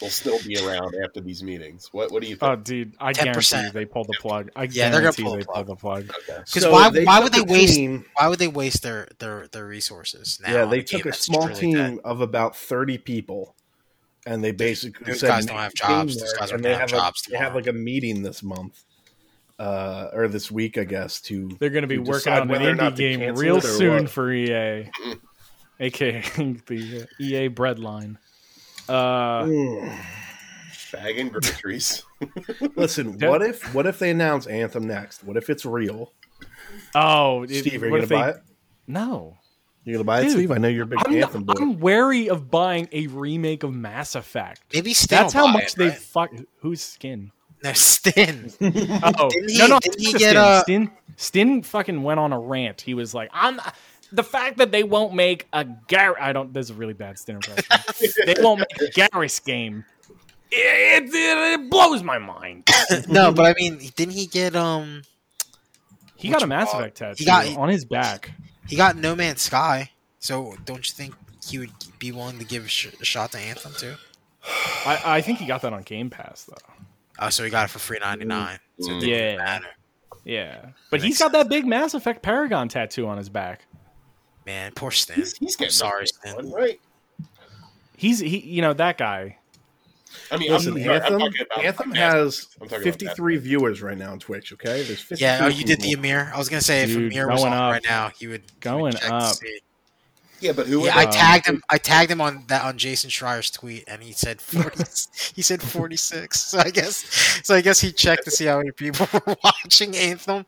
[SPEAKER 3] will still be around after these meetings? What what do you
[SPEAKER 4] Uh,
[SPEAKER 2] Oh,
[SPEAKER 3] think?
[SPEAKER 2] dude, I
[SPEAKER 1] 10%.
[SPEAKER 2] guarantee you they pulled the plug. I
[SPEAKER 1] Yeah, they're gonna
[SPEAKER 2] guarantee
[SPEAKER 1] pull the
[SPEAKER 2] they
[SPEAKER 1] plug.
[SPEAKER 2] pulled the plug.
[SPEAKER 3] okay.
[SPEAKER 1] Because
[SPEAKER 4] So
[SPEAKER 1] why, why would they
[SPEAKER 4] took a
[SPEAKER 1] waste?
[SPEAKER 4] team-
[SPEAKER 1] Why would they waste their their their resources? Now
[SPEAKER 4] yeah,
[SPEAKER 1] on
[SPEAKER 4] they
[SPEAKER 1] a game
[SPEAKER 4] took a
[SPEAKER 1] that's
[SPEAKER 4] small
[SPEAKER 1] truly
[SPEAKER 4] team
[SPEAKER 1] dead?
[SPEAKER 4] of about thirty people, and they basically
[SPEAKER 1] Those
[SPEAKER 4] said,
[SPEAKER 1] guys don't have jobs.
[SPEAKER 4] "Teamwork,"
[SPEAKER 1] Those guys don't
[SPEAKER 4] and they
[SPEAKER 1] have
[SPEAKER 4] have
[SPEAKER 1] jobs.
[SPEAKER 4] A, they have like a meeting this month, uh, or this week, I guess. To
[SPEAKER 2] They're gonna be
[SPEAKER 4] You
[SPEAKER 2] working
[SPEAKER 4] decide
[SPEAKER 2] on an
[SPEAKER 4] whether or
[SPEAKER 2] indie
[SPEAKER 4] not to
[SPEAKER 2] game
[SPEAKER 4] cancel
[SPEAKER 2] real
[SPEAKER 4] it or
[SPEAKER 2] soon
[SPEAKER 4] what.
[SPEAKER 2] for E EA, aka the uh, EA breadline. Uh,
[SPEAKER 4] Mm.
[SPEAKER 3] Bagging groceries.
[SPEAKER 4] listen,
[SPEAKER 2] Don't-
[SPEAKER 4] what if what if they announce Anthem next? What if it's real?
[SPEAKER 2] oh, it-
[SPEAKER 4] Steve, are you
[SPEAKER 2] what
[SPEAKER 4] gonna
[SPEAKER 2] if they-
[SPEAKER 4] buy it?
[SPEAKER 2] No,
[SPEAKER 4] You're gonna buy it,
[SPEAKER 2] Dude,
[SPEAKER 4] Steve? I know you're a big
[SPEAKER 2] I'm, not-
[SPEAKER 4] Anthem boy.
[SPEAKER 2] I'm wary of buying a remake of Mass Effect.
[SPEAKER 1] Maybe Stin
[SPEAKER 2] That's
[SPEAKER 1] will buy
[SPEAKER 2] how much
[SPEAKER 1] it,
[SPEAKER 2] they
[SPEAKER 1] right?
[SPEAKER 2] fuck. Who's Skin?
[SPEAKER 1] No, Stin.
[SPEAKER 2] Oh
[SPEAKER 1] Didn't he-
[SPEAKER 2] no, no,
[SPEAKER 1] didn't he
[SPEAKER 2] it's
[SPEAKER 1] get,
[SPEAKER 2] Stin.
[SPEAKER 1] uh,
[SPEAKER 2] Stin. Stin fucking went on a rant. He was like, "I'm the fact that they won't make a Gary. I don't. That's a really bad Stin impression. they won't make a Garrus game. It, it, it blows my mind.
[SPEAKER 1] no, but I mean, didn't he get um?
[SPEAKER 2] He
[SPEAKER 1] Which
[SPEAKER 2] got a Mass
[SPEAKER 1] one?
[SPEAKER 2] Effect tattoo
[SPEAKER 1] He got-
[SPEAKER 2] on his back.
[SPEAKER 1] He got No Man's Sky. So don't you think he would be willing to give a, sh- a shot to Anthem too?
[SPEAKER 2] I, I think he got that on Game Pass though.
[SPEAKER 1] Oh, so he got it for free ninety nine. So it didn't
[SPEAKER 2] Yeah.
[SPEAKER 1] matter,
[SPEAKER 2] Yeah, but
[SPEAKER 1] That
[SPEAKER 2] he's
[SPEAKER 1] makes
[SPEAKER 2] got that big Mass Effect Paragon tattoo on his back.
[SPEAKER 1] man. Poor Stan.
[SPEAKER 3] He's, he's
[SPEAKER 1] I'm
[SPEAKER 3] getting
[SPEAKER 1] sorry,
[SPEAKER 3] that
[SPEAKER 1] Stan.
[SPEAKER 3] one, right?
[SPEAKER 2] He's he, you know, that guy.
[SPEAKER 3] I mean,
[SPEAKER 4] Listen,
[SPEAKER 3] I'm, sorry,
[SPEAKER 4] Anthem,
[SPEAKER 3] I'm talking about
[SPEAKER 4] Anthem
[SPEAKER 3] Mass-
[SPEAKER 4] has
[SPEAKER 3] I'm talking about
[SPEAKER 4] 53 viewers right now on Twitch. Okay, there's 53
[SPEAKER 1] Yeah, oh, you did the
[SPEAKER 4] people.
[SPEAKER 1] Amir. I was gonna say if
[SPEAKER 2] Dude,
[SPEAKER 1] Amir was
[SPEAKER 2] going
[SPEAKER 1] on
[SPEAKER 2] up.
[SPEAKER 1] right now, he would he would
[SPEAKER 2] Going
[SPEAKER 1] check to
[SPEAKER 2] up.
[SPEAKER 1] see.
[SPEAKER 3] Yeah, but who?
[SPEAKER 1] Yeah,
[SPEAKER 3] I,
[SPEAKER 1] I
[SPEAKER 4] uh,
[SPEAKER 1] tagged him. I tagged him on that on Jason Schreier's tweet, and he said forty. he said forty six. So I guess. So I guess he checked to see how many people were watching Anthem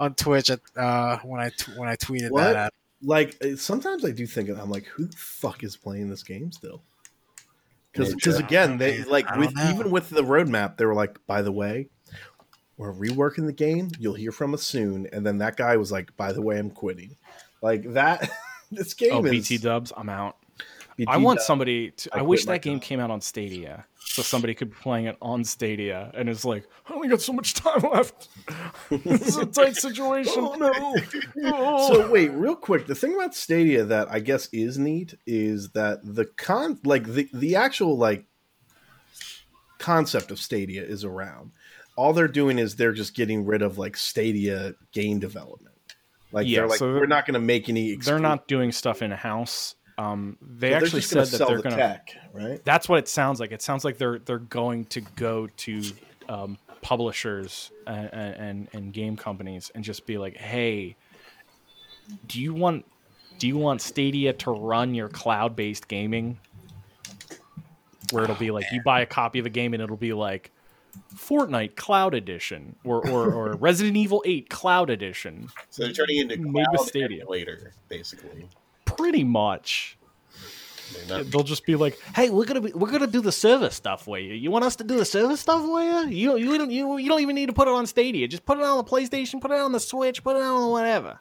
[SPEAKER 1] on Twitch at uh, when I t- when I tweeted
[SPEAKER 4] What?
[SPEAKER 1] that. Out.
[SPEAKER 4] like uh, sometimes I do think I'm like, who the fuck is playing this game still?
[SPEAKER 3] Yeah,
[SPEAKER 4] Because
[SPEAKER 1] sure.
[SPEAKER 4] again, they
[SPEAKER 1] Yeah,
[SPEAKER 4] like
[SPEAKER 1] I
[SPEAKER 4] with
[SPEAKER 1] don't know.
[SPEAKER 4] even with the roadmap, they were like, by the way, we're reworking the game. You'll hear from us soon. And then that guy was like, by the way, I'm quitting. Like that. this game
[SPEAKER 2] Oh,
[SPEAKER 4] is
[SPEAKER 2] BT Dubs, I'm out.
[SPEAKER 4] BT
[SPEAKER 2] I want
[SPEAKER 4] dub.
[SPEAKER 2] somebody to.
[SPEAKER 4] I
[SPEAKER 2] I, wish
[SPEAKER 4] quit my
[SPEAKER 2] that game
[SPEAKER 4] job.
[SPEAKER 2] came out on Stadia, so somebody could be playing it on Stadia, and it's like I only got so much time left. this is a tight situation. oh no! Oh.
[SPEAKER 4] So wait, real quick, the thing about Stadia that I guess is neat is that the con like the, the actual like concept of Stadia is around. All they're doing is they're just getting rid of like Stadia game development. Like
[SPEAKER 2] Yeah,
[SPEAKER 4] they're like
[SPEAKER 2] so
[SPEAKER 4] we're not going to make any.
[SPEAKER 2] they're not doing stuff in house. Um, they
[SPEAKER 4] exclusive-
[SPEAKER 2] actually
[SPEAKER 4] gonna
[SPEAKER 2] said that they're
[SPEAKER 4] the
[SPEAKER 2] going to.
[SPEAKER 4] tech, right?
[SPEAKER 2] That's what it sounds like. It sounds like they're they're going to go to um, publishers and, and and game companies and just be like, hey, do you want do you want Stadia to run your cloud based gaming? Where it'll be like you buy a copy of a game and it'll be like Fortnite Cloud Edition or or, or Resident Evil Eight Cloud Edition,
[SPEAKER 3] so they're turning into
[SPEAKER 2] Maybe
[SPEAKER 3] cloud
[SPEAKER 2] Stadia.
[SPEAKER 3] later, basically.
[SPEAKER 2] pretty much.
[SPEAKER 3] They're not-
[SPEAKER 2] They'll just be like,
[SPEAKER 5] Hey, we're gonna be, we're gonna do the server stuff for you. You want us to do the server stuff for you? You you don't you, you don't even need to put it on Stadia. Just put it on the PlayStation. Put it on the Switch. Put it on whatever.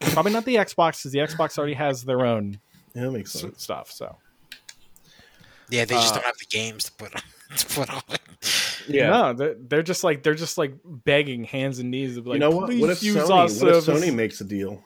[SPEAKER 2] probably not the Xbox because the Xbox already has their own
[SPEAKER 4] Yeah, that makes
[SPEAKER 2] s-
[SPEAKER 4] sense.
[SPEAKER 2] stuff. So
[SPEAKER 1] Yeah, they just
[SPEAKER 2] Uh,
[SPEAKER 1] don't have the games to put on, to put on. it.
[SPEAKER 4] Yeah.
[SPEAKER 2] no, they're, they're just like they're just like begging hands and knees to be like,
[SPEAKER 4] you know what?
[SPEAKER 2] please
[SPEAKER 4] What if
[SPEAKER 2] use
[SPEAKER 4] Sony?
[SPEAKER 2] our
[SPEAKER 4] What if
[SPEAKER 2] service.
[SPEAKER 4] Sony makes a deal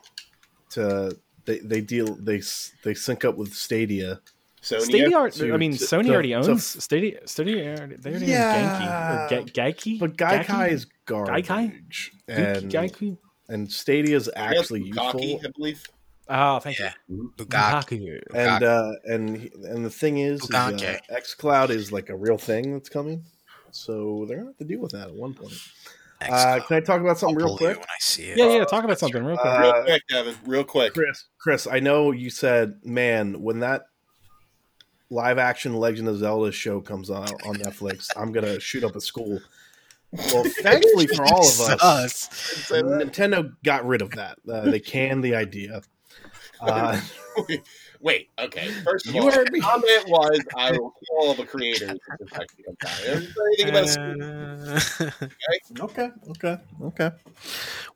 [SPEAKER 4] to they they deal they s- they sync up with Stadia?
[SPEAKER 3] Sony
[SPEAKER 2] Stadia, are-
[SPEAKER 4] to-
[SPEAKER 2] I mean,
[SPEAKER 4] to-
[SPEAKER 2] Sony
[SPEAKER 4] to-
[SPEAKER 2] already
[SPEAKER 4] to-
[SPEAKER 2] owns Stadia. Stadia, already- they already
[SPEAKER 4] Yeah.
[SPEAKER 2] own Genki or Ga- Gaiki.
[SPEAKER 4] But Gaikai
[SPEAKER 2] Gaiki?
[SPEAKER 4] is garbage.
[SPEAKER 2] Gaiki-
[SPEAKER 4] and
[SPEAKER 2] Gaiki.
[SPEAKER 4] and Stadia is
[SPEAKER 3] They have
[SPEAKER 4] actually
[SPEAKER 3] Bukaki,
[SPEAKER 4] useful.
[SPEAKER 3] I believe.
[SPEAKER 2] Oh, thank
[SPEAKER 1] Yeah,
[SPEAKER 4] Mm-hmm.
[SPEAKER 3] Mhm.
[SPEAKER 1] Bugatti.
[SPEAKER 2] you.
[SPEAKER 4] And uh, and he- and the thing is, is uh,
[SPEAKER 1] Bukake.
[SPEAKER 4] XCloud is like a real thing that's coming, so they're gonna have to deal with that at one point. Uh,
[SPEAKER 1] XCloud.
[SPEAKER 4] can I talk about
[SPEAKER 1] I'll
[SPEAKER 4] something real
[SPEAKER 1] pull you
[SPEAKER 4] quick,
[SPEAKER 1] when I see it.
[SPEAKER 2] Yeah, yeah. Talk about something real quick.
[SPEAKER 4] Uh,
[SPEAKER 3] Real quick, Devin. Real quick.
[SPEAKER 4] Chris? Chris, I know you said, man, when that live action Legend of Zelda show comes out on Netflix, I'm gonna shoot up a school. Well, thankfully for all of us,
[SPEAKER 1] Us.
[SPEAKER 3] Say that.
[SPEAKER 4] Nintendo got rid of that. Uh, they canned the idea. Uh,
[SPEAKER 3] Wait, okay. First of
[SPEAKER 4] You
[SPEAKER 3] all,
[SPEAKER 4] heard me.
[SPEAKER 3] the comment was I will kill all the creators. of Kentucky Fried Chicken. Is there anything about a scoop?
[SPEAKER 1] Uh,
[SPEAKER 4] Okay, okay, okay.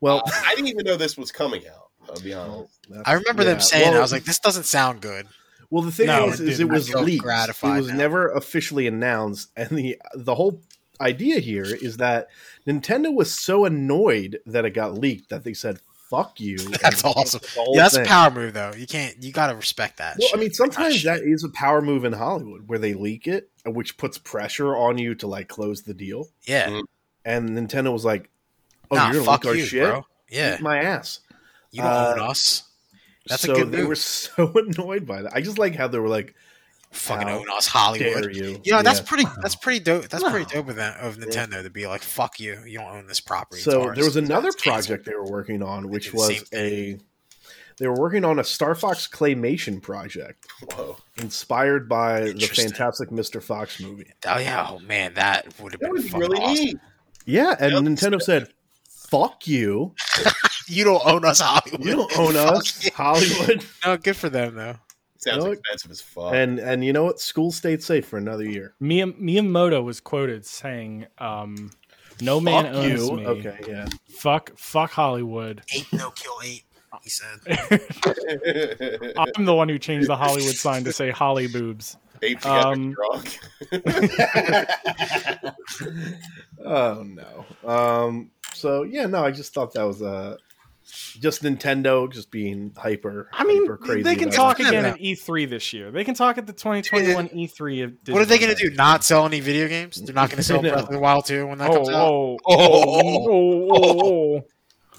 [SPEAKER 4] Well,
[SPEAKER 3] Uh, I didn't even know this was coming out. I'll be honest.
[SPEAKER 4] that's-
[SPEAKER 1] I remember
[SPEAKER 4] yeah.
[SPEAKER 1] them saying,
[SPEAKER 4] Well,
[SPEAKER 1] I was like, this doesn't sound good.
[SPEAKER 4] Well, the thing
[SPEAKER 2] No,
[SPEAKER 4] is,
[SPEAKER 2] it
[SPEAKER 4] is it
[SPEAKER 2] didn't. I
[SPEAKER 4] was
[SPEAKER 1] feel
[SPEAKER 4] leaked. It
[SPEAKER 1] gratified
[SPEAKER 4] was
[SPEAKER 1] now.
[SPEAKER 4] never officially announced, and the the whole idea here is that Nintendo was so annoyed that it got leaked that they said "fuck you." and
[SPEAKER 1] That's
[SPEAKER 4] canceled
[SPEAKER 1] awesome.
[SPEAKER 4] the whole
[SPEAKER 1] Yeah, that's a
[SPEAKER 4] thing.
[SPEAKER 1] power move, though. You can't, you got to respect that.
[SPEAKER 4] Well, I
[SPEAKER 1] shit.
[SPEAKER 4] mean, sometimes that is a power move in Hollywood where they leak it, which puts pressure on you to like close the deal.
[SPEAKER 1] yeah.
[SPEAKER 3] Mm.
[SPEAKER 4] And Nintendo was like, "Oh,
[SPEAKER 1] nah,
[SPEAKER 4] you're gonna
[SPEAKER 1] fuck
[SPEAKER 4] leak our
[SPEAKER 1] you,
[SPEAKER 4] shit?
[SPEAKER 1] bro. Yeah.
[SPEAKER 4] Eat my ass."
[SPEAKER 1] You don't
[SPEAKER 4] Uh,
[SPEAKER 1] own us. That's a
[SPEAKER 4] so
[SPEAKER 1] good
[SPEAKER 4] they
[SPEAKER 1] move.
[SPEAKER 4] were so annoyed by that. I just like how they were like,
[SPEAKER 1] Fucking
[SPEAKER 4] how
[SPEAKER 1] own us,
[SPEAKER 4] "Dare
[SPEAKER 1] Hollywood.
[SPEAKER 4] you?"
[SPEAKER 1] You know, that's
[SPEAKER 4] Yeah.
[SPEAKER 1] pretty, that's pretty dope. That's
[SPEAKER 5] No.
[SPEAKER 1] pretty dope of, that, of Nintendo to be like, fuck you. You don't own this property.
[SPEAKER 4] So
[SPEAKER 1] it's
[SPEAKER 4] there
[SPEAKER 1] ours.
[SPEAKER 4] was another
[SPEAKER 1] It's canceled.
[SPEAKER 4] project they were working on, which
[SPEAKER 1] do the same
[SPEAKER 4] was a they were working on a Star Fox claymation project
[SPEAKER 3] Whoa.
[SPEAKER 4] inspired by the
[SPEAKER 1] Interesting.
[SPEAKER 4] Fantastic Mr. Fox movie.
[SPEAKER 1] Oh, yeah. Oh, man. That would have
[SPEAKER 3] That
[SPEAKER 1] been
[SPEAKER 3] would be
[SPEAKER 1] fucking
[SPEAKER 3] really
[SPEAKER 1] awesome.
[SPEAKER 3] neat.
[SPEAKER 4] Yeah, and
[SPEAKER 3] Yep.
[SPEAKER 4] Nintendo said, "Fuck you!
[SPEAKER 1] You don't own us, Hollywood.
[SPEAKER 4] You don't own
[SPEAKER 1] Fuck
[SPEAKER 4] us,
[SPEAKER 1] you.
[SPEAKER 4] Hollywood."
[SPEAKER 1] No, good for them, though.
[SPEAKER 3] Sounds
[SPEAKER 4] No.
[SPEAKER 3] expensive as fuck.
[SPEAKER 4] And and you know what? School stayed safe for another year.
[SPEAKER 2] Miyam- Miyamoto was quoted saying, um, "No man
[SPEAKER 4] Fuck
[SPEAKER 2] owns
[SPEAKER 4] you.
[SPEAKER 2] me.
[SPEAKER 4] Okay, yeah.
[SPEAKER 2] Fuck, fuck Hollywood.
[SPEAKER 1] Eight, no kill eight. He said.
[SPEAKER 2] I'm the one who changed the Hollywood sign to say Holly boobs."
[SPEAKER 3] Ape together
[SPEAKER 2] Um,
[SPEAKER 3] drunk.
[SPEAKER 4] Oh no. Um. So yeah, no. I just thought that was uh, just Nintendo just being hyper.
[SPEAKER 2] I mean,
[SPEAKER 4] hyper crazy
[SPEAKER 2] they can
[SPEAKER 4] about
[SPEAKER 2] talk
[SPEAKER 1] it.
[SPEAKER 2] again at E3 this year. They can talk at the 2021 E3. Of
[SPEAKER 1] What are they
[SPEAKER 2] Disney.
[SPEAKER 1] going to do? Not sell any video games? They're not going to sell
[SPEAKER 4] No.
[SPEAKER 1] Breath of the Wild 2 when that
[SPEAKER 2] Oh,
[SPEAKER 1] comes out?
[SPEAKER 2] whoa,
[SPEAKER 1] Oh.
[SPEAKER 2] oh, oh, oh, oh.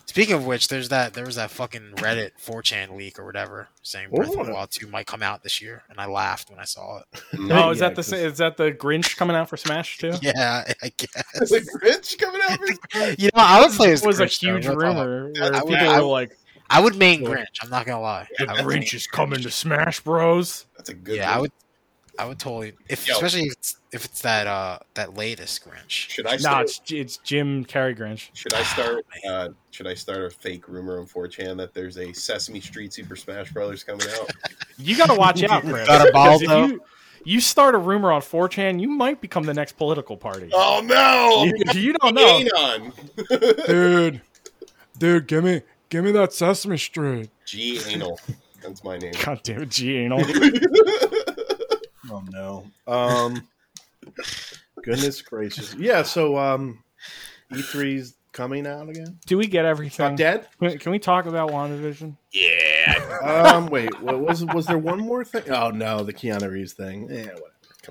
[SPEAKER 1] Speaking of which, there's that there was that fucking Reddit 4chan leak or whatever saying Breath of the
[SPEAKER 4] Oh.
[SPEAKER 1] Wild 2 might come out this year, and I laughed when I saw it.
[SPEAKER 2] Oh, is
[SPEAKER 4] Yeah,
[SPEAKER 2] that the
[SPEAKER 4] 'cause-
[SPEAKER 2] sa- is that the Grinch coming out for Smash too?
[SPEAKER 1] Yeah, I guess.
[SPEAKER 3] the Grinch coming out. for-
[SPEAKER 1] You know, I would play as
[SPEAKER 2] It
[SPEAKER 1] the
[SPEAKER 2] was a
[SPEAKER 1] Grinch, though.
[SPEAKER 2] huge
[SPEAKER 1] That's all I-
[SPEAKER 2] rumor where
[SPEAKER 1] I
[SPEAKER 2] people
[SPEAKER 1] would- I
[SPEAKER 2] were
[SPEAKER 1] would-
[SPEAKER 2] like,
[SPEAKER 1] I would main Grinch. I'm not gonna lie.
[SPEAKER 2] "The
[SPEAKER 1] I would main
[SPEAKER 2] Grinch is coming to Smash Bros."
[SPEAKER 3] That's a good.
[SPEAKER 1] Yeah,
[SPEAKER 3] one.
[SPEAKER 1] I would. I would totally. If
[SPEAKER 3] Yo.
[SPEAKER 1] especially if it's, if it's that uh that latest Grinch.
[SPEAKER 3] Should I
[SPEAKER 2] Nah,
[SPEAKER 3] start?
[SPEAKER 2] it's, it's Jim Carrey Grinch.
[SPEAKER 3] Should I start?
[SPEAKER 1] Ah,
[SPEAKER 3] Uh, should I start a fake rumor on 4chan that there's a Sesame Street Super Smash Brothers coming out?
[SPEAKER 2] You got to watch out, Chris.
[SPEAKER 1] Got a ball,
[SPEAKER 2] 'cause if
[SPEAKER 1] though?
[SPEAKER 2] you, you start a rumor on 4chan, you might become the next political party.
[SPEAKER 3] oh no!
[SPEAKER 2] You, you don't know,
[SPEAKER 3] Ganon.
[SPEAKER 2] dude. Dude, give me, give me that Sesame Street.
[SPEAKER 3] G anal. That's my name.
[SPEAKER 2] God damn it, G anal.
[SPEAKER 4] Oh no. Um goodness gracious. Yeah, so um E3's coming out again.
[SPEAKER 2] Do we get
[SPEAKER 4] It's not
[SPEAKER 2] everything?
[SPEAKER 4] dead.
[SPEAKER 2] Can can we talk about WandaVision?
[SPEAKER 3] Yeah.
[SPEAKER 4] Um wait, what was was there one more thing? Oh no, the Keanu Reeves thing. Yeah, whatever.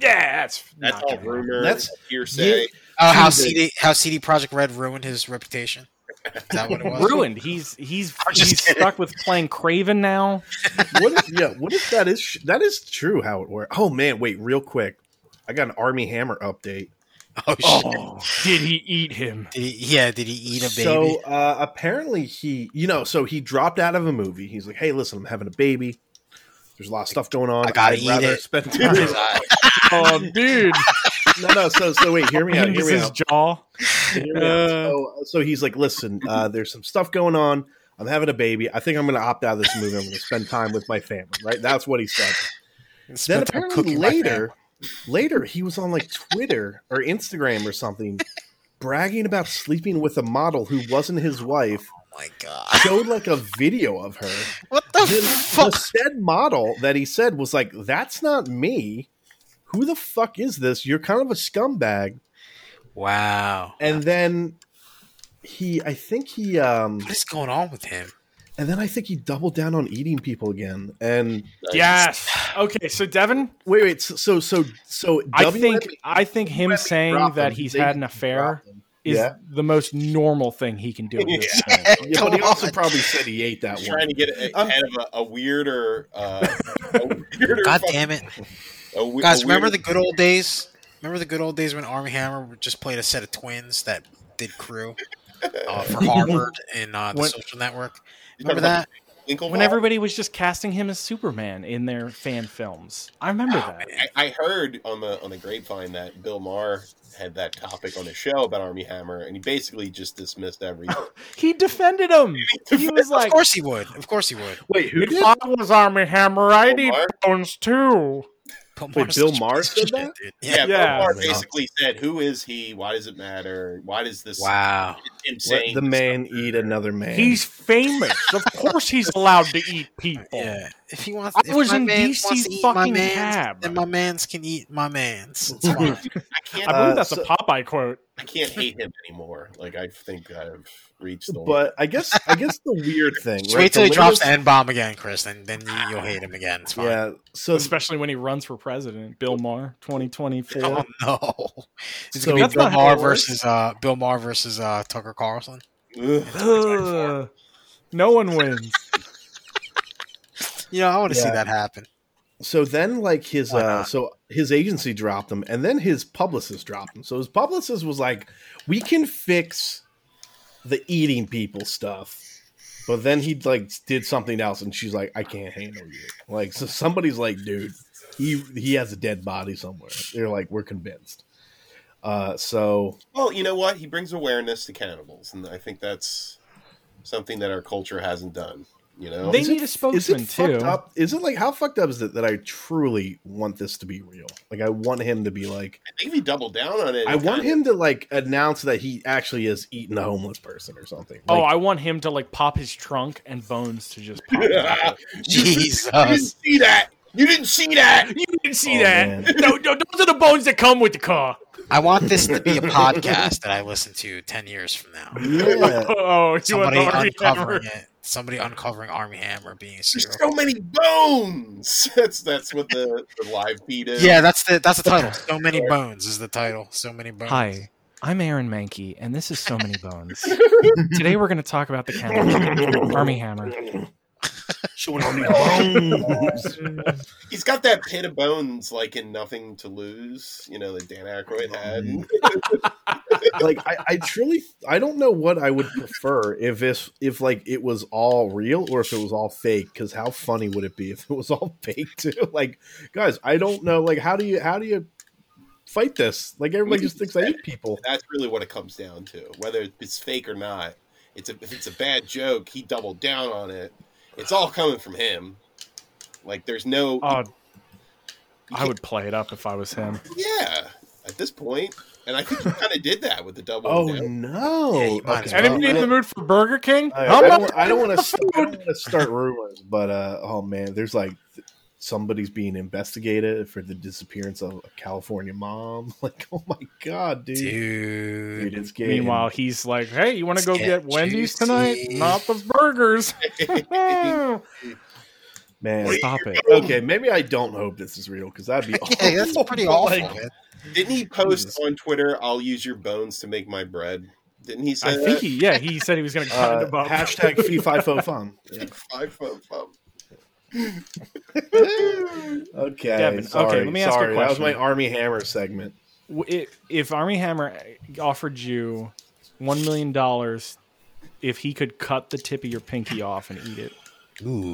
[SPEAKER 2] Yeah, that's not
[SPEAKER 3] That's all
[SPEAKER 2] gonna happen.
[SPEAKER 3] rumor.
[SPEAKER 4] That's-
[SPEAKER 3] That's hearsay.
[SPEAKER 1] Oh, how
[SPEAKER 4] Tuesday.
[SPEAKER 1] CD how CD Project Red ruined his reputation. Is that what it was?
[SPEAKER 2] Ruined. He's he's
[SPEAKER 1] I'm just
[SPEAKER 2] he's
[SPEAKER 1] kidding.
[SPEAKER 2] stuck with playing Craven now.
[SPEAKER 4] What if, yeah, what if that is that is true how it works? Oh man, wait, real quick. I got an Army Hammer update.
[SPEAKER 1] Oh, shit.
[SPEAKER 2] did he eat him?
[SPEAKER 1] Did he, yeah, did he eat a baby?
[SPEAKER 4] So uh, apparently he, you know, so he dropped out of a movie. He's like, "Hey, listen, I'm having a baby. There's a lot of stuff going on.
[SPEAKER 1] I gotta
[SPEAKER 4] I'd
[SPEAKER 1] eat
[SPEAKER 4] rather
[SPEAKER 1] it."
[SPEAKER 4] Spend time.
[SPEAKER 2] Oh, dude,
[SPEAKER 4] no, no. So, so wait. Hear me out. Hear
[SPEAKER 2] His
[SPEAKER 4] me out.
[SPEAKER 2] jaw. Uh,
[SPEAKER 4] so, so he's like, listen, uh, there's some stuff going on. I'm having a baby. I think I'm going to opt out of this movie. I'm going to spend time with my family. Right? That's what he said. Then
[SPEAKER 1] Spent time
[SPEAKER 4] apparently
[SPEAKER 1] cooking my
[SPEAKER 4] later, later he was on like Twitter or Instagram or something, bragging about sleeping with a model who wasn't his wife.
[SPEAKER 1] family. Oh my god.
[SPEAKER 4] Showed like a video of her.
[SPEAKER 1] What the
[SPEAKER 4] The, the
[SPEAKER 1] Oh, fuck?
[SPEAKER 4] said model that he said was like, "That's not me. Who the fuck is this? You're kind of a scumbag."
[SPEAKER 1] Wow.
[SPEAKER 4] and then he i think he um
[SPEAKER 1] What is going on with him?
[SPEAKER 4] and then i think he doubled down on eating people again and
[SPEAKER 2] yes. Okay, so Devin,
[SPEAKER 4] wait wait so so so, so
[SPEAKER 2] I
[SPEAKER 4] WM
[SPEAKER 2] think I think him
[SPEAKER 4] E dropped
[SPEAKER 2] saying
[SPEAKER 4] him.
[SPEAKER 2] that he's
[SPEAKER 4] They
[SPEAKER 2] had an
[SPEAKER 4] dropped
[SPEAKER 2] affair
[SPEAKER 4] him.
[SPEAKER 2] is
[SPEAKER 4] Yeah.
[SPEAKER 2] the most normal thing he can do. At this time.
[SPEAKER 4] yeah but he also probably said he ate that
[SPEAKER 3] Trying
[SPEAKER 4] one
[SPEAKER 3] to get a-
[SPEAKER 4] I'm-
[SPEAKER 3] ahead of a, a weirder, uh, a weirder.
[SPEAKER 1] God
[SPEAKER 3] fucking-
[SPEAKER 1] damn it.
[SPEAKER 3] a we-
[SPEAKER 1] Guys,
[SPEAKER 3] a
[SPEAKER 1] remember
[SPEAKER 3] weirder-
[SPEAKER 1] the good old days? Remember the good old days when Army Hammer just played a set of twins that did crew uh, for Harvard and uh, the
[SPEAKER 2] When-
[SPEAKER 1] Social Network?
[SPEAKER 3] You talking
[SPEAKER 1] Remember
[SPEAKER 3] about
[SPEAKER 1] that?
[SPEAKER 3] Inklevile.
[SPEAKER 2] when everybody was just casting him as Superman in their fan films. I remember
[SPEAKER 4] Oh,
[SPEAKER 2] that.
[SPEAKER 3] I, I heard on the on the grapevine that Bill Maher had that topic on his show about Army Hammer, and he basically just dismissed everything.
[SPEAKER 2] He defended him. He was
[SPEAKER 1] of
[SPEAKER 2] like,
[SPEAKER 1] course he would. Of course he would.
[SPEAKER 4] Wait, who
[SPEAKER 6] If I was Army Hammer,
[SPEAKER 4] Oh,
[SPEAKER 6] I'd eat
[SPEAKER 3] Omar?
[SPEAKER 6] bones too.
[SPEAKER 1] But
[SPEAKER 4] Wait,
[SPEAKER 1] Mars
[SPEAKER 4] Bill
[SPEAKER 1] is a
[SPEAKER 4] Maher
[SPEAKER 1] piece of
[SPEAKER 4] said
[SPEAKER 1] shit,
[SPEAKER 4] that?
[SPEAKER 1] dude. Yeah.
[SPEAKER 3] Yeah,
[SPEAKER 2] Yeah.
[SPEAKER 3] Bill Maher
[SPEAKER 1] Wow.
[SPEAKER 3] basically said, "Who is he? Why does it matter? Why does this
[SPEAKER 1] Wow.
[SPEAKER 4] Let
[SPEAKER 3] insane
[SPEAKER 4] the man eat another man.
[SPEAKER 6] He's famous. Of course, he's allowed to eat people.
[SPEAKER 1] Yeah. If he wants,
[SPEAKER 6] I
[SPEAKER 1] if
[SPEAKER 6] was
[SPEAKER 1] my
[SPEAKER 6] in
[SPEAKER 1] mans wants
[SPEAKER 6] DC's
[SPEAKER 1] to eat my
[SPEAKER 6] fucking
[SPEAKER 1] mans,
[SPEAKER 6] cab.
[SPEAKER 1] Then my mans can eat my mans. It's fine.
[SPEAKER 3] I can't,
[SPEAKER 6] I believe
[SPEAKER 4] Uh,
[SPEAKER 6] that's
[SPEAKER 4] so-
[SPEAKER 6] a Popeye quote.
[SPEAKER 3] I can't hate him anymore. Like I think I've reached the
[SPEAKER 4] but I guess I guess the weird thing.
[SPEAKER 1] Just
[SPEAKER 4] right,
[SPEAKER 1] wait till
[SPEAKER 4] the
[SPEAKER 1] he drops
[SPEAKER 4] latest-
[SPEAKER 1] the n bomb again, Chris. Then then you, you'll hate him again. It's fine.
[SPEAKER 4] Yeah. So
[SPEAKER 2] especially when he runs for president, Bill Maher, twenty twenty
[SPEAKER 1] Oh
[SPEAKER 2] four.
[SPEAKER 1] no! It's
[SPEAKER 4] So-
[SPEAKER 1] gonna
[SPEAKER 2] That's
[SPEAKER 1] be Bill
[SPEAKER 2] not how
[SPEAKER 1] Maher
[SPEAKER 2] it works.
[SPEAKER 1] versus uh, Bill Maher versus uh, Tucker Carlson.
[SPEAKER 3] Ugh.
[SPEAKER 2] No one wins.
[SPEAKER 1] You know, I want to see
[SPEAKER 4] Yeah.
[SPEAKER 1] that happen.
[SPEAKER 4] so then like his
[SPEAKER 1] Why
[SPEAKER 4] uh
[SPEAKER 1] not?
[SPEAKER 4] so his agency dropped him and then his publicist dropped him so his publicist was like we can fix the eating people stuff but then he like did something else and she's like i can't handle you like so somebody's like dude he he has a dead body somewhere they're like we're convinced uh so
[SPEAKER 3] Well, you know what? He brings awareness to cannibals, and I think that's something that our culture hasn't done. You know,
[SPEAKER 2] They
[SPEAKER 4] Is
[SPEAKER 2] need
[SPEAKER 4] it-
[SPEAKER 2] a
[SPEAKER 4] is it
[SPEAKER 2] spokesman too.
[SPEAKER 4] fucked up is it like how fucked up is it that i truly want this to be real like i want him to be like
[SPEAKER 3] I think if he doubled down on it,
[SPEAKER 4] I
[SPEAKER 3] it
[SPEAKER 4] want
[SPEAKER 3] kinda-
[SPEAKER 4] him to like announce that he actually is eating a homeless person or something.
[SPEAKER 2] Oh,
[SPEAKER 4] Like,
[SPEAKER 2] I want him to like pop his trunk and bones to just pop. out.
[SPEAKER 3] You didn't
[SPEAKER 1] Jesus!
[SPEAKER 3] see that. You didn't see that.
[SPEAKER 6] You didn't see
[SPEAKER 4] Oh, man.
[SPEAKER 6] that. No, no, those are the bones that come with the car.
[SPEAKER 1] I want this to be a podcast that I listen to ten years from now.
[SPEAKER 4] yeah.
[SPEAKER 6] Oh, you want
[SPEAKER 1] Somebody
[SPEAKER 6] the Army Hammer?
[SPEAKER 1] uncovering it. Somebody uncovering Army Hammer being a serial.
[SPEAKER 3] There's so many bones. That's that's what the, the live feed is.
[SPEAKER 1] Yeah, that's the that's the title. So many bones is the title. So many bones.
[SPEAKER 2] Hi, I'm Aaron Mankey, and this is So Many Bones. Today we're going to talk about the cannibal Army Hammer.
[SPEAKER 3] he's got that pit of bones, like in Nothing to Lose. You know that Dan
[SPEAKER 4] Oh,
[SPEAKER 3] Aykroyd had.
[SPEAKER 4] like I, I truly I don't know what I would prefer if this if like it was all real or if it was all fake because how funny would it be if it was all fake too? Like guys, I don't know like how do you how do you fight this? Like everybody just thinks I eat people.
[SPEAKER 3] That's really what it comes down to, whether it's fake or not. It's a, if it's a bad joke, he doubled down on it. It's all coming from him. Like there's no
[SPEAKER 2] Oh, I would play it up if I was him.
[SPEAKER 3] yeah at this point, and I think he kind of did that with the double
[SPEAKER 4] Oh
[SPEAKER 3] down.
[SPEAKER 4] no.
[SPEAKER 1] Yeah, you might as
[SPEAKER 4] Okay.
[SPEAKER 1] well.
[SPEAKER 6] Anybody in the mood for Burger King?
[SPEAKER 4] I,
[SPEAKER 6] I'm
[SPEAKER 4] I
[SPEAKER 6] not-
[SPEAKER 4] don't, I don't want to. I don't want to start rumors, but uh, oh man, there's like th- somebody's being investigated for the disappearance of a California mom. Like, oh my god, dude, dude,
[SPEAKER 1] dude.
[SPEAKER 4] it's getting
[SPEAKER 2] Meanwhile, he's like, "Hey, you want to
[SPEAKER 1] It's
[SPEAKER 2] go
[SPEAKER 1] getting
[SPEAKER 2] get Wendy's
[SPEAKER 1] juicy.
[SPEAKER 2] tonight? Not the burgers."
[SPEAKER 4] man.
[SPEAKER 2] Stop it.
[SPEAKER 4] Okay, maybe I don't hope this is real because that'd be
[SPEAKER 1] Yeah, that's
[SPEAKER 4] awful.
[SPEAKER 1] pretty awful.
[SPEAKER 4] Like,
[SPEAKER 1] man.
[SPEAKER 3] Didn't he post
[SPEAKER 4] Jesus.
[SPEAKER 3] on Twitter, "I'll use your bones to make my bread"? Didn't he say
[SPEAKER 2] I think he, yeah, he said he was going to cut
[SPEAKER 4] uh,
[SPEAKER 2] it above.
[SPEAKER 4] hashtag FIFO fun. Yeah.
[SPEAKER 3] that? Five, five, five.
[SPEAKER 4] Okay,
[SPEAKER 2] Devin, okay,
[SPEAKER 4] sorry,
[SPEAKER 2] let me ask you a
[SPEAKER 4] sorry. That was
[SPEAKER 2] question.
[SPEAKER 4] my Army Hammer segment.
[SPEAKER 2] W- i- if Army Hammer offered you one million dollars if he could cut the tip of your pinky off and eat it,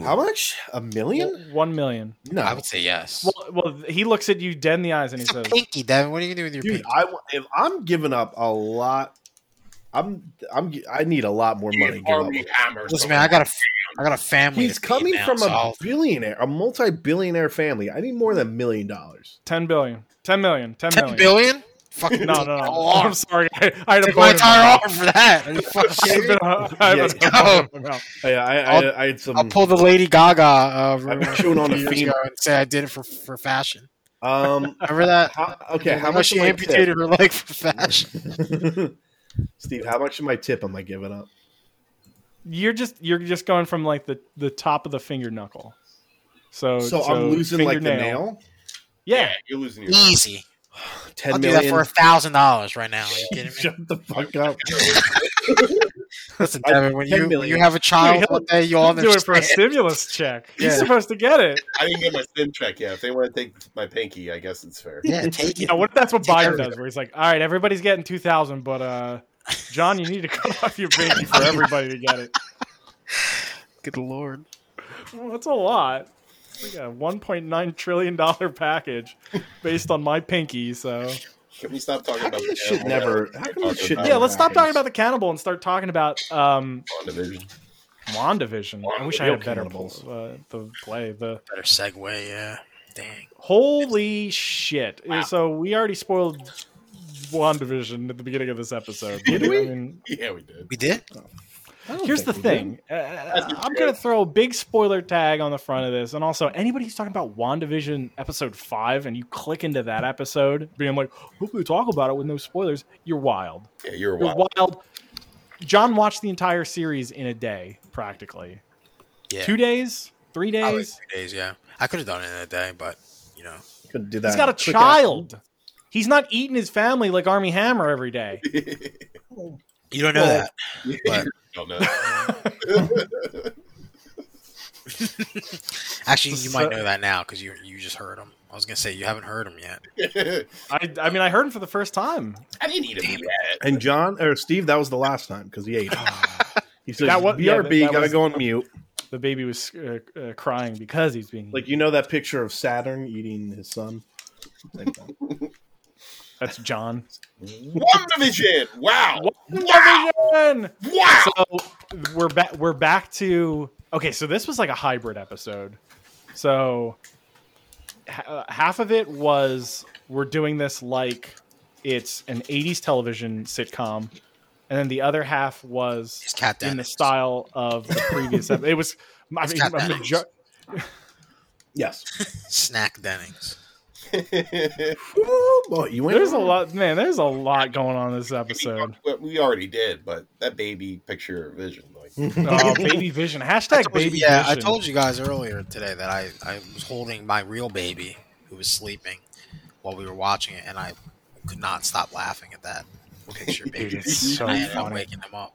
[SPEAKER 4] How much? A million?
[SPEAKER 2] W- one million.
[SPEAKER 4] No,
[SPEAKER 1] I would say yes.
[SPEAKER 2] Well, well, he looks at you dead in the eyes and he
[SPEAKER 1] it's a
[SPEAKER 2] says,
[SPEAKER 1] pinky, Devin. What are you gonna do with your
[SPEAKER 4] dude
[SPEAKER 1] pinky?
[SPEAKER 4] i want- if i'm giving up a lot i'm i'm i need a lot more money to give up.
[SPEAKER 3] Hammer.
[SPEAKER 1] Listen, man, I got a, f- I got a family.
[SPEAKER 4] he's
[SPEAKER 1] to feed
[SPEAKER 4] coming
[SPEAKER 1] now,
[SPEAKER 4] from
[SPEAKER 1] so
[SPEAKER 4] a
[SPEAKER 1] I'll-
[SPEAKER 4] billionaire a multi-billionaire family i need more than a million dollars
[SPEAKER 2] 10 billion, 10 million, 10
[SPEAKER 1] ten
[SPEAKER 2] million.
[SPEAKER 1] billion. Fucking
[SPEAKER 2] No,
[SPEAKER 1] take
[SPEAKER 2] no,
[SPEAKER 1] my
[SPEAKER 2] no.
[SPEAKER 1] whole arm.
[SPEAKER 2] I'm sorry. I, I had a
[SPEAKER 1] Take
[SPEAKER 2] bone
[SPEAKER 1] my
[SPEAKER 2] in
[SPEAKER 1] entire arm for that. Are you fucking
[SPEAKER 2] I had
[SPEAKER 1] serious?
[SPEAKER 2] a- I had
[SPEAKER 1] Yeah,
[SPEAKER 2] a bone
[SPEAKER 1] yo.
[SPEAKER 2] in my mouth.
[SPEAKER 4] i i,
[SPEAKER 1] I'll-
[SPEAKER 4] I, I had some
[SPEAKER 1] I'll pull the Lady Gaga. Uh,
[SPEAKER 4] I've been
[SPEAKER 1] rumor
[SPEAKER 4] chewing on
[SPEAKER 1] from
[SPEAKER 4] a
[SPEAKER 1] years
[SPEAKER 4] femur.
[SPEAKER 1] ago and say I did it for for fashion.
[SPEAKER 4] um
[SPEAKER 1] Remember that?
[SPEAKER 4] how, okay
[SPEAKER 1] Remember
[SPEAKER 4] how much
[SPEAKER 1] she
[SPEAKER 4] am I
[SPEAKER 1] amputated her leg for fashion?
[SPEAKER 4] tip? steve how much of my tip am i giving up
[SPEAKER 2] You're just you're just going from like the, the top of the finger knuckle. Oh, So
[SPEAKER 4] so, i'm losing like the nail
[SPEAKER 2] Yeah,
[SPEAKER 3] you're losing your.
[SPEAKER 1] Easy.
[SPEAKER 4] 10
[SPEAKER 1] I'll do
[SPEAKER 4] million
[SPEAKER 1] that for a thousand dollars right now. Are you kidding me?
[SPEAKER 4] shut the fuck up
[SPEAKER 1] Listen,
[SPEAKER 4] I-
[SPEAKER 1] Devin, when
[SPEAKER 4] 10
[SPEAKER 1] you, when you
[SPEAKER 4] million.
[SPEAKER 1] have a child
[SPEAKER 2] Dude,
[SPEAKER 1] one day, you all
[SPEAKER 2] He'll do
[SPEAKER 1] understand.
[SPEAKER 2] it for a stimulus check. He's
[SPEAKER 4] Yeah.
[SPEAKER 2] supposed to get it.
[SPEAKER 3] I didn't get my sin check yet. If they want to take my pinky, I guess it's fair.
[SPEAKER 1] Yeah, take it.
[SPEAKER 2] Yeah, what if that's what Biden
[SPEAKER 1] Terrible.
[SPEAKER 2] does, where he's like, "All right, everybody's getting two thousand, but uh, John, you need to cut off your pinky for everybody to get it."
[SPEAKER 1] Good lord.
[SPEAKER 2] Well, that's a lot. It's like a 1.9 trillion dollar package based on my pinky. So
[SPEAKER 3] Can we stop talking
[SPEAKER 4] How
[SPEAKER 3] about
[SPEAKER 4] come
[SPEAKER 3] the
[SPEAKER 4] this shit
[SPEAKER 3] animal
[SPEAKER 4] never-
[SPEAKER 3] that
[SPEAKER 4] how
[SPEAKER 3] we're
[SPEAKER 4] come this
[SPEAKER 3] talking
[SPEAKER 4] shit
[SPEAKER 3] about?
[SPEAKER 2] yeah, let's stop talking about the cannibal and start talking about um,
[SPEAKER 3] WandaVision?
[SPEAKER 2] Wandavision. I wish I had a better
[SPEAKER 4] Cannibal.
[SPEAKER 2] pulse, uh, the play. The
[SPEAKER 1] Better segue, yeah. Dang.
[SPEAKER 2] holy shit! So we already spoiled Wandavision at the beginning of this episode. Did
[SPEAKER 4] we?
[SPEAKER 2] I mean,
[SPEAKER 3] Yeah, we did.
[SPEAKER 1] We did?
[SPEAKER 4] I don't
[SPEAKER 2] Here's the
[SPEAKER 4] think we did.
[SPEAKER 2] thing. Uh, I'm going to throw a big spoiler tag on the front of this. And also, anybody who's talking about WandaVision episode five and you click into that episode, being like, hope we talk about it with no spoilers, you're wild.
[SPEAKER 3] Yeah, you're
[SPEAKER 2] You're
[SPEAKER 3] wild.
[SPEAKER 2] wild. John watched the entire series in a day, practically.
[SPEAKER 1] Yeah.
[SPEAKER 2] Two days? Three
[SPEAKER 1] Probably
[SPEAKER 2] days?
[SPEAKER 1] two days, yeah. I could have done it in a day, but you know.
[SPEAKER 4] Couldn't do that.
[SPEAKER 2] He's got a
[SPEAKER 4] Quick
[SPEAKER 2] child. He's not eating his family like Army Hammer every day.
[SPEAKER 1] You don't know
[SPEAKER 2] Well,
[SPEAKER 1] that.
[SPEAKER 3] I don't know.
[SPEAKER 1] Actually, you might
[SPEAKER 2] so-
[SPEAKER 1] know that now because you you just heard him. I was gonna say you haven't heard him yet.
[SPEAKER 2] I, I mean, I heard him for the first time.
[SPEAKER 3] I didn't need to be
[SPEAKER 4] action. And John or Steve, that was the last time because he ate. it. He said,
[SPEAKER 2] Ah. That wa-
[SPEAKER 4] "BRB,
[SPEAKER 2] yeah, that- that
[SPEAKER 4] gotta
[SPEAKER 2] was-
[SPEAKER 4] go on mute."
[SPEAKER 2] The baby was uh, uh, crying because he's being
[SPEAKER 4] Like you know that picture of Saturn eating his son. Like that.
[SPEAKER 2] That's John.
[SPEAKER 3] WandaVision! Wow!
[SPEAKER 2] WandaVision!
[SPEAKER 3] Wow!
[SPEAKER 2] So we're back. We're back to okay. So this was like a hybrid episode. So h- uh, half of it was we're doing this like it's an '80s television sitcom, and then the other half was
[SPEAKER 1] It's Cat
[SPEAKER 2] in the
[SPEAKER 1] Dennings.
[SPEAKER 2] style of the previous. episode. It was. I
[SPEAKER 1] It's
[SPEAKER 2] mean,
[SPEAKER 1] Cat
[SPEAKER 2] a
[SPEAKER 1] Dennings.
[SPEAKER 2] major-
[SPEAKER 4] Yes.
[SPEAKER 1] Snack Dennings.
[SPEAKER 4] Woo, boy, you went.
[SPEAKER 2] there's a lot, man. There's a lot going on in this episode.
[SPEAKER 3] Well, we already did, but that baby picture of vision, like,
[SPEAKER 2] Oh, baby vision.
[SPEAKER 1] I
[SPEAKER 2] Hashtag
[SPEAKER 1] told you-
[SPEAKER 2] baby
[SPEAKER 1] yeah,
[SPEAKER 2] vision.
[SPEAKER 1] I told you guys earlier today that I, I was holding my real baby who was sleeping while we were watching it, and I could not stop laughing at that picture. Baby,
[SPEAKER 2] it's so
[SPEAKER 1] I ended up
[SPEAKER 2] funny.
[SPEAKER 1] waking him up.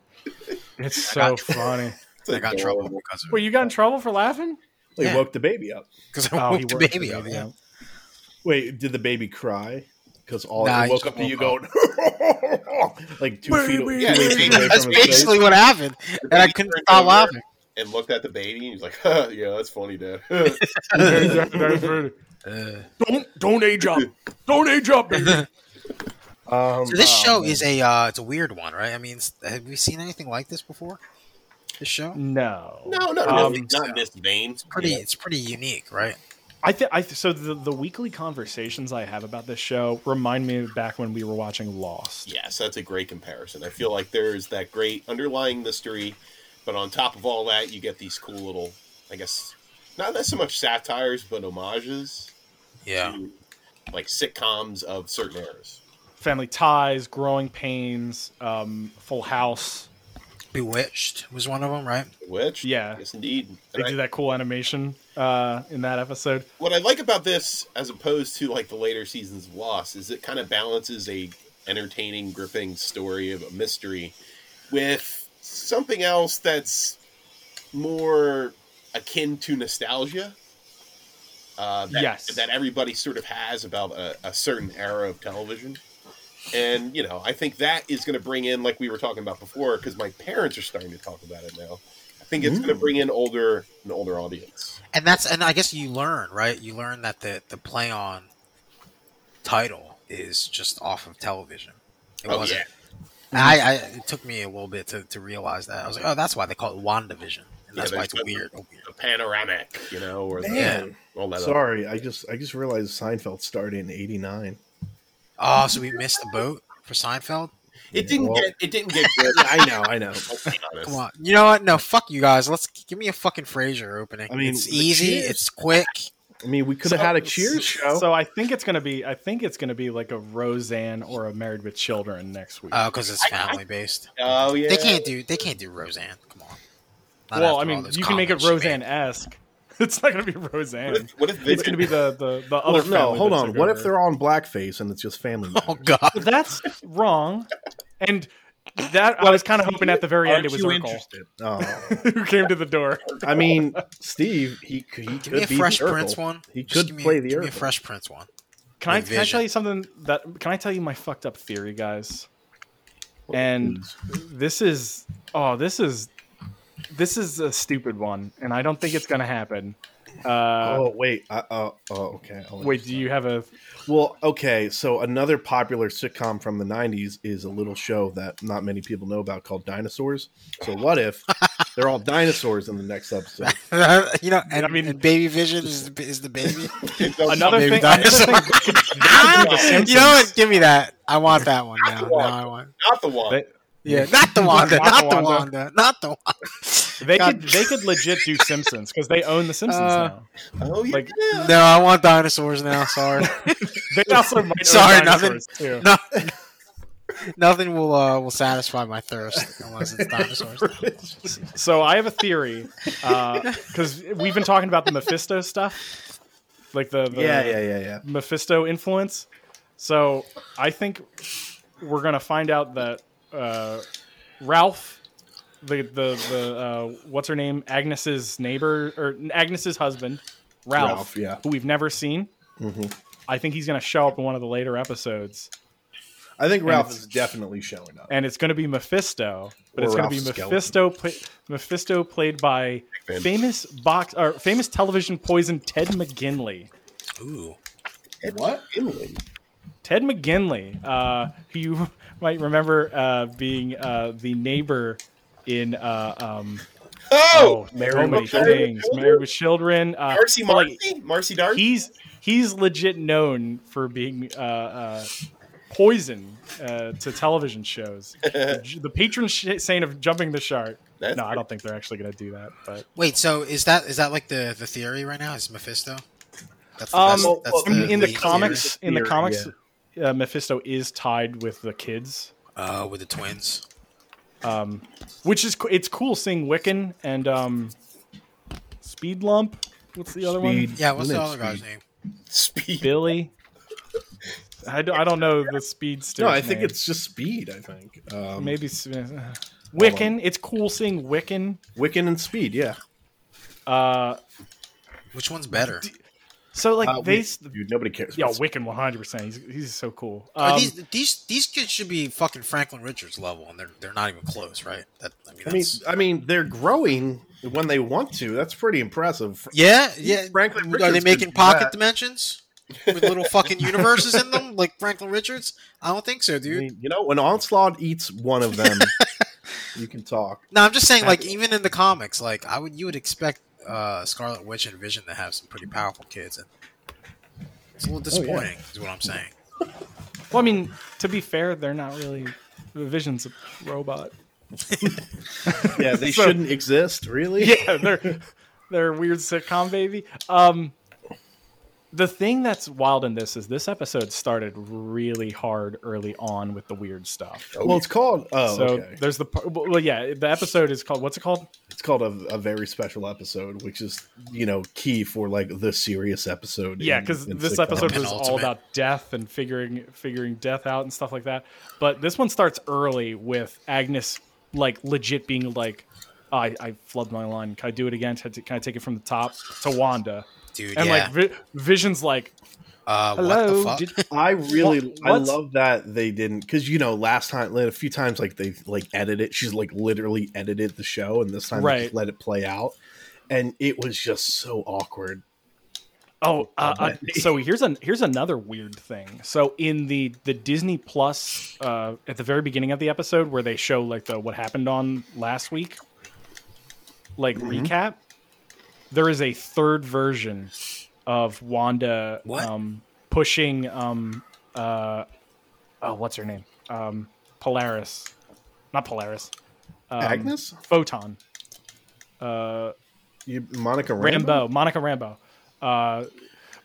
[SPEAKER 2] It's
[SPEAKER 1] I
[SPEAKER 2] so
[SPEAKER 1] got-
[SPEAKER 2] funny.
[SPEAKER 3] it's
[SPEAKER 1] I got in trouble
[SPEAKER 3] adorable.
[SPEAKER 1] because of
[SPEAKER 2] Well, you got in trouble for laughing?
[SPEAKER 4] They
[SPEAKER 1] Yeah.
[SPEAKER 4] woke the baby up.
[SPEAKER 1] because I
[SPEAKER 2] Oh,
[SPEAKER 1] woke
[SPEAKER 2] he
[SPEAKER 1] the
[SPEAKER 2] worked
[SPEAKER 1] baby
[SPEAKER 2] the
[SPEAKER 1] up.
[SPEAKER 2] baby
[SPEAKER 1] Yeah.
[SPEAKER 2] up.
[SPEAKER 4] Wait, did the baby cry? Because all
[SPEAKER 1] Nah,
[SPEAKER 4] he
[SPEAKER 1] he
[SPEAKER 4] woke
[SPEAKER 1] just
[SPEAKER 4] up to you
[SPEAKER 1] woke
[SPEAKER 4] going
[SPEAKER 3] "Oh,
[SPEAKER 4] like two feet, two
[SPEAKER 3] Yeah,
[SPEAKER 4] inches away
[SPEAKER 1] That's
[SPEAKER 4] from his face.
[SPEAKER 1] basically what happened, and I couldn't stop laughing.
[SPEAKER 3] And looked at the baby, and he's like, yeah, that's funny, Dad.
[SPEAKER 1] Uh,
[SPEAKER 6] Don't don't age up. Don't age up, baby.
[SPEAKER 4] Um,
[SPEAKER 1] so this
[SPEAKER 4] oh,
[SPEAKER 1] show
[SPEAKER 4] man.
[SPEAKER 1] is a uh, it's a weird one, right? I mean, it's- have we seen anything like this before? This show
[SPEAKER 2] No.
[SPEAKER 3] no, no, no,
[SPEAKER 2] Um,
[SPEAKER 3] not in this vein.
[SPEAKER 1] pretty
[SPEAKER 3] Yeah.
[SPEAKER 1] it's pretty unique, right?
[SPEAKER 2] I think I th- so the, the weekly conversations I have about this show remind me of back when we were watching Lost.
[SPEAKER 3] Yes, that's a great comparison. I feel like there's that great underlying mystery, but on top of all that, you get these cool little, I guess, not that so much satires, but homages,
[SPEAKER 1] Yeah,
[SPEAKER 3] to, like sitcoms of certain eras.
[SPEAKER 2] Family Ties, Growing Pains, um, Full House.
[SPEAKER 1] Bewitched was one of them, right?
[SPEAKER 3] Which,
[SPEAKER 2] Yeah.
[SPEAKER 3] yes, indeed.
[SPEAKER 2] They
[SPEAKER 3] And I-
[SPEAKER 2] do that cool animation uh, in that episode.
[SPEAKER 3] what I like about this, as opposed to like the later seasons of Lost, is it kind of balances a entertaining, gripping story of a mystery with something else that's more akin to nostalgia. Uh, that,
[SPEAKER 2] Yes.
[SPEAKER 3] that everybody sort of has about a, a certain era of television. And you know, I think that is going to bring in, like we were talking about before, because my parents are starting to talk about it now. I think it's going to bring in older an older audience.
[SPEAKER 1] And that's and I guess you learn, right? You learn that the the play on title is just off of television. It
[SPEAKER 3] Oh,
[SPEAKER 1] wasn't. And I, I it took me a little bit to, to realize that. I was like, oh, that's why they call it Wandavision, and that's
[SPEAKER 3] Yeah,
[SPEAKER 1] why
[SPEAKER 3] there's
[SPEAKER 1] it's
[SPEAKER 3] no-
[SPEAKER 1] weird. oh, weird.
[SPEAKER 3] the panoramic, you know, or
[SPEAKER 1] Man.
[SPEAKER 3] the all that. other-
[SPEAKER 4] Sorry, I just I just realized Seinfeld started in '89.
[SPEAKER 1] Oh, so we missed the boat for Seinfeld.
[SPEAKER 3] It didn't
[SPEAKER 4] Well-
[SPEAKER 3] get. It didn't get good.
[SPEAKER 4] I know, I know.
[SPEAKER 3] Let's be honest.
[SPEAKER 1] Come on, you know what? No, fuck you guys. Let's give me a fucking Frasier opening.
[SPEAKER 4] I mean,
[SPEAKER 1] it's
[SPEAKER 4] the
[SPEAKER 1] easy,
[SPEAKER 4] Cheers-
[SPEAKER 1] it's quick.
[SPEAKER 4] I mean, we could have
[SPEAKER 2] So-
[SPEAKER 4] had a Cheers show.
[SPEAKER 2] So I think it's gonna be I think it's gonna be like a Roseanne or a Married with Children next week.
[SPEAKER 1] Oh, because it's family based.
[SPEAKER 3] Oh yeah.
[SPEAKER 1] They can't do they can't do Roseanne. Come on. Not
[SPEAKER 2] well,
[SPEAKER 1] after
[SPEAKER 2] I
[SPEAKER 1] all
[SPEAKER 2] mean,
[SPEAKER 1] those
[SPEAKER 2] you can make it
[SPEAKER 1] comments she made.
[SPEAKER 2] Roseanne esque. It's not gonna be
[SPEAKER 3] What
[SPEAKER 2] Roseanne.
[SPEAKER 3] if, what if Vision,
[SPEAKER 2] It's gonna be the the, the
[SPEAKER 4] Well,
[SPEAKER 2] other.
[SPEAKER 4] no,
[SPEAKER 2] family
[SPEAKER 4] hold
[SPEAKER 2] that
[SPEAKER 4] on.
[SPEAKER 2] took
[SPEAKER 4] What
[SPEAKER 2] over.
[SPEAKER 4] if they're on blackface and it's just family?
[SPEAKER 1] Oh
[SPEAKER 4] matters?
[SPEAKER 1] God.
[SPEAKER 2] That's wrong. And that I was kind of hoping at the very end it was Urkel
[SPEAKER 4] Oh.
[SPEAKER 2] who came to the door.
[SPEAKER 4] I mean, Steve, he could he
[SPEAKER 1] Give me
[SPEAKER 4] could
[SPEAKER 1] a
[SPEAKER 4] be
[SPEAKER 1] Fresh
[SPEAKER 4] the Urkel.
[SPEAKER 1] Prince one.
[SPEAKER 4] He
[SPEAKER 1] Just
[SPEAKER 4] could
[SPEAKER 1] give me,
[SPEAKER 4] play the
[SPEAKER 1] give me a
[SPEAKER 4] Urkel.
[SPEAKER 1] Fresh Prince one.
[SPEAKER 2] Can I,
[SPEAKER 1] With
[SPEAKER 2] can I tell
[SPEAKER 1] vision.
[SPEAKER 2] you something that can I tell you my fucked up theory,
[SPEAKER 4] uh,
[SPEAKER 2] guys? And this is oh, this is this is a stupid one, and I don't think it's gonna happen. Uh,
[SPEAKER 4] oh wait, uh, uh, oh okay. I'll
[SPEAKER 2] Wait, do you have a?
[SPEAKER 4] Well, okay. So another popular sitcom from the '90s is a little show that not many people know about called Dinosaurs. So what if they're all dinosaurs in the next episode?
[SPEAKER 1] you know, and,
[SPEAKER 2] I mean-
[SPEAKER 1] and baby vision is, the- is the baby.
[SPEAKER 2] Another
[SPEAKER 1] Baby
[SPEAKER 2] thing, another
[SPEAKER 1] dinosaur.
[SPEAKER 2] thing
[SPEAKER 1] Ah,
[SPEAKER 2] The Simpsons.
[SPEAKER 1] you know what? Give me that. I want that one now.
[SPEAKER 3] the
[SPEAKER 1] No,
[SPEAKER 3] one.
[SPEAKER 1] I want.
[SPEAKER 3] Not the one.
[SPEAKER 2] They-
[SPEAKER 1] Yeah, not the Wanda.
[SPEAKER 2] Not
[SPEAKER 1] Not
[SPEAKER 2] the
[SPEAKER 1] the
[SPEAKER 2] Wanda.
[SPEAKER 1] Wanda. Not the Wanda.
[SPEAKER 2] they
[SPEAKER 1] God.
[SPEAKER 2] could they could legit do Simpsons because they own the Simpsons
[SPEAKER 1] Uh,
[SPEAKER 2] now.
[SPEAKER 3] oh, yeah.
[SPEAKER 2] like-
[SPEAKER 4] uh,
[SPEAKER 1] No, I want dinosaurs now. Sorry.
[SPEAKER 2] They also might
[SPEAKER 1] Sorry,
[SPEAKER 2] own
[SPEAKER 1] nothing.
[SPEAKER 2] dinosaurs, too.
[SPEAKER 1] no. Nothing will uh, will satisfy my thirst unless it's dinosaurs.
[SPEAKER 2] So I have a theory because we've been talking about the Mephisto stuff, like the, the
[SPEAKER 4] yeah, yeah, yeah, yeah.
[SPEAKER 2] Mephisto influence. So I think we're gonna find out that uh, Ralph, the the the uh, what's her name, Agnes's neighbor or Agnes's husband, Ralph,
[SPEAKER 4] Ralph, yeah. Mm-hmm.
[SPEAKER 2] who we've never seen. I think he's gonna show up in one of the later episodes,
[SPEAKER 4] I think Ralph is definitely showing up.
[SPEAKER 2] and it's gonna be Mephisto, but
[SPEAKER 4] Or
[SPEAKER 2] it's gonna
[SPEAKER 4] Ralph
[SPEAKER 2] be
[SPEAKER 4] Skeleton.
[SPEAKER 2] Mephisto, pla- Mephisto played by
[SPEAKER 3] Fan.
[SPEAKER 2] famous box or famous television poison Ted McGinley.
[SPEAKER 1] Ooh.
[SPEAKER 4] What?
[SPEAKER 3] Anyway,
[SPEAKER 2] Ted McGinley, uh, who you might remember uh, being uh, the neighbor in uh, um,
[SPEAKER 3] Oh,
[SPEAKER 2] Married
[SPEAKER 4] Married
[SPEAKER 2] with
[SPEAKER 4] with
[SPEAKER 2] Children.
[SPEAKER 3] Children.
[SPEAKER 2] Married with Children. Uh,
[SPEAKER 3] Marcy
[SPEAKER 2] but, like,
[SPEAKER 3] Marcy, Marcy Darcy.
[SPEAKER 2] he's he's legit known for being uh, uh, poison uh, to television shows. the patron sh- saint of jumping the shark.
[SPEAKER 3] That's
[SPEAKER 2] no, I don't think they're actually going to do that. But
[SPEAKER 1] Wait, so is that is that like the the theory right now? Is Mephisto? That's the
[SPEAKER 2] Um,
[SPEAKER 1] best- that's
[SPEAKER 2] I mean, in the
[SPEAKER 1] lead
[SPEAKER 2] comics, in the
[SPEAKER 4] theory,
[SPEAKER 2] comics, uh, Mephisto is tied with the kids.
[SPEAKER 1] theory. uh, with the twins.
[SPEAKER 2] which is co- it's cool seeing Wiccan and um, Speed Lump. What's the other one?
[SPEAKER 1] Yeah, what's the
[SPEAKER 4] Lips
[SPEAKER 1] other guy's name?
[SPEAKER 3] Speed.
[SPEAKER 2] Billy. I don't, I don't know the speedster.
[SPEAKER 4] No, I think it's just speed. I think um,
[SPEAKER 2] maybe s- uh, Wiccan. It's cool seeing Wiccan.
[SPEAKER 4] Wiccan and speed. Yeah,
[SPEAKER 2] Uh,
[SPEAKER 1] Which one's better?
[SPEAKER 2] so like
[SPEAKER 4] Uh,
[SPEAKER 2] they,
[SPEAKER 4] we-
[SPEAKER 2] s-
[SPEAKER 4] dude, nobody cares.
[SPEAKER 2] yeah,
[SPEAKER 4] about Speed.
[SPEAKER 2] Wiccan one hundred percent. He's he's so cool.
[SPEAKER 1] Are
[SPEAKER 2] Um,
[SPEAKER 1] these these these kids should be fucking Franklin Richards level, and they're they're not even close, right? That I mean,
[SPEAKER 4] I mean,
[SPEAKER 1] that's,
[SPEAKER 4] I mean, they're growing when they want to. That's pretty impressive.
[SPEAKER 1] yeah, yeah.
[SPEAKER 4] Franklin
[SPEAKER 1] Are
[SPEAKER 4] Richards
[SPEAKER 1] they
[SPEAKER 4] could
[SPEAKER 1] making
[SPEAKER 4] do
[SPEAKER 1] pocket
[SPEAKER 4] that.
[SPEAKER 1] dimensions with little fucking universes in them, like Franklin Richards? I don't think so,
[SPEAKER 4] I
[SPEAKER 1] dude.
[SPEAKER 4] mean, you know, when Onslaught eats one of them, you can talk.
[SPEAKER 1] No, I'm just saying, like even in the comics, like I would you would expect uh, Scarlet Witch and Vision to have some pretty powerful kids, and it's a
[SPEAKER 2] Oh,
[SPEAKER 1] little disappointing, is what I'm saying.
[SPEAKER 2] well, I mean, to be fair, they're not really. Vision's a robot.
[SPEAKER 4] Yeah, they
[SPEAKER 2] So-
[SPEAKER 4] shouldn't exist, really.
[SPEAKER 2] yeah, they're they're a weird sitcom baby. Um, the thing that's wild in this is this episode started really hard early on with the weird stuff.
[SPEAKER 4] Well, it's called. Oh,
[SPEAKER 2] so
[SPEAKER 4] okay.
[SPEAKER 2] there's the par- well, yeah, the episode is called what's it called?
[SPEAKER 4] It's called a, a very special episode, which is you know key for like the serious episode.
[SPEAKER 2] Yeah,
[SPEAKER 4] in-
[SPEAKER 2] because
[SPEAKER 4] in
[SPEAKER 2] this
[SPEAKER 4] sitcoms.
[SPEAKER 2] episode was all
[SPEAKER 1] Penultimate.
[SPEAKER 2] about death and figuring figuring death out and stuff like that. But this one starts early with Agnes like legit being like, I, I flubbed my line. Can I do it again? Can I t- can I take it from the top to Wanda?
[SPEAKER 1] Dude,
[SPEAKER 2] And
[SPEAKER 1] yeah.
[SPEAKER 2] like vi- Vision's like,
[SPEAKER 1] uh, what the
[SPEAKER 2] hello,
[SPEAKER 1] fuck?
[SPEAKER 2] did-
[SPEAKER 4] I really,
[SPEAKER 2] What-
[SPEAKER 4] I
[SPEAKER 2] what's-
[SPEAKER 4] love that they didn't because you know last time, like, a few times like they like edit it. She's like literally edited the show, and this time they
[SPEAKER 2] Right.
[SPEAKER 4] just let it play out, and it was just so awkward.
[SPEAKER 2] Oh, uh, uh,
[SPEAKER 4] bet.
[SPEAKER 2] so here's an here's another weird thing. So in the the Disney Plus uh, at the very beginning of the episode where they show like the what happened on last week, like recap, there is a third version of Wanda
[SPEAKER 1] What?
[SPEAKER 2] um, pushing um uh oh what's her name um Polaris, not Polaris, Um,
[SPEAKER 4] Agnes,
[SPEAKER 2] Photon, uh.
[SPEAKER 4] you, Monica Rambo.
[SPEAKER 2] Rambo, Monica Rambo. Uh,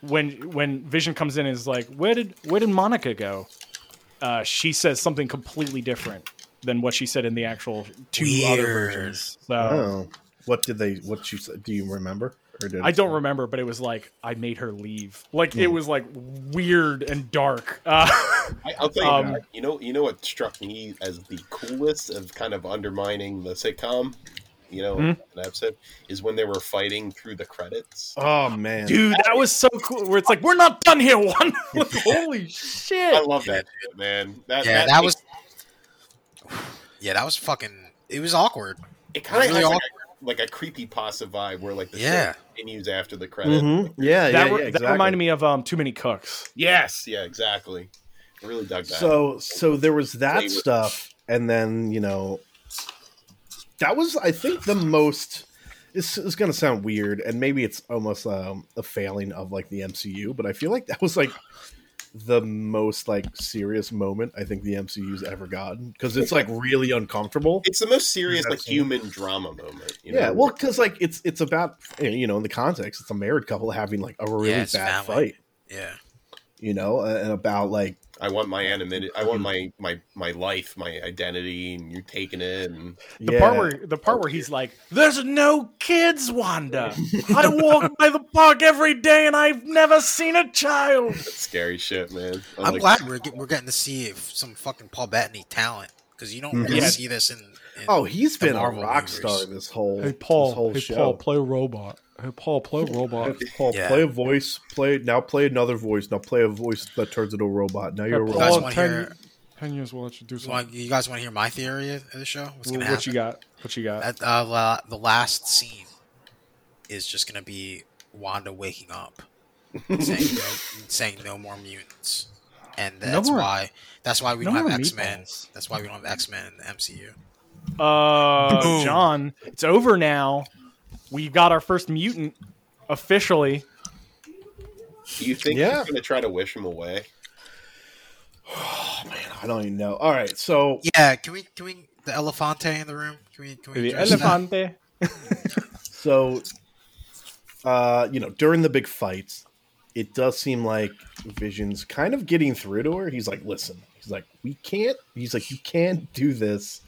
[SPEAKER 2] when when Vision comes in and is like, where did where did Monica go? Uh, she says something completely different than what she said in the actual two other
[SPEAKER 1] Weird.
[SPEAKER 2] versions. So
[SPEAKER 4] Oh, what did they? What she said? Do you remember? Or did
[SPEAKER 2] I don't remember, but it was like I made her leave. Like
[SPEAKER 4] Hmm.
[SPEAKER 2] it was like weird and dark. Uh,
[SPEAKER 3] I, I'll tell you,
[SPEAKER 2] Um,
[SPEAKER 3] what, you know, you know what struck me as the coolest of kind of undermining the sitcom, you know, an episode is when they were fighting through the credits.
[SPEAKER 4] Oh man,
[SPEAKER 2] dude, that was so cool. Where it's like we're not done here. One, Like, holy
[SPEAKER 3] I
[SPEAKER 5] Oh,
[SPEAKER 2] shit!
[SPEAKER 3] love that shit, man. That,
[SPEAKER 1] yeah, that,
[SPEAKER 3] that
[SPEAKER 1] was. Yeah, that was fucking. It was awkward.
[SPEAKER 3] It kind of
[SPEAKER 1] really
[SPEAKER 3] has like
[SPEAKER 1] awkward.
[SPEAKER 3] like a creepy pasta vibe where like the
[SPEAKER 1] Yeah.
[SPEAKER 3] show continues after the credit.
[SPEAKER 4] Mhm. Yeah, yeah,
[SPEAKER 2] that,
[SPEAKER 4] yeah,
[SPEAKER 2] re-
[SPEAKER 4] exactly.
[SPEAKER 2] that reminded me of um, Too Many Cooks.
[SPEAKER 3] Yes, yeah, exactly. I really dug that.
[SPEAKER 4] So so there was that
[SPEAKER 3] Flavor.
[SPEAKER 4] stuff, and then you know, that was I think the most. This is going to sound weird, and maybe it's almost um, a failing of like the MCU, but I feel like that was like the most like serious moment I think the MCU's ever gotten because it's like really uncomfortable.
[SPEAKER 3] it's the most serious like
[SPEAKER 4] Absolutely.
[SPEAKER 3] human drama moment. You know?
[SPEAKER 4] yeah, well, because like it's it's about eh, you know in the context it's a married couple having like a really
[SPEAKER 1] Yeah, it's
[SPEAKER 4] bad
[SPEAKER 1] family.
[SPEAKER 4] fight,
[SPEAKER 1] Yeah.
[SPEAKER 4] you know, and about like
[SPEAKER 3] I want my animated. I want my my my life, my identity, and you're taking it. And
[SPEAKER 2] The
[SPEAKER 4] yeah.
[SPEAKER 2] part where the part where he's like, "There's no kids, Wanda. I walk by the park every day, and I've never seen a child."
[SPEAKER 3] that's scary shit, man.
[SPEAKER 1] I'm
[SPEAKER 3] like,
[SPEAKER 1] glad we're get, we're getting to see if some fucking Paul Bettany talent because you don't really
[SPEAKER 2] Yeah.
[SPEAKER 1] see this in. in
[SPEAKER 4] oh he's
[SPEAKER 1] the
[SPEAKER 4] been a
[SPEAKER 1] Marvel
[SPEAKER 4] rock
[SPEAKER 1] movies.
[SPEAKER 4] star this whole
[SPEAKER 6] Hey
[SPEAKER 4] this
[SPEAKER 6] Paul,
[SPEAKER 4] whole
[SPEAKER 6] hey
[SPEAKER 4] show.
[SPEAKER 6] Paul, play robot. Hey Paul, play robot.
[SPEAKER 4] Paul,
[SPEAKER 1] Yeah.
[SPEAKER 4] play a voice. Play now. Play another voice. Now play a voice that turns into a robot. Now you're a
[SPEAKER 6] Hey,
[SPEAKER 1] You guys
[SPEAKER 6] Paul,
[SPEAKER 4] robot.
[SPEAKER 1] wanna
[SPEAKER 6] ten,
[SPEAKER 1] hear-
[SPEAKER 6] ten years we'll let you do
[SPEAKER 1] You,
[SPEAKER 6] something.
[SPEAKER 1] want, you guys want to hear my theory of of the show? What's
[SPEAKER 2] Well,
[SPEAKER 1] gonna
[SPEAKER 2] what you
[SPEAKER 1] happen?
[SPEAKER 2] got? What you got?
[SPEAKER 1] At, uh, la- the last scene is just gonna be Wanda waking up, saying no, saying no more mutants, and that's
[SPEAKER 2] more-
[SPEAKER 1] why that's why we
[SPEAKER 2] no
[SPEAKER 1] don't
[SPEAKER 2] more
[SPEAKER 1] have X Men.
[SPEAKER 2] meatballs.
[SPEAKER 1] That's why we don't have X Men in the MCU.
[SPEAKER 2] Uh,
[SPEAKER 1] Boom.
[SPEAKER 2] John, it's over now. We got our first mutant officially.
[SPEAKER 3] do you think
[SPEAKER 4] Yeah.
[SPEAKER 3] he's gonna try to wish him away?
[SPEAKER 4] I don't even know. All right, so
[SPEAKER 1] Yeah, can we can we the Elefante in the room? Can we can we
[SPEAKER 2] The
[SPEAKER 1] address that?
[SPEAKER 2] Elefante.
[SPEAKER 4] so uh, you know during the big fights, it does seem like Vision's kind of getting through to her. He's like, listen. He's like, we can't. He's like, you can't do this.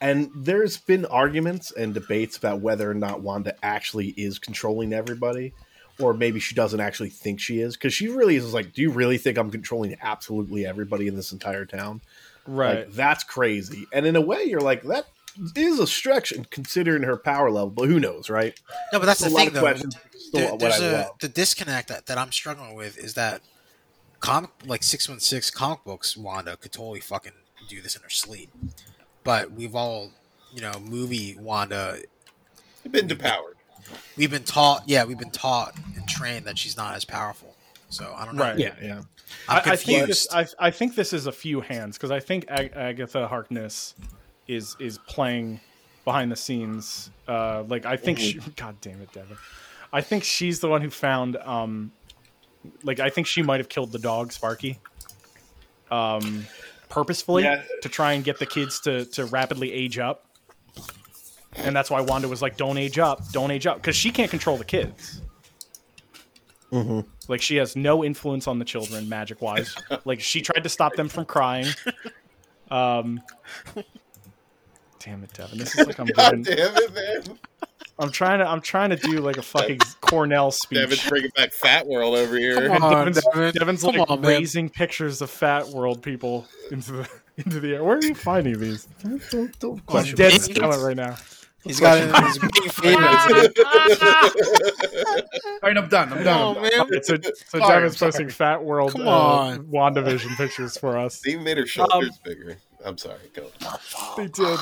[SPEAKER 4] And there's been arguments and debates about whether or not Wanda actually is controlling everybody, or maybe she doesn't actually think she is. Because she really is like, do you really think I'm controlling absolutely everybody in this entire town?
[SPEAKER 2] Right.
[SPEAKER 4] Like, that's crazy. And in a way, you're like, that is a stretch in- considering her power level, but who knows, right?
[SPEAKER 1] No, but that's the
[SPEAKER 4] a lot
[SPEAKER 1] thing
[SPEAKER 4] of
[SPEAKER 1] though.
[SPEAKER 4] questions. Still,
[SPEAKER 1] There-
[SPEAKER 4] what
[SPEAKER 1] there's
[SPEAKER 4] I
[SPEAKER 1] a
[SPEAKER 4] love.
[SPEAKER 1] the disconnect that, that I'm struggling with is that comic like six one six comic books Wanda could totally fucking do this in her sleep, but we've all you know movie Wanda
[SPEAKER 3] They've been depowered.
[SPEAKER 1] we've been taught yeah we've been taught and trained that she's not as powerful. So I don't know.
[SPEAKER 2] Right.
[SPEAKER 4] Yeah, yeah.
[SPEAKER 1] I'm
[SPEAKER 2] I, I
[SPEAKER 1] confused.
[SPEAKER 2] think this. I, I think this is a few hands because I think Ag- Agatha Harkness is is playing behind the scenes. Uh, like I think
[SPEAKER 1] Mm-hmm.
[SPEAKER 2] she. God damn it, Devin. I think she's the one who found. Um, like I think she might have killed the dog Sparky. Um, purposefully
[SPEAKER 4] Yeah.
[SPEAKER 2] to try and get the kids to to rapidly age up. And that's why Wanda was like, "Don't age up, don't age up," because she can't control the kids.
[SPEAKER 6] Mm-hmm.
[SPEAKER 2] Like she has no influence on the children magic wise. like she tried to stop them from crying. Um, damn it, Devin. This is like I'm
[SPEAKER 3] God
[SPEAKER 2] doing,
[SPEAKER 3] damn it, man!
[SPEAKER 2] I'm trying to I'm trying to do like a fucking Cornell speech.
[SPEAKER 3] Devin's bringing back Fat World over here.
[SPEAKER 2] And
[SPEAKER 6] Come on,
[SPEAKER 2] Devin's,
[SPEAKER 6] Devin.
[SPEAKER 2] Devin's
[SPEAKER 6] Come
[SPEAKER 2] like
[SPEAKER 6] on, man.
[SPEAKER 2] raising pictures of fat world people into the into the air. Where are you finding these?
[SPEAKER 4] Don't, don't
[SPEAKER 1] Oh,
[SPEAKER 2] It's
[SPEAKER 4] question.
[SPEAKER 2] dead
[SPEAKER 1] Questionable.
[SPEAKER 2] silent right now.
[SPEAKER 1] he's got a, he's a big favorite.
[SPEAKER 4] All right, I'm done. I'm done. I'm done.
[SPEAKER 2] Okay, so so
[SPEAKER 4] Sorry,
[SPEAKER 2] Devin's
[SPEAKER 4] sorry.
[SPEAKER 2] posting fat world
[SPEAKER 1] Come
[SPEAKER 2] uh,
[SPEAKER 1] on.
[SPEAKER 2] WandaVision pictures for us.
[SPEAKER 3] They even made her shoulders bigger. I'm sorry. Go.
[SPEAKER 2] They did.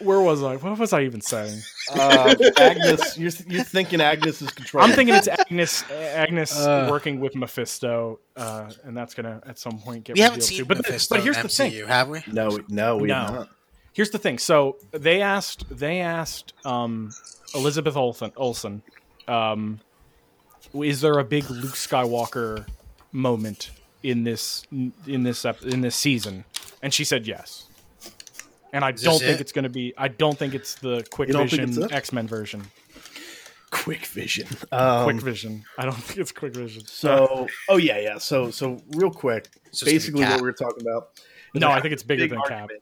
[SPEAKER 2] Where was I? What was I even saying?
[SPEAKER 4] Uh, Agnes, you're, you're thinking Agnes is controlling.
[SPEAKER 2] I'm thinking it's Agnes. Agnes
[SPEAKER 1] Uh.
[SPEAKER 2] working with Mephisto, uh, and that's gonna at some point get
[SPEAKER 1] We haven't
[SPEAKER 2] revealed
[SPEAKER 1] seen
[SPEAKER 2] too. But,
[SPEAKER 1] Mephisto
[SPEAKER 2] but here's
[SPEAKER 1] in
[SPEAKER 2] the
[SPEAKER 1] MCU,
[SPEAKER 2] thing.
[SPEAKER 1] have we?
[SPEAKER 4] no, no, we
[SPEAKER 2] No.
[SPEAKER 4] have not.
[SPEAKER 2] Here's the thing. So they asked. They asked um, Elizabeth Olsen. Olsen, um, is there a big Luke Skywalker moment in this in this ep- in this season? And she said yes. And I
[SPEAKER 1] Is this
[SPEAKER 2] don't think
[SPEAKER 1] it?
[SPEAKER 2] it's going to be. I don't think it's the Quick
[SPEAKER 4] You don't think
[SPEAKER 2] Vision
[SPEAKER 4] it's it?
[SPEAKER 2] X Men version.
[SPEAKER 4] Quick vision. Um,
[SPEAKER 2] Quick Vision. I don't think it's Quick Vision.
[SPEAKER 4] So, oh yeah, yeah. So, so real quick,
[SPEAKER 1] It's just gonna be
[SPEAKER 4] basically what
[SPEAKER 1] Cap.
[SPEAKER 4] we were talking about.
[SPEAKER 2] No, I think it's bigger
[SPEAKER 4] Big
[SPEAKER 2] than
[SPEAKER 4] argument.
[SPEAKER 2] Cap.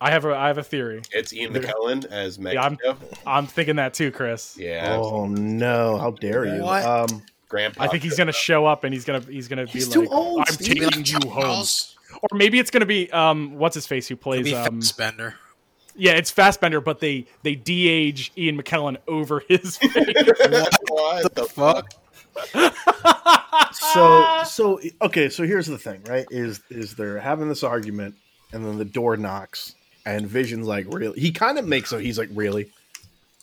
[SPEAKER 2] I have a I have a theory.
[SPEAKER 3] It's Ian McKellen as
[SPEAKER 2] Yeah, I'm-
[SPEAKER 3] Magneto.
[SPEAKER 2] I'm thinking that too, Chris.
[SPEAKER 3] Yeah,
[SPEAKER 4] Oh no! How dare you?
[SPEAKER 1] What?
[SPEAKER 4] Um,
[SPEAKER 3] Grandpa.
[SPEAKER 2] I think he's gonna show up and he's gonna he's gonna
[SPEAKER 4] He's
[SPEAKER 2] be
[SPEAKER 4] too
[SPEAKER 2] like,
[SPEAKER 4] old,
[SPEAKER 2] "I'm
[SPEAKER 4] Steve.
[SPEAKER 2] taking you home,"
[SPEAKER 1] Charles,
[SPEAKER 2] or maybe it's gonna be um, what's his face who plays
[SPEAKER 1] be
[SPEAKER 2] um,
[SPEAKER 1] Fassbender.
[SPEAKER 2] yeah, it's Fastbender, but they they de-age Ian McKellen over his face.
[SPEAKER 3] what the fuck?
[SPEAKER 4] so so okay so here's the thing right is is they're having this argument and then the door knocks and Vision's like, really? He kind of makes so he's like, really?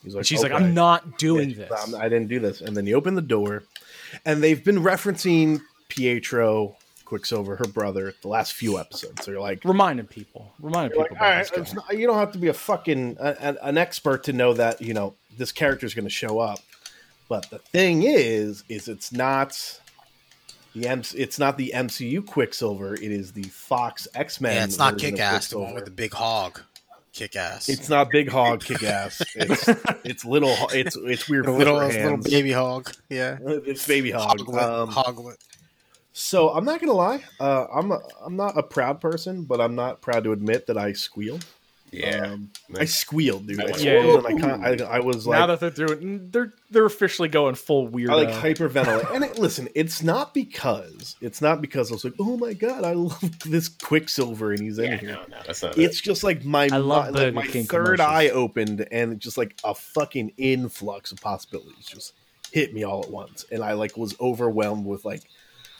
[SPEAKER 4] He's
[SPEAKER 5] And she's like,
[SPEAKER 4] "Okay."
[SPEAKER 5] I'm not doing
[SPEAKER 4] Yeah,
[SPEAKER 5] this.
[SPEAKER 4] I'm- I didn't do this. And then you open the door, and they've been referencing Pietro, Quicksilver, her brother, the last few episodes. So you're like,
[SPEAKER 2] reminding people, reminding
[SPEAKER 4] you're
[SPEAKER 2] people.
[SPEAKER 4] like, all
[SPEAKER 2] about
[SPEAKER 4] right,
[SPEAKER 2] this guy.
[SPEAKER 4] it's not- you don't have to be a fucking a- an, an expert to know that you know this character is going to show up. But the thing is, is it's not the M- it's not the MCU Quicksilver. It is the Fox X Men.
[SPEAKER 1] Yeah, it's not kick ass, the one with the big hog. Kick ass.
[SPEAKER 4] It's not Big Hog Kick Ass. It's, it's little. ho- It's it's weird.
[SPEAKER 1] the little uh,
[SPEAKER 4] flipper
[SPEAKER 1] little
[SPEAKER 4] hands.
[SPEAKER 1] baby hog. Yeah.
[SPEAKER 4] It's baby hog.
[SPEAKER 1] Hoglet.
[SPEAKER 4] Um,
[SPEAKER 1] hoglet.
[SPEAKER 4] So I'm not gonna lie. Uh, I'm a, I'm not a proud person, but I'm not proud to admit that I squeal.
[SPEAKER 3] Yeah.
[SPEAKER 4] Um, I squealed, dude. I
[SPEAKER 3] Yeah.
[SPEAKER 4] squealed, and I, kind I, I was
[SPEAKER 2] now
[SPEAKER 4] like,
[SPEAKER 2] that they're doing, they're they're officially going full weirdo.
[SPEAKER 4] I like
[SPEAKER 1] uh,
[SPEAKER 4] hyperventilate. And it, listen, it's not because it's not because I was like, oh my god, I love this Quicksilver, and he's in
[SPEAKER 3] Yeah,
[SPEAKER 4] here.
[SPEAKER 3] no, no, that's not
[SPEAKER 4] Oh, It's just like my
[SPEAKER 5] I
[SPEAKER 4] mi-
[SPEAKER 5] love
[SPEAKER 4] like
[SPEAKER 5] Burger
[SPEAKER 4] my
[SPEAKER 5] King
[SPEAKER 4] third
[SPEAKER 5] commercials.
[SPEAKER 4] eye opened, and just like a fucking influx of possibilities just hit me all at once, and I like was overwhelmed with like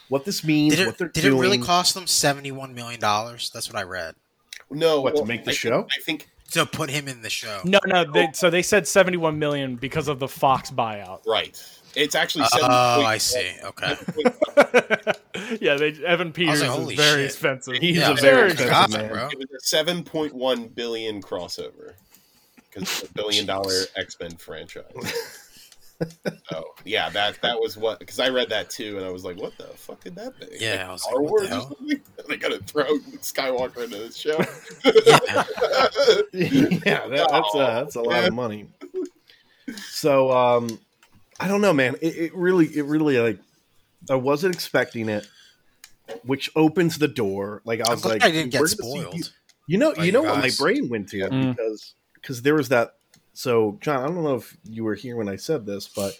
[SPEAKER 4] what this means,
[SPEAKER 1] Did
[SPEAKER 4] what they're
[SPEAKER 1] it, did it
[SPEAKER 4] doing.
[SPEAKER 1] really cost them seventy one million dollars? That's what I read.
[SPEAKER 3] no.
[SPEAKER 4] What, to make the
[SPEAKER 3] I think-
[SPEAKER 4] show?
[SPEAKER 3] I think
[SPEAKER 1] To put him in the show.
[SPEAKER 2] no, no. They, so they said seventy-one million because of the Fox buyout.
[SPEAKER 3] right. It's actually.
[SPEAKER 1] oh,
[SPEAKER 3] 70.1.
[SPEAKER 1] I see. Okay.
[SPEAKER 2] yeah, they, Evan Peters
[SPEAKER 1] like,
[SPEAKER 2] is
[SPEAKER 1] "Holy
[SPEAKER 2] very
[SPEAKER 1] shit."
[SPEAKER 2] expensive.
[SPEAKER 4] He's
[SPEAKER 1] Yeah,
[SPEAKER 4] a very
[SPEAKER 1] American God,
[SPEAKER 4] expensive man.
[SPEAKER 1] bro.
[SPEAKER 3] It was a seven point one billion crossover because it's a billion dollar X Men franchise. oh yeah, that that was what because I read that too, and I was like, what the fuck did that be?
[SPEAKER 1] Yeah,
[SPEAKER 3] Like,
[SPEAKER 1] I was
[SPEAKER 3] Star
[SPEAKER 1] like, what
[SPEAKER 3] Wars
[SPEAKER 1] the
[SPEAKER 3] or
[SPEAKER 1] hell?
[SPEAKER 3] something? They gotta throw Skywalker into this show.
[SPEAKER 4] yeah, that, that's a, that's a lot of money. So um, I don't know, man. It, it really, it really like I wasn't expecting it, which opens the door. Like I
[SPEAKER 1] I'm
[SPEAKER 4] was
[SPEAKER 1] glad
[SPEAKER 4] like,
[SPEAKER 1] I didn't get
[SPEAKER 4] "Where did this
[SPEAKER 1] spoiled.
[SPEAKER 4] You, you know,
[SPEAKER 1] by
[SPEAKER 4] you know
[SPEAKER 1] you
[SPEAKER 4] what my
[SPEAKER 1] guys.
[SPEAKER 4] brain went to
[SPEAKER 2] Mm.
[SPEAKER 4] because because there was that. So John, I don't know if you were here when I said this, but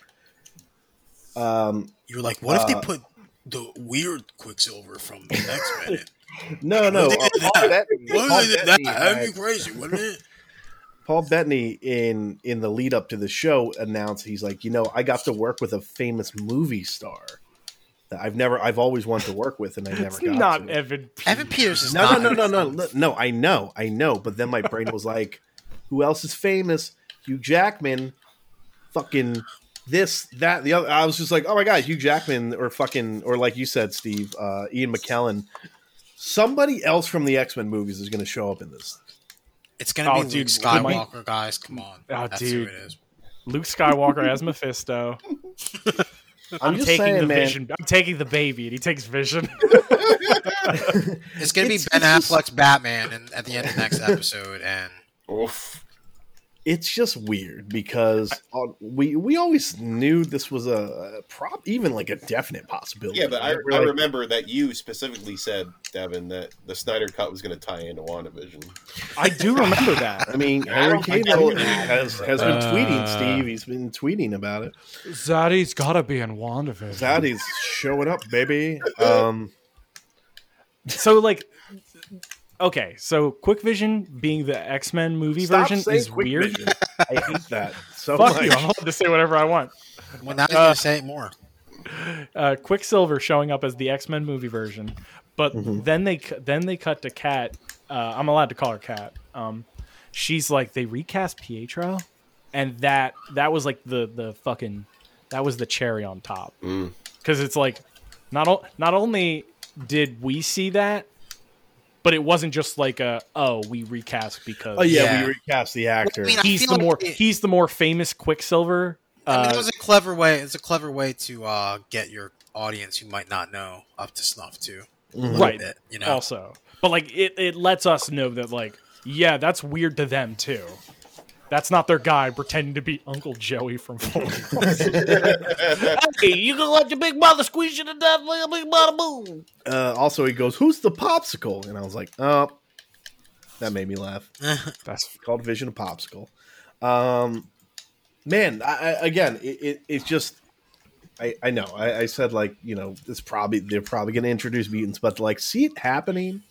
[SPEAKER 4] um,
[SPEAKER 1] You were like, what if
[SPEAKER 4] Uh,
[SPEAKER 1] they put the weird Quicksilver from the X Men?
[SPEAKER 4] no, no,
[SPEAKER 1] They
[SPEAKER 4] uh,
[SPEAKER 1] did
[SPEAKER 4] Paul
[SPEAKER 1] that.
[SPEAKER 4] Bettany-
[SPEAKER 1] What
[SPEAKER 4] Paul
[SPEAKER 1] if they did that?
[SPEAKER 4] Bettany had-
[SPEAKER 1] That'd be crazy, wouldn't it?
[SPEAKER 4] Paul Bettany in in the lead up to the show announced he's like, you know, I got to work with a famous movie star that I've never, I've always wanted to work with, and I never
[SPEAKER 2] It's
[SPEAKER 4] got
[SPEAKER 2] not
[SPEAKER 4] to.
[SPEAKER 2] Evan Peters.
[SPEAKER 1] Evan Peters is
[SPEAKER 4] no,
[SPEAKER 1] not.
[SPEAKER 4] no, no, no, no, no. I know, I know. But then my brain was like, who else is famous? Hugh Jackman, fucking this, that, the other. I was just like, oh my god, Hugh Jackman, or fucking, or like you said, Steve, uh, Ian McKellen. Somebody else from the X Men movies is going to show up in this.
[SPEAKER 1] It's gonna
[SPEAKER 2] Oh,
[SPEAKER 1] be
[SPEAKER 2] dude,
[SPEAKER 1] Luke
[SPEAKER 2] what am I-
[SPEAKER 1] Skywalker, guys. Come on.
[SPEAKER 2] Oh,
[SPEAKER 1] That's
[SPEAKER 2] dude.
[SPEAKER 1] who it is.
[SPEAKER 2] Luke Skywalker as Mephisto. I'm,
[SPEAKER 4] just
[SPEAKER 2] taking
[SPEAKER 4] saying,
[SPEAKER 2] the
[SPEAKER 4] man.
[SPEAKER 2] vision. I'm taking the baby, and he takes vision.
[SPEAKER 1] It's gonna
[SPEAKER 4] It's-
[SPEAKER 1] be Ben
[SPEAKER 4] it's just-
[SPEAKER 1] Affleck's Batman in, at the end of the next episode, and
[SPEAKER 3] Oof.
[SPEAKER 4] it's just weird because uh, we we always knew this was a, a prop, even like a definite possibility.
[SPEAKER 3] Yeah, but I,
[SPEAKER 4] right? We're
[SPEAKER 3] I
[SPEAKER 4] like,
[SPEAKER 3] remember that you specifically said, Devin, that the Snyder Cut was going to tie into WandaVision.
[SPEAKER 2] I do remember that.
[SPEAKER 4] I mean,
[SPEAKER 3] I
[SPEAKER 4] Henry
[SPEAKER 3] don't think I
[SPEAKER 4] Cavill
[SPEAKER 3] knew that.
[SPEAKER 4] has has been
[SPEAKER 2] Uh.
[SPEAKER 4] tweeting. Steve, he's been tweeting about it.
[SPEAKER 2] Zaddy's gotta be in WandaVision.
[SPEAKER 4] Zaddy's showing up, baby. Um,
[SPEAKER 2] So like, okay, so Quick Vision being the X Men movie
[SPEAKER 4] stop
[SPEAKER 2] version
[SPEAKER 4] saying
[SPEAKER 2] is
[SPEAKER 4] quick
[SPEAKER 2] weird.
[SPEAKER 4] vision. I
[SPEAKER 2] Oh
[SPEAKER 4] hate that so
[SPEAKER 2] Fuck
[SPEAKER 4] much.
[SPEAKER 2] you! I'm allowed to say whatever I want.
[SPEAKER 1] well, now you're gonna say it more.
[SPEAKER 2] uh, Quicksilver showing up as the X Men movie version, but
[SPEAKER 1] Mm-hmm.
[SPEAKER 2] then they cu- then they cut to Cat. Uh, I'm allowed to call her Cat. Um, she's like they recast Pietro, and that that was like the the fucking that was the cherry on top
[SPEAKER 1] Mm.
[SPEAKER 2] because it's like not o- not only did we see that, but it wasn't just like a oh we recast because
[SPEAKER 4] Oh yeah,
[SPEAKER 1] Yeah.
[SPEAKER 4] we recast the actor.
[SPEAKER 1] I mean, I
[SPEAKER 2] he's
[SPEAKER 1] feel
[SPEAKER 2] the
[SPEAKER 1] like
[SPEAKER 2] more
[SPEAKER 1] it-
[SPEAKER 2] he's the more famous Quicksilver.
[SPEAKER 1] I mean,
[SPEAKER 2] Uh,
[SPEAKER 1] that was a clever way. It's a clever way to uh, get your audience who might not know up to snuff too. a little
[SPEAKER 2] Right.
[SPEAKER 1] bit, you know.
[SPEAKER 2] also but like it, it lets us know that like yeah that's weird to them too that's not their guy pretending to be uncle joey from Full House.
[SPEAKER 5] Hey, you gonna let your big mother squeeze you to death like a big bada boom?
[SPEAKER 4] uh, also, he goes, "Who's the popsicle?" And I was like, "Oh, that made me laugh."
[SPEAKER 2] that's
[SPEAKER 4] called Vision of Popsicle. Um, man, I, I, again, it, it, it's just. I, I know. I, I said like you know it's probably they're probably going to introduce mutants, but to, like see it happening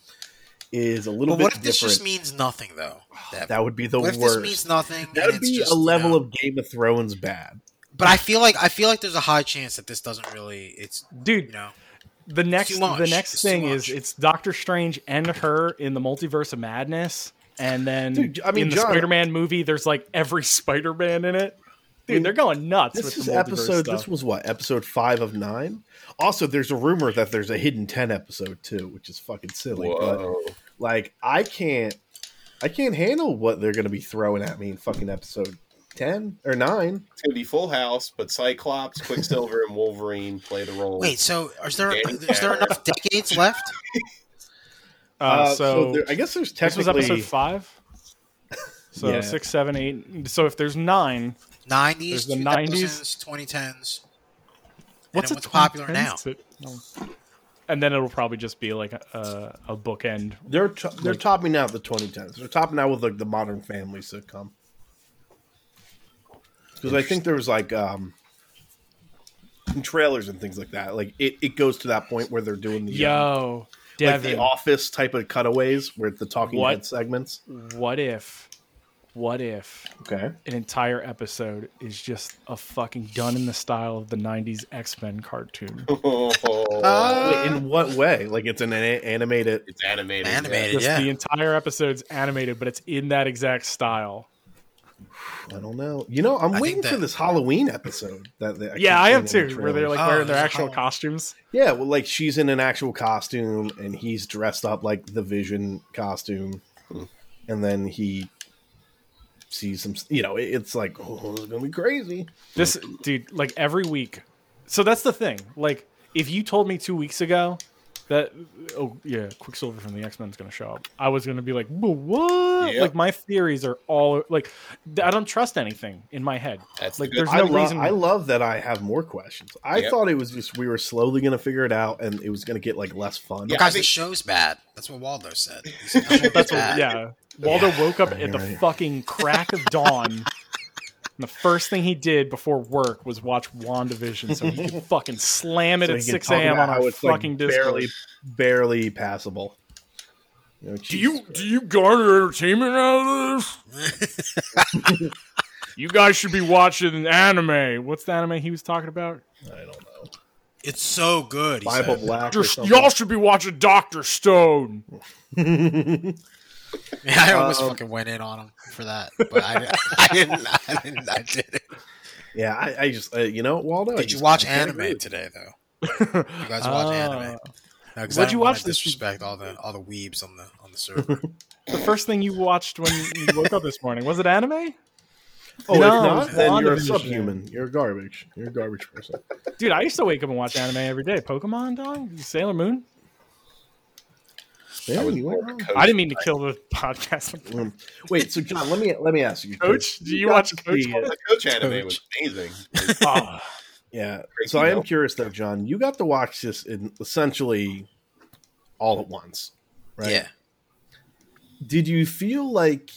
[SPEAKER 4] is a little
[SPEAKER 1] But what
[SPEAKER 4] bit
[SPEAKER 1] if this
[SPEAKER 4] different.
[SPEAKER 1] just means nothing though? Dev?
[SPEAKER 4] Ah, that would be the
[SPEAKER 1] what if this means
[SPEAKER 4] worst.
[SPEAKER 1] nothing? and
[SPEAKER 4] That would
[SPEAKER 1] it's
[SPEAKER 4] be
[SPEAKER 1] just,
[SPEAKER 4] a
[SPEAKER 1] you
[SPEAKER 4] level
[SPEAKER 1] know-
[SPEAKER 4] of Game of Thrones bad.
[SPEAKER 1] But I feel like I feel like there's a high chance that this doesn't really. It's you
[SPEAKER 2] dude
[SPEAKER 1] know.
[SPEAKER 2] the next
[SPEAKER 1] much.
[SPEAKER 2] the next
[SPEAKER 1] It's too
[SPEAKER 2] thing is
[SPEAKER 1] much.
[SPEAKER 2] it's doctor strange and her in the multiverse of madness And then
[SPEAKER 4] Dude, I mean,
[SPEAKER 2] in the
[SPEAKER 4] John-
[SPEAKER 2] Spider-Man movie, there's like every Spider-Man in it. Dude, they're going nuts.
[SPEAKER 4] This
[SPEAKER 2] with
[SPEAKER 4] is
[SPEAKER 2] the multiverse
[SPEAKER 4] episode.
[SPEAKER 2] Stuff.
[SPEAKER 4] This was what episode five of nine. Also, there's a rumor that there's a hidden ten episode too, which is fucking silly. But
[SPEAKER 3] Whoa.
[SPEAKER 4] like, I can't, I can't handle what they're gonna be throwing at me in fucking episode ten or nine.
[SPEAKER 3] It's gonna be Full House, but Cyclops, Quicksilver, and Wolverine play the role.
[SPEAKER 1] Wait, so is there
[SPEAKER 3] Danny
[SPEAKER 1] is there
[SPEAKER 3] Tanner.
[SPEAKER 1] enough decades left?
[SPEAKER 2] Uh,
[SPEAKER 4] Uh,
[SPEAKER 2] so
[SPEAKER 4] there- I guess there's
[SPEAKER 2] this was
[SPEAKER 4] technically
[SPEAKER 2] episode five. So
[SPEAKER 4] Yeah.
[SPEAKER 2] six, seven, eight. So if there's nine,
[SPEAKER 1] Nineties,
[SPEAKER 2] There's the
[SPEAKER 1] two
[SPEAKER 2] 90s.
[SPEAKER 1] thousands, twenty tens.
[SPEAKER 2] what's,
[SPEAKER 1] it
[SPEAKER 2] a
[SPEAKER 1] was popular
[SPEAKER 2] 2010?
[SPEAKER 1] now.
[SPEAKER 2] Is it- no. And then it'll probably just be like a, a bookend.
[SPEAKER 4] they're to, they're topping out the 2010s. They're topping out with like the Modern Family sitcom. Because I think there was like um, in trailers and things like that. Like it, it goes to that point where they're doing the um,
[SPEAKER 2] Yo,
[SPEAKER 4] like
[SPEAKER 2] Devin,
[SPEAKER 4] the office type of cutaways where the talking
[SPEAKER 2] What?
[SPEAKER 4] head segments.
[SPEAKER 2] what if, what if
[SPEAKER 4] Okay.
[SPEAKER 2] an entire episode is just a fucking done in the style of the 90s X-Men cartoon?
[SPEAKER 4] Oh, Wait, in what way? Like it's an an- animated.
[SPEAKER 3] Oh, it's animated. yeah.
[SPEAKER 1] Animated,
[SPEAKER 2] Just
[SPEAKER 1] yeah.
[SPEAKER 2] the entire episode's animated, but it's in that exact style.
[SPEAKER 4] I don't know. You know, I'm
[SPEAKER 1] I
[SPEAKER 4] waiting
[SPEAKER 1] think
[SPEAKER 4] for
[SPEAKER 1] that-
[SPEAKER 4] this Halloween episode. That they,
[SPEAKER 2] yeah,
[SPEAKER 4] keep
[SPEAKER 2] I am
[SPEAKER 4] seeing in
[SPEAKER 2] too.
[SPEAKER 4] the
[SPEAKER 2] where they're
[SPEAKER 4] trailers.
[SPEAKER 2] like
[SPEAKER 1] Oh,
[SPEAKER 2] wearing their
[SPEAKER 1] there's a
[SPEAKER 2] actual
[SPEAKER 1] whole-
[SPEAKER 2] costumes.
[SPEAKER 4] yeah, well, like she's in an actual costume and he's dressed up like the Vision costume, and then he sees some. You know, it- it's like oh, it's gonna be crazy.
[SPEAKER 2] This dude, like every week. So that's the thing. Like, if you told me two weeks ago that oh yeah, Quicksilver from the X Men is going to show up, I was going to be like, "Wha- what?
[SPEAKER 3] Yep.
[SPEAKER 2] Like my theories are all like, th- I don't trust anything in my head.
[SPEAKER 3] That's
[SPEAKER 2] like
[SPEAKER 3] the
[SPEAKER 2] there's
[SPEAKER 3] good-
[SPEAKER 2] no
[SPEAKER 4] I, lo-
[SPEAKER 2] reason.
[SPEAKER 4] I love that I have more questions. I
[SPEAKER 3] Yep.
[SPEAKER 4] thought it was just we were slowly going to figure it out, and it was going to get like less fun.
[SPEAKER 3] Yeah, I
[SPEAKER 1] Guys,
[SPEAKER 3] think-
[SPEAKER 1] the show's bad. That's what Waldo said. He said the show's
[SPEAKER 2] that's what,
[SPEAKER 1] bad.
[SPEAKER 2] yeah. Waldo woke up at
[SPEAKER 4] you're
[SPEAKER 2] the
[SPEAKER 4] right.
[SPEAKER 2] fucking crack of dawn. And the first thing he did before work was watch WandaVision so he could fucking slam it
[SPEAKER 4] So
[SPEAKER 2] at
[SPEAKER 4] you can
[SPEAKER 2] 6
[SPEAKER 4] talk
[SPEAKER 2] a.m. on
[SPEAKER 4] about how
[SPEAKER 2] our
[SPEAKER 4] it's, like,
[SPEAKER 2] fucking
[SPEAKER 4] barely,
[SPEAKER 2] Discord.
[SPEAKER 4] barely passable. You know,
[SPEAKER 6] Do
[SPEAKER 4] Jesus
[SPEAKER 6] you
[SPEAKER 4] Christ.
[SPEAKER 6] do you garner entertainment out of this? you guys should be watching anime.
[SPEAKER 2] What's the anime he was talking about?
[SPEAKER 4] I don't know.
[SPEAKER 1] It's so good. He
[SPEAKER 4] Bible
[SPEAKER 1] said.
[SPEAKER 4] Black. or
[SPEAKER 6] Just-
[SPEAKER 4] something.
[SPEAKER 6] y'all should be watching Doctor Stone.
[SPEAKER 1] Man, I almost
[SPEAKER 4] Um,
[SPEAKER 1] fucking went in on him for that, but I, I didn't. I didn't. I didn't.
[SPEAKER 4] yeah, I, I just uh, you know Waldo. I
[SPEAKER 1] Did you
[SPEAKER 4] just-
[SPEAKER 1] watch
[SPEAKER 4] I can't
[SPEAKER 1] anime
[SPEAKER 4] agree.
[SPEAKER 1] today though? You guys watch
[SPEAKER 2] Ah.
[SPEAKER 1] anime? No, 'cause I
[SPEAKER 2] What'd you
[SPEAKER 1] don't wanna
[SPEAKER 2] watch this week?
[SPEAKER 1] Disrespect all the all the weebs on the on the server.
[SPEAKER 2] The first thing you watched when you woke up this morning was it anime?
[SPEAKER 4] Oh,
[SPEAKER 2] No,
[SPEAKER 4] if not, then you're a
[SPEAKER 2] WandaVision.
[SPEAKER 4] subhuman. You're garbage. You're a garbage person.
[SPEAKER 2] Dude, I used to wake up and watch anime every day. Pokemon, dog, Sailor Moon.
[SPEAKER 4] Man, you went wrong.
[SPEAKER 2] I didn't mean to kill the podcast.
[SPEAKER 4] Um, wait, so John, let me let me ask you,
[SPEAKER 2] Coach, do you
[SPEAKER 4] got
[SPEAKER 2] watch
[SPEAKER 4] to
[SPEAKER 2] Coach
[SPEAKER 4] see
[SPEAKER 2] Waldo?
[SPEAKER 4] it.
[SPEAKER 3] The coach anime was amazing.
[SPEAKER 2] Oh,
[SPEAKER 4] Yeah. So I am curious though, John. You got to watch this in essentially all at once, right?
[SPEAKER 1] Yeah,
[SPEAKER 4] Did you feel like?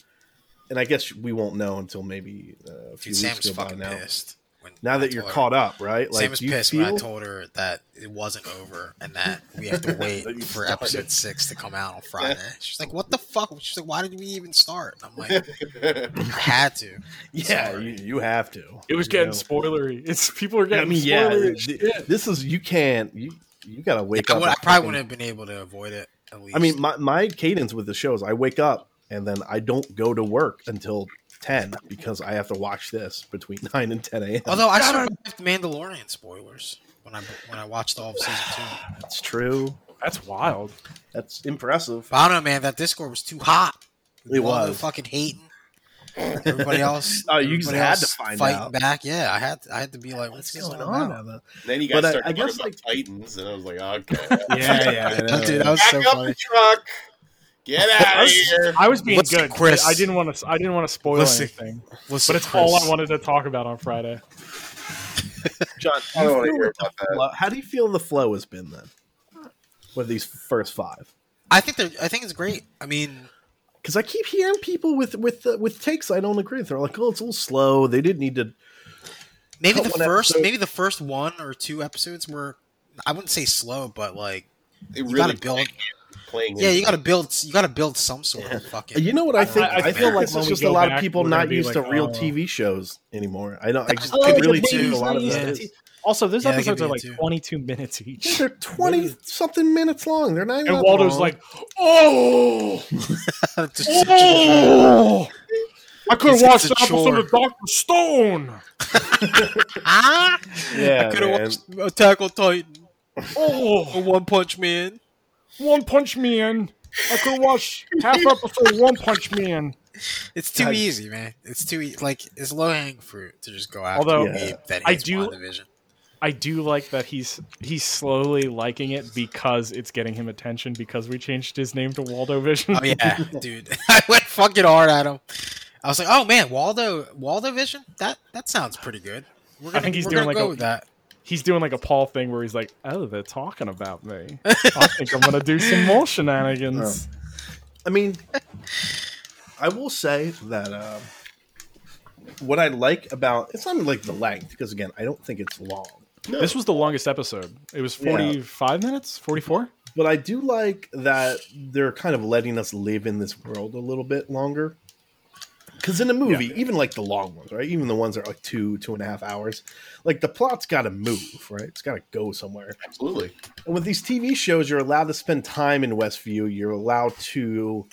[SPEAKER 4] And I guess we won't know until maybe uh, a few
[SPEAKER 1] dude, Sam was
[SPEAKER 4] weeks ago by
[SPEAKER 1] fucking
[SPEAKER 4] now.
[SPEAKER 1] pissed. When
[SPEAKER 4] Now
[SPEAKER 1] I
[SPEAKER 4] that you're
[SPEAKER 1] told her-
[SPEAKER 4] caught up, right?
[SPEAKER 1] Sam was
[SPEAKER 4] do you
[SPEAKER 1] pissed when I
[SPEAKER 4] feel-
[SPEAKER 1] told her that it wasn't over and that we have to wait for episode six to come out on Friday. She's like, "What the fuck?" She's like, "Why did we even start?" And I'm like, "I had to."
[SPEAKER 4] Yeah,
[SPEAKER 1] Sorry.
[SPEAKER 4] you, you have to.
[SPEAKER 2] it was
[SPEAKER 4] You
[SPEAKER 2] getting
[SPEAKER 4] know.
[SPEAKER 2] spoilery. It's people are
[SPEAKER 4] I
[SPEAKER 2] getting.
[SPEAKER 4] mean, yeah.
[SPEAKER 2] spoilery.
[SPEAKER 4] th- This is you can't. You you gotta wake
[SPEAKER 1] I,
[SPEAKER 4] up.
[SPEAKER 1] would, I
[SPEAKER 4] and
[SPEAKER 1] probably
[SPEAKER 4] fucking-
[SPEAKER 1] wouldn't have been able to avoid it. At least.
[SPEAKER 4] I mean, my, my cadence with the show is I wake up and then I don't go to work until ten because I have to watch this between nine and ten a.m.
[SPEAKER 1] although I survived Mandalorian spoilers when I when I watched all of season two.
[SPEAKER 4] that's true.
[SPEAKER 2] That's wild.
[SPEAKER 4] That's impressive.
[SPEAKER 1] But I don't know, man. That Discord was too hot.
[SPEAKER 4] It
[SPEAKER 1] Waldo
[SPEAKER 4] was.
[SPEAKER 1] fucking hating. Everybody else.
[SPEAKER 4] Oh, you just
[SPEAKER 1] everybody
[SPEAKER 4] had
[SPEAKER 1] else
[SPEAKER 4] to find
[SPEAKER 1] fighting
[SPEAKER 4] out.
[SPEAKER 1] back. Yeah, I had. I had to be like,
[SPEAKER 4] What's
[SPEAKER 1] "What's,
[SPEAKER 4] going
[SPEAKER 1] this
[SPEAKER 4] on?
[SPEAKER 1] About?
[SPEAKER 4] now,
[SPEAKER 3] Then you
[SPEAKER 4] But
[SPEAKER 3] guys started
[SPEAKER 4] I- I
[SPEAKER 3] talking
[SPEAKER 4] guess,
[SPEAKER 3] about
[SPEAKER 4] like-
[SPEAKER 3] Titans, and I was like, okay,
[SPEAKER 4] though? Yeah, yeah, I know.
[SPEAKER 1] Dude, that was so
[SPEAKER 3] back up
[SPEAKER 1] funny.
[SPEAKER 3] the truck, get out of here.
[SPEAKER 2] I was being
[SPEAKER 1] Listen,
[SPEAKER 2] good,
[SPEAKER 1] Chris.
[SPEAKER 2] I didn't want to. I didn't want to spoil
[SPEAKER 1] Listen.
[SPEAKER 2] anything.
[SPEAKER 1] Listen,
[SPEAKER 2] But it's
[SPEAKER 1] Chris,
[SPEAKER 2] all I wanted to talk about on Friday.
[SPEAKER 4] John,
[SPEAKER 3] I don't
[SPEAKER 4] how do, you
[SPEAKER 3] wanna
[SPEAKER 4] feel
[SPEAKER 3] hear
[SPEAKER 4] with the
[SPEAKER 3] about that.
[SPEAKER 4] flow- how do you feel the flow has been then with these first five?
[SPEAKER 1] I think they're. I think it's great. I mean,
[SPEAKER 4] Because I keep hearing people with with uh, with takes I don't agree with. They're like, "Oh, it's a little slow. They didn't need to."
[SPEAKER 1] maybe
[SPEAKER 4] Cut
[SPEAKER 1] the
[SPEAKER 4] one
[SPEAKER 1] first,
[SPEAKER 4] episode.
[SPEAKER 1] maybe the first one or two episodes were. I wouldn't say slow, but like
[SPEAKER 3] They
[SPEAKER 1] you
[SPEAKER 3] really
[SPEAKER 1] gotta build.
[SPEAKER 3] playing.
[SPEAKER 1] Yeah, you gotta build. You gotta build some sort of fucking.
[SPEAKER 4] Uh, You know what I think?
[SPEAKER 2] I-
[SPEAKER 4] I,
[SPEAKER 2] I
[SPEAKER 4] feel
[SPEAKER 2] feel
[SPEAKER 4] like
[SPEAKER 2] like
[SPEAKER 4] this
[SPEAKER 2] when
[SPEAKER 4] is
[SPEAKER 2] we
[SPEAKER 4] just a
[SPEAKER 2] go
[SPEAKER 4] lot of
[SPEAKER 2] back,
[SPEAKER 4] people
[SPEAKER 2] we're gonna
[SPEAKER 4] not
[SPEAKER 2] be
[SPEAKER 4] used
[SPEAKER 2] like,
[SPEAKER 4] to real
[SPEAKER 2] "Oh."
[SPEAKER 4] TV shows anymore. I don't. I just
[SPEAKER 1] Oh,
[SPEAKER 4] can
[SPEAKER 1] yeah,
[SPEAKER 4] really
[SPEAKER 1] maybe
[SPEAKER 4] see a
[SPEAKER 1] he's
[SPEAKER 4] lot of
[SPEAKER 1] not
[SPEAKER 4] that.
[SPEAKER 1] used
[SPEAKER 4] is-
[SPEAKER 2] Also, those
[SPEAKER 1] Yeah, that could
[SPEAKER 2] episodes
[SPEAKER 1] be
[SPEAKER 2] are
[SPEAKER 1] it, too.
[SPEAKER 2] like 22 minutes each.
[SPEAKER 4] They're twenty something minutes long. They're not. even
[SPEAKER 2] And
[SPEAKER 4] that
[SPEAKER 2] Waldo's
[SPEAKER 4] long.
[SPEAKER 2] like,
[SPEAKER 6] Oh,
[SPEAKER 1] Just-
[SPEAKER 6] oh! I could have
[SPEAKER 1] It's- it's
[SPEAKER 6] watched
[SPEAKER 1] a
[SPEAKER 6] the episode
[SPEAKER 1] chore.
[SPEAKER 6] of Doctor Stone.
[SPEAKER 1] ah!
[SPEAKER 4] yeah,
[SPEAKER 1] I could have
[SPEAKER 4] man.
[SPEAKER 1] watched Attack on Titan
[SPEAKER 6] Oh,
[SPEAKER 1] or One Punch Man.
[SPEAKER 6] One Punch Man. I could watch half episode of One Punch Man.
[SPEAKER 1] It's too
[SPEAKER 4] God.
[SPEAKER 1] easy, man. It's too e- like it's low hanging fruit to just go after
[SPEAKER 2] Although-
[SPEAKER 1] the ape that
[SPEAKER 2] I
[SPEAKER 1] hates
[SPEAKER 2] do-
[SPEAKER 1] WandaVision.
[SPEAKER 2] I do like that he's he's slowly liking it because it's getting him attention because we changed his name to Waldo Vision.
[SPEAKER 1] Oh yeah, dude. I went fucking hard at him. I was like, oh man, Waldo Waldo Vision? That that sounds pretty good. We're gonna,
[SPEAKER 2] think he's
[SPEAKER 1] we're
[SPEAKER 2] doing
[SPEAKER 1] gonna
[SPEAKER 2] like
[SPEAKER 1] go
[SPEAKER 2] a-
[SPEAKER 1] with that.
[SPEAKER 2] He's doing like a Paul thing where he's like, "Oh, they're talking about me. I think I'm gonna do some more shenanigans."
[SPEAKER 4] I mean, I will say that um, what I like about it's not like the length because again, I don't think it's long,
[SPEAKER 3] No,
[SPEAKER 2] This was the longest episode. It was
[SPEAKER 4] Yeah.
[SPEAKER 2] 45 minutes, 44.
[SPEAKER 4] but I do like that they're kind of letting us live in this world a little bit longer. Because in a movie, even like the long ones, right? Even the ones that are like two, two and a half hours, like the plot's got to move, right? It's got to go somewhere.
[SPEAKER 3] absolutely.
[SPEAKER 4] And with these TV shows, you're allowed to spend time in Westview. You're allowed to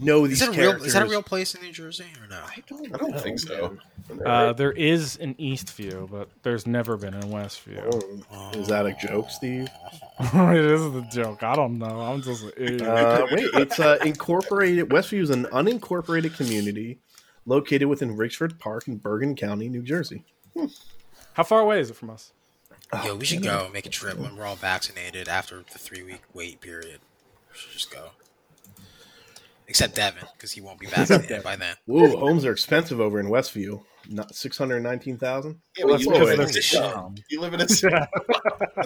[SPEAKER 4] know these
[SPEAKER 1] Is that a real
[SPEAKER 4] characters.
[SPEAKER 1] is that a real place in New Jersey or no?
[SPEAKER 3] I don't think so.
[SPEAKER 2] Uh, there is an East View, but there's never been an West View.
[SPEAKER 4] Oh, Is that a joke, Steve?
[SPEAKER 2] it is the joke. I don't know. I'm just an idiot.
[SPEAKER 4] Oh. Uh, wait, it's uh, incorporated. Westview is an unincorporated community located within Richford Park in Bergen County, New Jersey.
[SPEAKER 2] How far away is it from us?
[SPEAKER 1] Yo, we should go make a trip when we're all vaccinated after the three week wait period. We should just go. Except Devin, because he won't be vaccinated by then.
[SPEAKER 4] Whoa, homes are expensive over in Westview. Not six hundred nineteen thousand.
[SPEAKER 3] Yeah, but you,
[SPEAKER 4] Well,
[SPEAKER 3] live in a
[SPEAKER 1] that's
[SPEAKER 3] city.
[SPEAKER 1] always-
[SPEAKER 3] you live in a city. I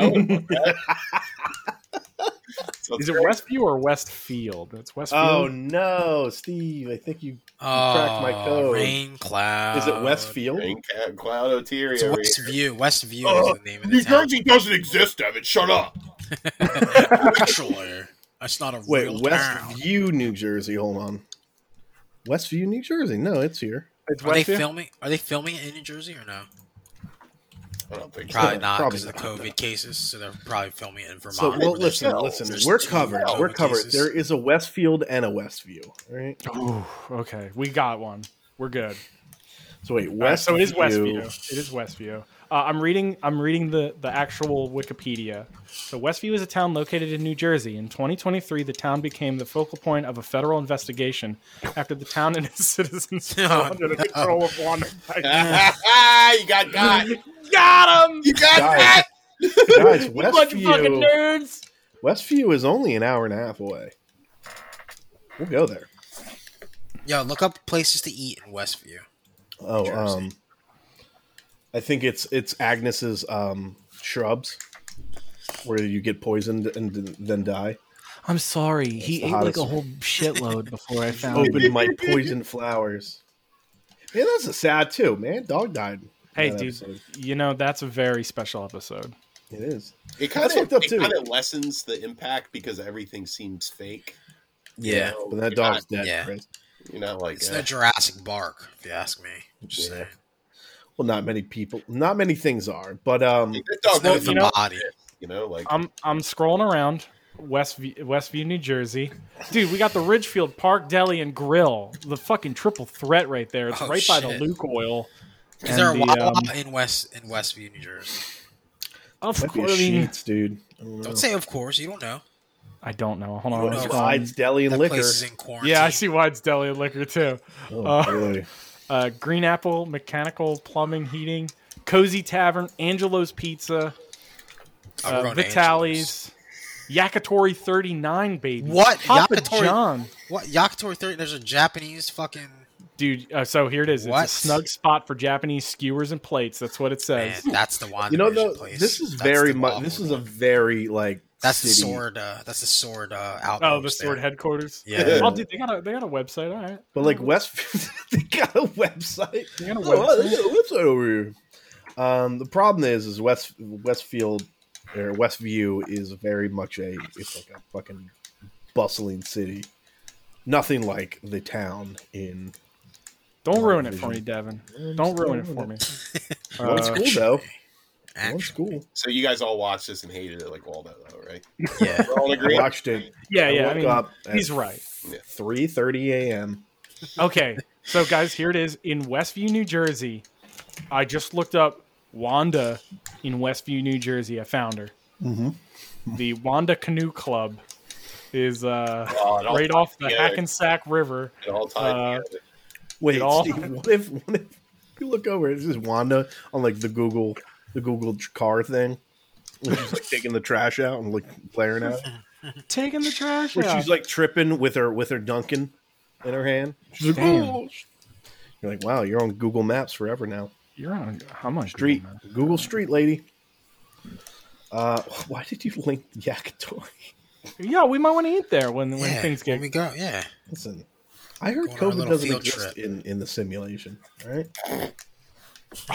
[SPEAKER 3] don't want that. So
[SPEAKER 2] Is
[SPEAKER 3] it's
[SPEAKER 2] it
[SPEAKER 3] great.
[SPEAKER 2] Westview or Westfield? It's Westfield.
[SPEAKER 4] Oh no, Steve! I think you.
[SPEAKER 1] Oh,
[SPEAKER 4] cracked my code.
[SPEAKER 1] rain
[SPEAKER 2] Uh,
[SPEAKER 1] cloud.
[SPEAKER 4] Is it Westfield?
[SPEAKER 3] Rain Cloud- Cloud O'Teary
[SPEAKER 1] It's
[SPEAKER 3] over
[SPEAKER 1] Westview. Westview
[SPEAKER 3] Uh,
[SPEAKER 1] is the name
[SPEAKER 3] here.
[SPEAKER 1] of the
[SPEAKER 3] New
[SPEAKER 1] town.
[SPEAKER 3] Jersey doesn't exist, Evan. Shut up.
[SPEAKER 1] Actually, that's not a
[SPEAKER 4] Wait,
[SPEAKER 1] real town.
[SPEAKER 4] Westview, New Jersey. Hold on. Westview, New Jersey. No, it's here.
[SPEAKER 2] it's
[SPEAKER 1] Are they
[SPEAKER 2] Westview?
[SPEAKER 1] filming? Are they filming it in New Jersey or no?
[SPEAKER 3] I don't think
[SPEAKER 1] Probably
[SPEAKER 4] Yeah,
[SPEAKER 1] not
[SPEAKER 4] probably
[SPEAKER 1] because of the
[SPEAKER 4] not.
[SPEAKER 1] COVID cases. So they're probably filming it in Vermont.
[SPEAKER 4] So, well,
[SPEAKER 1] where there's
[SPEAKER 4] listen,
[SPEAKER 1] no-
[SPEAKER 4] listen.
[SPEAKER 1] there's
[SPEAKER 4] We're
[SPEAKER 1] two
[SPEAKER 4] covered.
[SPEAKER 1] COVID
[SPEAKER 4] We're covered.
[SPEAKER 1] cases.
[SPEAKER 4] There is a Westfield and a Westview. All right.
[SPEAKER 2] Ooh, okay, we got one. We're good.
[SPEAKER 4] So wait, Westview.
[SPEAKER 2] All right, so it is Westview. It is Westview. Uh, I'm reading. I'm reading the the actual Wikipedia. So Westview is a town located in New Jersey. In 2023, the town became the focal point of a federal investigation after the town and its citizens
[SPEAKER 1] Oh,
[SPEAKER 2] were under the
[SPEAKER 1] no.
[SPEAKER 2] control of one.
[SPEAKER 3] you got got.
[SPEAKER 2] got him.
[SPEAKER 3] You got
[SPEAKER 4] Guys.
[SPEAKER 3] that.
[SPEAKER 4] Guys,
[SPEAKER 2] Bunch of fucking
[SPEAKER 4] Westview.
[SPEAKER 2] nerds.
[SPEAKER 4] Westview is only an hour and a half away. We'll go there.
[SPEAKER 1] Yo, look up places to eat in Westview.
[SPEAKER 4] Oh,
[SPEAKER 1] Jersey.
[SPEAKER 4] um, I think it's it's Agnes's um, shrubs, where you get poisoned and d- then die.
[SPEAKER 5] I'm sorry. He
[SPEAKER 4] the
[SPEAKER 5] ate like
[SPEAKER 4] hottest
[SPEAKER 5] a
[SPEAKER 4] one.
[SPEAKER 5] whole shitload before I found him.
[SPEAKER 4] Open my poison flowers. Yeah, that's a sad too, man. Dog died. in
[SPEAKER 2] Hey,
[SPEAKER 4] that
[SPEAKER 2] dude.
[SPEAKER 4] episode.
[SPEAKER 2] You know that's a very special episode.
[SPEAKER 4] it is.
[SPEAKER 3] It kind
[SPEAKER 4] That's
[SPEAKER 3] of
[SPEAKER 4] fucked up,
[SPEAKER 3] it
[SPEAKER 4] too.
[SPEAKER 3] kind of lessens the impact because everything seems fake. you
[SPEAKER 1] Yeah,
[SPEAKER 3] know?
[SPEAKER 4] But that
[SPEAKER 3] You're not-
[SPEAKER 4] dog's dead.
[SPEAKER 1] yeah.
[SPEAKER 4] Chris.
[SPEAKER 3] You're not like
[SPEAKER 1] it's
[SPEAKER 3] uh,
[SPEAKER 1] no Jurassic Bark, if you ask me. Just
[SPEAKER 4] Yeah.
[SPEAKER 1] saying.
[SPEAKER 4] Well, not many people, not many things are, but um,
[SPEAKER 3] like, that
[SPEAKER 1] It's
[SPEAKER 3] dog
[SPEAKER 1] no
[SPEAKER 3] doesn't
[SPEAKER 1] the
[SPEAKER 2] know- Um,
[SPEAKER 1] body.
[SPEAKER 3] You know, like
[SPEAKER 2] I'm I'm scrolling around Westview, Westview, New Jersey. Dude, we got the Ridgefield Park Deli and Grill, the fucking triple threat right there. It's
[SPEAKER 1] Oh,
[SPEAKER 2] right by the
[SPEAKER 1] shit.
[SPEAKER 2] Luke Oil.
[SPEAKER 1] Is there a
[SPEAKER 2] the,
[SPEAKER 1] Wawa
[SPEAKER 2] um,
[SPEAKER 1] in West in Westview, New Jersey?
[SPEAKER 2] Of
[SPEAKER 4] might be a
[SPEAKER 2] course, I mean,
[SPEAKER 4] sheets, dude. I don't know.
[SPEAKER 1] Don't say, of course. You don't know.
[SPEAKER 2] I don't know. Hold
[SPEAKER 4] Oh,
[SPEAKER 2] on.
[SPEAKER 1] no,
[SPEAKER 2] I'm
[SPEAKER 1] it's
[SPEAKER 2] scrolling.
[SPEAKER 4] Sides, deli, and
[SPEAKER 1] That
[SPEAKER 4] liquor.
[SPEAKER 1] place is in quarantine.
[SPEAKER 2] yeah, I see Wide's Deli and Liquor too.
[SPEAKER 4] Oh,
[SPEAKER 2] Uh,
[SPEAKER 4] really?
[SPEAKER 2] Uh, Green Apple Mechanical Plumbing Heating, Cozy Tavern, Angelo's Pizza,
[SPEAKER 1] Oh, we're
[SPEAKER 2] uh,
[SPEAKER 1] going to Angelo's.
[SPEAKER 2] Vitali's, Yakitori Thirty Nine, baby.
[SPEAKER 1] What?
[SPEAKER 2] Papa
[SPEAKER 1] Yakitori-
[SPEAKER 2] John?
[SPEAKER 1] What Yakitori Thirty? There's a Japanese fucking.
[SPEAKER 2] Dude, uh, so here it is.
[SPEAKER 1] What?
[SPEAKER 2] It's a snug spot for Japanese skewers and plates. That's what it
[SPEAKER 1] Man,
[SPEAKER 2] says.
[SPEAKER 1] that's the one.
[SPEAKER 4] you know though
[SPEAKER 1] place.
[SPEAKER 4] this is
[SPEAKER 1] That's
[SPEAKER 4] very
[SPEAKER 1] the
[SPEAKER 4] much
[SPEAKER 1] Wawa
[SPEAKER 4] this is a
[SPEAKER 1] one.
[SPEAKER 4] very like
[SPEAKER 1] That's the
[SPEAKER 4] city.
[SPEAKER 1] sword. Uh, that's the sword uh, outpost.
[SPEAKER 2] Oh, the sword
[SPEAKER 1] there.
[SPEAKER 2] headquarters.
[SPEAKER 1] Yeah.
[SPEAKER 2] Oh, dude, they got a they got a website. All right.
[SPEAKER 4] but like west they got a website
[SPEAKER 2] They got a
[SPEAKER 4] oh, wow, they
[SPEAKER 2] website.
[SPEAKER 4] got a website over here um the problem is is west westfield or westview is very much a it's like a fucking bustling city nothing like the town in
[SPEAKER 2] Don't ruin it for me, Devin. Don't ruin it for me.
[SPEAKER 4] Well, it's
[SPEAKER 2] Uh,
[SPEAKER 4] cool though Well, it's
[SPEAKER 1] Actually,
[SPEAKER 4] cool.
[SPEAKER 3] So you guys all watched this and hated it like Waldo, though, right?
[SPEAKER 1] yeah.
[SPEAKER 3] We're all in
[SPEAKER 4] I
[SPEAKER 3] agreement.
[SPEAKER 4] watched it.
[SPEAKER 2] Yeah, yeah.
[SPEAKER 4] I
[SPEAKER 2] I
[SPEAKER 4] woke
[SPEAKER 2] mean,
[SPEAKER 4] up at
[SPEAKER 2] he's right.
[SPEAKER 4] 3:30 a.m.
[SPEAKER 2] Okay, so guys, here it is in Westview, New Jersey. I just looked up Wanda in Westview, New Jersey. I found her.
[SPEAKER 4] Mm-hmm.
[SPEAKER 2] The Wanda Canoe Club is uh,
[SPEAKER 3] Oh, it all
[SPEAKER 2] right off the
[SPEAKER 3] together.
[SPEAKER 2] Hackensack River.
[SPEAKER 3] It all tied
[SPEAKER 2] Uh,
[SPEAKER 3] together.
[SPEAKER 4] Wait,
[SPEAKER 2] It all-
[SPEAKER 4] Steve, what if what if you look over? It's just Wanda on like the Google the Google car thing. Where she's like taking the trash out and like blaring out.
[SPEAKER 2] Taking the trash
[SPEAKER 4] Where
[SPEAKER 2] out.
[SPEAKER 4] she's like tripping with her with her Duncan in her hand. She's like,
[SPEAKER 2] Damn.
[SPEAKER 4] "Oh." You're like, wow, you're on Google Maps forever now.
[SPEAKER 2] You're on how much
[SPEAKER 4] Street Google Street lady. Uh, why did you link Yakitori?
[SPEAKER 2] Yeah, we might want to eat there when, when
[SPEAKER 1] yeah.
[SPEAKER 2] things
[SPEAKER 1] when
[SPEAKER 2] get.
[SPEAKER 1] we go, yeah.
[SPEAKER 4] Listen, I
[SPEAKER 1] Going on
[SPEAKER 4] heard
[SPEAKER 1] a
[SPEAKER 4] COVID
[SPEAKER 1] little
[SPEAKER 4] doesn't
[SPEAKER 1] field
[SPEAKER 4] exist
[SPEAKER 1] trip.
[SPEAKER 4] in, in the simulation, right?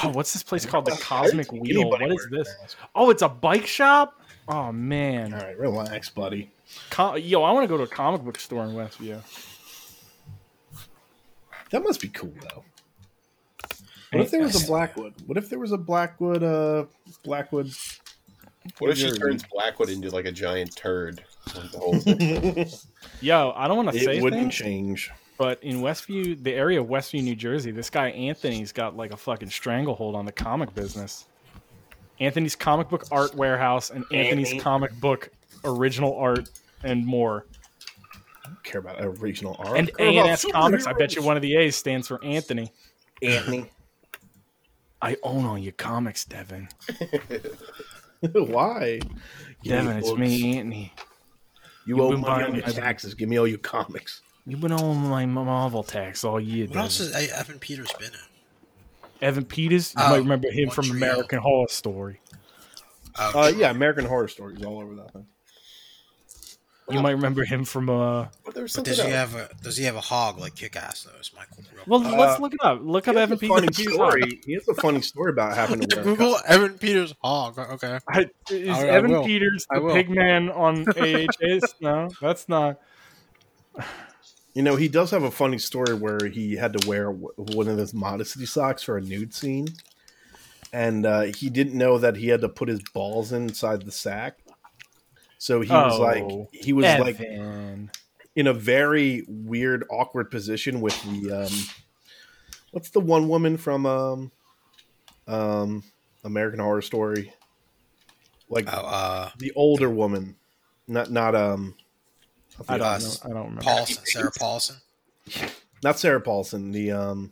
[SPEAKER 2] Oh, what's this place called? The
[SPEAKER 4] I didn't
[SPEAKER 2] Cosmic
[SPEAKER 4] see
[SPEAKER 2] Wheel.
[SPEAKER 4] anybody
[SPEAKER 2] What is
[SPEAKER 4] wearing
[SPEAKER 2] this?
[SPEAKER 4] a mask.
[SPEAKER 2] Oh, it's a bike shop. Oh
[SPEAKER 4] All
[SPEAKER 2] man,
[SPEAKER 4] right, relax, buddy.
[SPEAKER 2] Co- yo, I want to go to a comic book store in Westview.
[SPEAKER 4] That must be cool though. What if there was a Blackwood? What if there was a Blackwood? Uh, Blackwood.
[SPEAKER 3] What if she
[SPEAKER 4] Jersey?
[SPEAKER 3] turns Blackwood into like a giant turd? Like the whole thing.
[SPEAKER 2] Yo, I don't want to say
[SPEAKER 4] It wouldn't
[SPEAKER 2] things,
[SPEAKER 4] change.
[SPEAKER 2] but in Westview, the area of Westview, New Jersey, this guy Anthony's got like a fucking stranglehold on the comic business. Anthony's comic book art warehouse and Anthony's comic book original art and more.
[SPEAKER 4] I don't care about a regional art
[SPEAKER 2] And
[SPEAKER 4] Care
[SPEAKER 2] A
[SPEAKER 4] about
[SPEAKER 2] and S Comics. I bet you one of the A's stands for Anthony.
[SPEAKER 4] Anthony.
[SPEAKER 2] I own all your comics, Devin.
[SPEAKER 4] Why? Give
[SPEAKER 2] Devin,
[SPEAKER 4] me
[SPEAKER 2] it's
[SPEAKER 4] books.
[SPEAKER 2] me, Anthony.
[SPEAKER 4] You,
[SPEAKER 2] You've
[SPEAKER 4] owe
[SPEAKER 2] been
[SPEAKER 4] money on
[SPEAKER 2] buying
[SPEAKER 4] your
[SPEAKER 2] my-
[SPEAKER 4] taxes. Give me all your comics.
[SPEAKER 2] You've been on my Marvel tax all year,
[SPEAKER 1] What else
[SPEAKER 2] Devin.
[SPEAKER 1] has I, Evan Peters been in?
[SPEAKER 2] Evan Peters, you
[SPEAKER 1] Oh,
[SPEAKER 2] might remember him from
[SPEAKER 1] Montreal.
[SPEAKER 2] American Horror Story.
[SPEAKER 1] Oh,
[SPEAKER 4] Uh,
[SPEAKER 1] sure.
[SPEAKER 4] yeah, American Horror Stories all over that thing.
[SPEAKER 2] You might remember him from uh,
[SPEAKER 3] But there was
[SPEAKER 1] Does
[SPEAKER 3] something
[SPEAKER 1] he
[SPEAKER 3] else.
[SPEAKER 1] have a Does he have a hog like Kick Ass though? Is Michael real
[SPEAKER 2] Well,
[SPEAKER 4] Uh,
[SPEAKER 2] let's look it up. Look up
[SPEAKER 4] He has
[SPEAKER 2] Evan
[SPEAKER 4] a funny
[SPEAKER 2] Peters.
[SPEAKER 4] story. He has a funny story about having to wear. a
[SPEAKER 1] Google Evan Peters hog. Okay.
[SPEAKER 2] I, is
[SPEAKER 1] I- I
[SPEAKER 2] Evan
[SPEAKER 1] will.
[SPEAKER 2] Peters
[SPEAKER 1] I
[SPEAKER 2] the
[SPEAKER 1] will.
[SPEAKER 2] pig man on AHS? no, that's not.
[SPEAKER 4] You know, he does have a funny story where he had to wear w- one of those modesty socks for a nude scene, and uh, he didn't know that he had to put his balls inside the sack. So he was
[SPEAKER 2] Oh,
[SPEAKER 4] like, he was like
[SPEAKER 2] Evan.
[SPEAKER 4] in a very weird, awkward position with the um, what's the one woman from um, um, American Horror Story, like
[SPEAKER 1] Oh, uh,
[SPEAKER 4] the older woman, not not um,
[SPEAKER 2] I don't know.
[SPEAKER 1] us.
[SPEAKER 2] I don't remember.
[SPEAKER 1] Paulson, Sarah Paulson,
[SPEAKER 4] not Sarah Paulson, the um.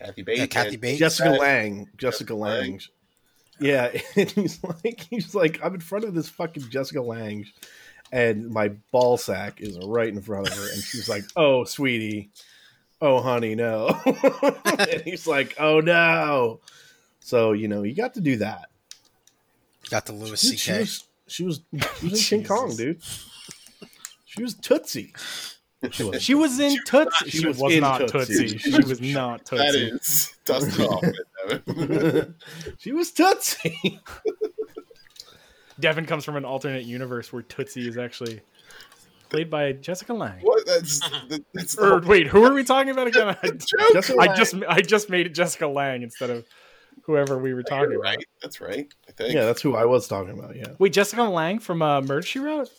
[SPEAKER 3] Kathy
[SPEAKER 1] yeah,
[SPEAKER 3] Bates.
[SPEAKER 1] Kathy Bates.
[SPEAKER 4] Jessica
[SPEAKER 3] Right.
[SPEAKER 4] Lang. Jessica Lang.
[SPEAKER 3] Lange.
[SPEAKER 4] Yeah, and he's like, he's like, I'm in front of this fucking Jessica Lang, and my ball sack is right in front of her, and she's like, "Oh, sweetie, oh, honey, no," and he's like, "Oh no." So you know, you got to do that.
[SPEAKER 1] Got the Lewis
[SPEAKER 4] Dude, she
[SPEAKER 1] C.K.
[SPEAKER 4] was, she was, she was in King
[SPEAKER 2] Jesus.
[SPEAKER 4] Kong, dude. She was Tootsie. She was.
[SPEAKER 2] She was in Tootsie.
[SPEAKER 4] she
[SPEAKER 2] She
[SPEAKER 4] was
[SPEAKER 2] was,
[SPEAKER 4] in
[SPEAKER 2] not
[SPEAKER 4] Tootsie.
[SPEAKER 2] Tootsie.
[SPEAKER 4] She
[SPEAKER 2] She
[SPEAKER 4] was-
[SPEAKER 2] was not
[SPEAKER 3] That
[SPEAKER 2] Tootsie.
[SPEAKER 3] is dust it off. Devin.
[SPEAKER 4] she was Tootsie.
[SPEAKER 2] Devin comes from an alternate universe where Tootsie is actually played by Jessica Lange.
[SPEAKER 3] what? That's that- that's the
[SPEAKER 2] Or
[SPEAKER 3] whole
[SPEAKER 2] wait, who are we talking about again? I,
[SPEAKER 3] joke.
[SPEAKER 4] Jessica
[SPEAKER 2] I
[SPEAKER 4] Lange-
[SPEAKER 2] just I just made it Jessica Lang instead of whoever we were talking
[SPEAKER 3] Oh, You're
[SPEAKER 2] about.
[SPEAKER 3] right. That's right. I think.
[SPEAKER 4] yeah, that's who I was talking about. Yeah.
[SPEAKER 2] Wait, Jessica Lang from uh, Murder She Wrote?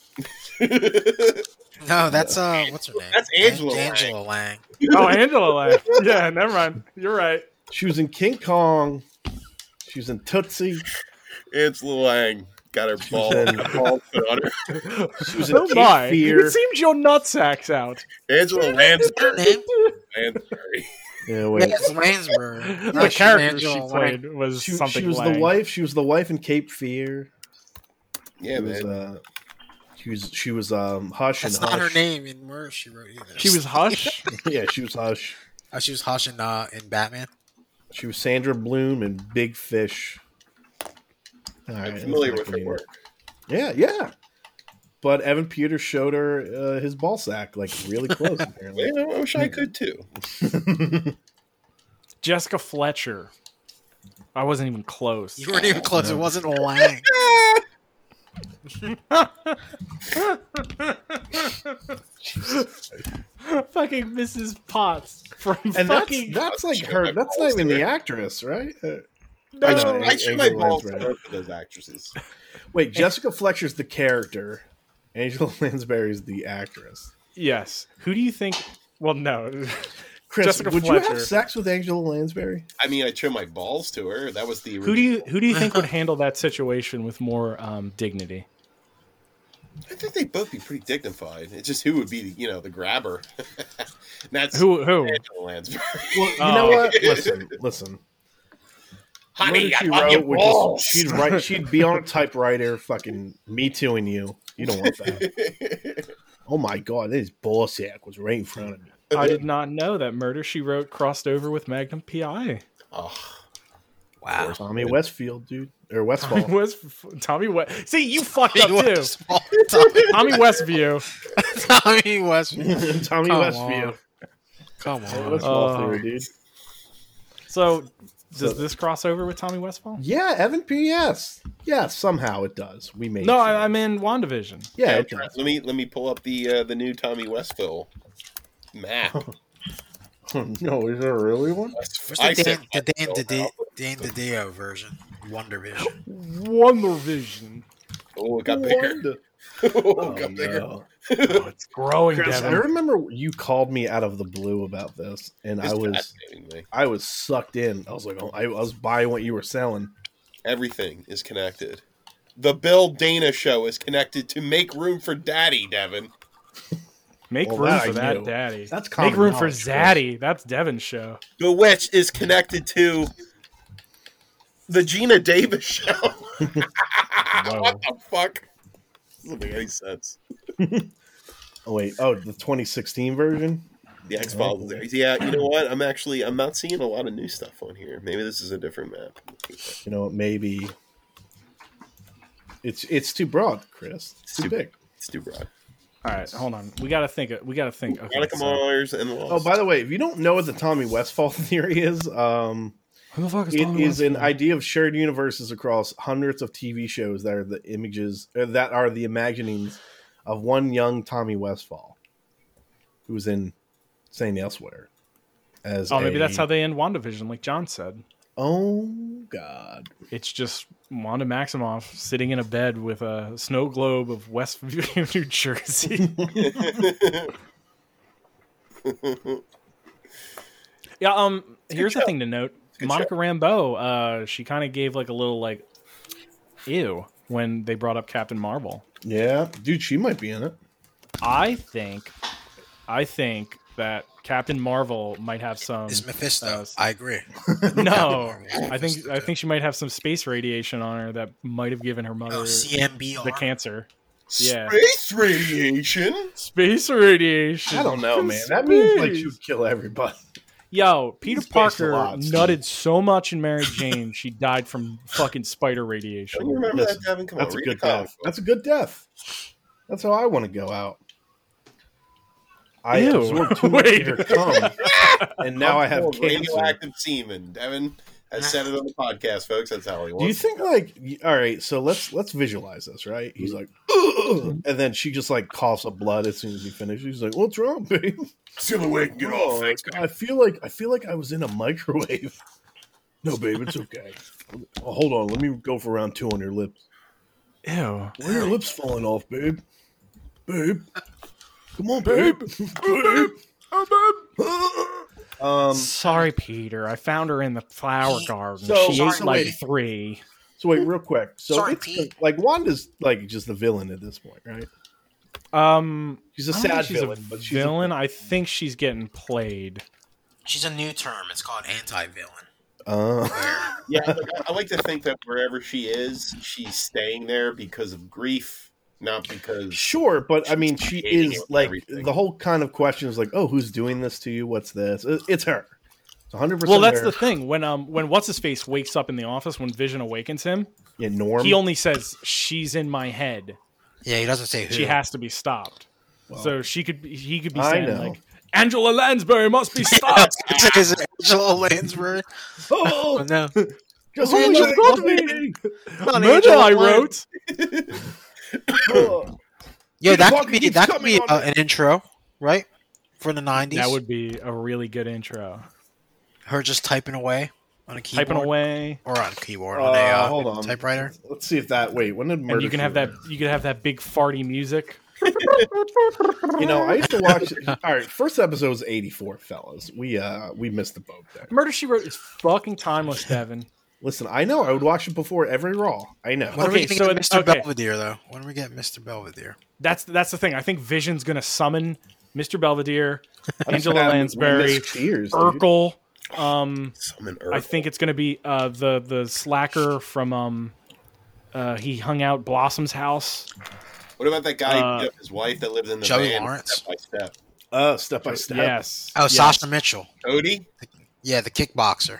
[SPEAKER 1] No, that's uh, what's her name?
[SPEAKER 3] That's Angela Lang.
[SPEAKER 1] Angela Lang.
[SPEAKER 2] Oh, Angela Lang. Yeah, never mind. You're right.
[SPEAKER 4] She was in King Kong. She was in Tootsie.
[SPEAKER 3] Angela Lang got her ball,
[SPEAKER 4] Then-
[SPEAKER 3] ball put on her.
[SPEAKER 4] She was in
[SPEAKER 2] Oh
[SPEAKER 4] Cape
[SPEAKER 2] my!
[SPEAKER 4] Fear.
[SPEAKER 2] It seems your nutsack's out.
[SPEAKER 3] Angela Lansbury.
[SPEAKER 1] Her name?
[SPEAKER 3] Lansbury.
[SPEAKER 4] Yeah, wait.
[SPEAKER 1] That's Lansbury. No,
[SPEAKER 2] the
[SPEAKER 1] she's
[SPEAKER 2] character she
[SPEAKER 1] Angela
[SPEAKER 2] played was
[SPEAKER 4] She,
[SPEAKER 2] something.
[SPEAKER 4] she was the
[SPEAKER 2] Lang.
[SPEAKER 4] wife. She was the wife in Cape Fear.
[SPEAKER 3] Yeah,
[SPEAKER 4] She was,
[SPEAKER 3] man.
[SPEAKER 4] uh, she was she was um Hush
[SPEAKER 1] That's
[SPEAKER 4] and
[SPEAKER 1] not
[SPEAKER 4] Hush.
[SPEAKER 1] her name in where she wrote either.
[SPEAKER 2] She was Hush.
[SPEAKER 4] Yeah, she was Hush.
[SPEAKER 1] Uh, she was Hush in, uh, in Batman.
[SPEAKER 4] She was Sandra Bloom in Big Fish. All right,
[SPEAKER 3] I'm familiar with
[SPEAKER 4] that's not
[SPEAKER 3] her
[SPEAKER 4] good
[SPEAKER 3] work.
[SPEAKER 4] anymore. Yeah, yeah. But Evan Peters showed her uh, his ball sack like really close. apparently,
[SPEAKER 3] You know, I wish I could too.
[SPEAKER 2] Jessica Fletcher. I wasn't even close.
[SPEAKER 1] You weren't even close. It wasn't Lang.
[SPEAKER 2] fucking Mrs. Potts from
[SPEAKER 4] and that's
[SPEAKER 2] fucking.
[SPEAKER 4] that's like her. That's not even the actress, right? Uh, No,
[SPEAKER 3] I, I shoot my
[SPEAKER 4] Angela
[SPEAKER 3] balls
[SPEAKER 4] Lansbury.
[SPEAKER 3] to her for those actresses.
[SPEAKER 4] Wait, Jessica Fletcher's the character. Angela Lansbury's the actress.
[SPEAKER 2] Yes. Who do you think? Well, no.
[SPEAKER 4] Chris,
[SPEAKER 2] Jessica
[SPEAKER 4] would you
[SPEAKER 2] Fletcher.
[SPEAKER 4] have sex with Angela Lansbury?
[SPEAKER 3] I mean, I'd show my balls to her. That was the
[SPEAKER 2] Who do you who do you think would handle that situation with more um, dignity?
[SPEAKER 3] I think they'd both be pretty dignified. It's just who would be, you know, the grabber. And That's
[SPEAKER 2] Who who?
[SPEAKER 3] Angela Lansbury.
[SPEAKER 4] Well, you
[SPEAKER 2] Oh.
[SPEAKER 4] know what? Listen, listen.
[SPEAKER 3] Honey,
[SPEAKER 4] What
[SPEAKER 3] I
[SPEAKER 4] if
[SPEAKER 3] love your
[SPEAKER 4] would just-
[SPEAKER 3] balls.
[SPEAKER 4] she'd write. She'd be on a typewriter, fucking me tooing you. You don't want that. oh my god, this ball sack was right in front of me.
[SPEAKER 2] I did not know that Murder She Wrote crossed over with Magnum PI.
[SPEAKER 3] oh, Ah.
[SPEAKER 1] Wow.
[SPEAKER 4] Tommy Westfield, dude, or Westfall.
[SPEAKER 2] Tommy West, Tommy West. See, you fucked up too.
[SPEAKER 1] Westfall. Tommy,
[SPEAKER 2] Tommy Westview.
[SPEAKER 1] Tommy Westfall.
[SPEAKER 4] Tommy
[SPEAKER 2] Come
[SPEAKER 4] Westfield.
[SPEAKER 1] Come on.
[SPEAKER 4] Westfall
[SPEAKER 2] Oh.
[SPEAKER 4] theory, dude.
[SPEAKER 2] So, does this cross over with Tommy Westfall?
[SPEAKER 4] Yeah, Evan P.S. Yeah, somehow it does. We made
[SPEAKER 2] No,
[SPEAKER 4] it.
[SPEAKER 2] I, I'm in Wandavision.
[SPEAKER 4] yeah,
[SPEAKER 3] yeah,
[SPEAKER 4] it does.
[SPEAKER 3] let me let me pull up the uh, the new Tommy Westville map.
[SPEAKER 4] no, is there really one?
[SPEAKER 1] Where's
[SPEAKER 3] I
[SPEAKER 1] the
[SPEAKER 3] said
[SPEAKER 1] Dan, the Dan, the
[SPEAKER 3] Westville.
[SPEAKER 1] Dan, Dan DiDio version? Wonder Vision.
[SPEAKER 2] Wonder Vision.
[SPEAKER 3] Oh, it got bigger. oh,
[SPEAKER 4] Oh,
[SPEAKER 3] it got bigger.
[SPEAKER 4] no.
[SPEAKER 2] Oh, It's growing,
[SPEAKER 4] Chris, I
[SPEAKER 2] Devin.
[SPEAKER 4] remember you called me out of the blue about this, and
[SPEAKER 3] It's
[SPEAKER 4] I was
[SPEAKER 3] fascinating me.
[SPEAKER 4] I was sucked in. I was like, oh, I, I was buying what you were selling.
[SPEAKER 3] Everything is connected. The Bill Dana show is connected to make room for Daddy, Devin.
[SPEAKER 2] Make
[SPEAKER 4] Well,
[SPEAKER 2] room
[SPEAKER 4] that I
[SPEAKER 2] for that,
[SPEAKER 4] knew.
[SPEAKER 2] Daddy.
[SPEAKER 4] That's common
[SPEAKER 2] Make room for
[SPEAKER 4] knowledge, Chris.
[SPEAKER 2] Zaddy. That's Devin's show.
[SPEAKER 3] The Witch is connected to the Gina Davis show. what the fuck? Doesn't make any sense.
[SPEAKER 4] Oh wait, oh the 2016 version.
[SPEAKER 3] The X Files. Yeah, you know what? I'm actually I'm not seeing a lot of new stuff on here. Maybe this is a different map.
[SPEAKER 4] You know, maybe it's it's too broad, Chris. It's too
[SPEAKER 3] Stupid.
[SPEAKER 4] big.
[SPEAKER 3] It's too broad.
[SPEAKER 2] All right, hold on. We gotta think. We gotta think. Okay,
[SPEAKER 3] Monica
[SPEAKER 2] so-
[SPEAKER 3] Myers and Lost.
[SPEAKER 4] Oh, by the way, if you don't know what the Tommy Westfall theory is, um,
[SPEAKER 2] Who the fuck is
[SPEAKER 4] it
[SPEAKER 2] Tommy
[SPEAKER 4] is an
[SPEAKER 2] Westfall?
[SPEAKER 4] idea of shared universes across hundreds of TV shows that are the images uh, that are the imaginings of one young Tommy Westfall, who was in St. Elsewhere. As
[SPEAKER 2] Oh, maybe
[SPEAKER 4] a-
[SPEAKER 2] that's how they end WandaVision, like John said.
[SPEAKER 4] Oh God!
[SPEAKER 2] It's just Wanda Maximoff sitting in a bed with a snow globe of Westview, New Jersey. yeah. Um. Here's the thing to note:
[SPEAKER 3] good
[SPEAKER 2] Monica Rambeau. Uh, she kind of gave like a little like, ew, when they brought up Captain Marvel.
[SPEAKER 4] Yeah, dude, she might be in it.
[SPEAKER 2] I think, I think that Captain Marvel might have some.
[SPEAKER 1] Is Mephisto.
[SPEAKER 2] uh,
[SPEAKER 1] I agree.
[SPEAKER 2] no,
[SPEAKER 1] Marvel.
[SPEAKER 2] I think I think she might have some space radiation on her that might have given her mother
[SPEAKER 1] Oh, CMBR.
[SPEAKER 2] the cancer. Yeah.
[SPEAKER 3] Space radiation.
[SPEAKER 2] Space radiation.
[SPEAKER 4] I don't know, man. That means like she would kill everybody.
[SPEAKER 2] Yo, Peter
[SPEAKER 4] Space
[SPEAKER 2] Parker
[SPEAKER 4] lots.
[SPEAKER 2] nutted so much in Mary Jane, she died from fucking spider radiation.
[SPEAKER 3] Don't you remember
[SPEAKER 4] Listen,
[SPEAKER 3] that, Devin? Come on,
[SPEAKER 4] That's a
[SPEAKER 3] read
[SPEAKER 4] good
[SPEAKER 3] the comic
[SPEAKER 4] death. That's a good death. That's how I want to go out. I
[SPEAKER 2] Ew.
[SPEAKER 4] absorbed too much of
[SPEAKER 2] Wait.
[SPEAKER 4] your cum, and now I have
[SPEAKER 3] Full of
[SPEAKER 4] cancer.
[SPEAKER 3] radioactive semen. Devin has said it on the podcast, folks. That's how he was.
[SPEAKER 4] Do you think like y- all right? So let's let's visualize this, right? He's like, "Ugh," and then she just like coughs up blood as soon as he finishes. He's like, "What's wrong, babe?
[SPEAKER 3] still awake and get
[SPEAKER 4] Oh, I feel like I feel like I was in a microwave." No, babe, it's okay. Oh, hold on, let me go for round two on your lips.
[SPEAKER 2] Ew.
[SPEAKER 4] Why are your lips falling off, babe? Babe. Come on, babe. babe. um so
[SPEAKER 2] Sorry, Peter. I found her in the flower garden.
[SPEAKER 4] So-
[SPEAKER 2] she
[SPEAKER 4] Sorry,
[SPEAKER 2] ate like
[SPEAKER 1] wait.
[SPEAKER 2] three.
[SPEAKER 4] wait, real quick. So
[SPEAKER 1] Sorry,
[SPEAKER 4] it's,
[SPEAKER 1] Pete.
[SPEAKER 4] like Wanda's like just the villain at this point, right?
[SPEAKER 2] Um,
[SPEAKER 4] She's a
[SPEAKER 2] I don't think
[SPEAKER 4] sad
[SPEAKER 2] she's
[SPEAKER 4] villain,
[SPEAKER 2] a
[SPEAKER 4] but she's a-
[SPEAKER 2] villain. I think she's getting played.
[SPEAKER 1] She's a new term. It's called anti-villain.
[SPEAKER 4] uh,
[SPEAKER 3] Yeah, I- I like to think that wherever she is, she's staying there because of grief, not because.
[SPEAKER 4] sure, but I mean she
[SPEAKER 3] Hating
[SPEAKER 4] is
[SPEAKER 3] it with
[SPEAKER 4] like
[SPEAKER 3] everything.
[SPEAKER 4] the whole kind of question is like, "Oh, who's doing this to you? What's this?" It- It's her. It's 100%
[SPEAKER 2] Well, that's
[SPEAKER 4] her.
[SPEAKER 2] the thing. When um, when what's his face wakes up in the office when Vision awakens him,
[SPEAKER 4] yeah, Norm.
[SPEAKER 2] he only says, "She's in my head."
[SPEAKER 1] Yeah, he doesn't say who.
[SPEAKER 2] she has to be stopped.
[SPEAKER 4] Well,
[SPEAKER 2] so she could be, he could be
[SPEAKER 4] I
[SPEAKER 2] saying
[SPEAKER 4] know.
[SPEAKER 2] like Angela Lansbury must be stopped.
[SPEAKER 1] Is it Angela Lansbury? Oh,
[SPEAKER 4] oh,
[SPEAKER 1] no.
[SPEAKER 4] just
[SPEAKER 2] Oh,
[SPEAKER 4] reach
[SPEAKER 2] you
[SPEAKER 4] out
[SPEAKER 2] got
[SPEAKER 4] to
[SPEAKER 2] me.
[SPEAKER 1] Not
[SPEAKER 2] Murder
[SPEAKER 1] Angela
[SPEAKER 2] I
[SPEAKER 1] Lan-
[SPEAKER 2] wrote.
[SPEAKER 4] Oh.
[SPEAKER 1] Yo,
[SPEAKER 4] Peter
[SPEAKER 1] that
[SPEAKER 4] Parker
[SPEAKER 1] could be
[SPEAKER 4] keeps
[SPEAKER 1] that could be
[SPEAKER 4] coming on
[SPEAKER 1] uh, an intro, right? For the nineties,
[SPEAKER 2] That would be a really good intro.
[SPEAKER 1] her just typing away. on a keyboard
[SPEAKER 2] typing away,
[SPEAKER 1] or on a keyboard on a
[SPEAKER 4] Uh,
[SPEAKER 1] uh,
[SPEAKER 4] hold on.
[SPEAKER 1] typewriter.
[SPEAKER 4] Let's see if that. Wait, when did murder?
[SPEAKER 2] and you can have
[SPEAKER 4] She
[SPEAKER 2] that. You can have that big farty music.
[SPEAKER 4] Wrote? You know, I used to watch. all right, first episode was eighty four, fellas. We uh we missed the boat there.
[SPEAKER 2] Murder She Wrote is fucking timeless, Devin.
[SPEAKER 4] Listen, I know I would watch it before every Raw. I know.
[SPEAKER 1] When are we
[SPEAKER 2] Okay,
[SPEAKER 1] getting
[SPEAKER 2] so it-
[SPEAKER 1] Mr.
[SPEAKER 2] okay.
[SPEAKER 1] Belvedere though? When are we getting Mr. Belvedere?
[SPEAKER 2] That's that's the thing. I think Vision's gonna summon Mr. Belvedere, Angela
[SPEAKER 4] Um,
[SPEAKER 2] Lansbury,
[SPEAKER 4] Miss Cheers, dude.
[SPEAKER 2] Urkel. Um,
[SPEAKER 3] Summon
[SPEAKER 2] I
[SPEAKER 3] Urkel.
[SPEAKER 2] think it's gonna be uh, the the slacker from um, uh, he hung out Blossom's house.
[SPEAKER 3] What about that guy,
[SPEAKER 2] Uh,
[SPEAKER 3] uh, his wife that lived in the
[SPEAKER 1] Joey
[SPEAKER 3] van?
[SPEAKER 1] Lawrence?
[SPEAKER 3] Step by step.
[SPEAKER 4] Uh, step by step.
[SPEAKER 2] Yes.
[SPEAKER 1] Oh,
[SPEAKER 2] yes.
[SPEAKER 1] Sasha Mitchell.
[SPEAKER 3] Cody?
[SPEAKER 1] Yeah, the kickboxer.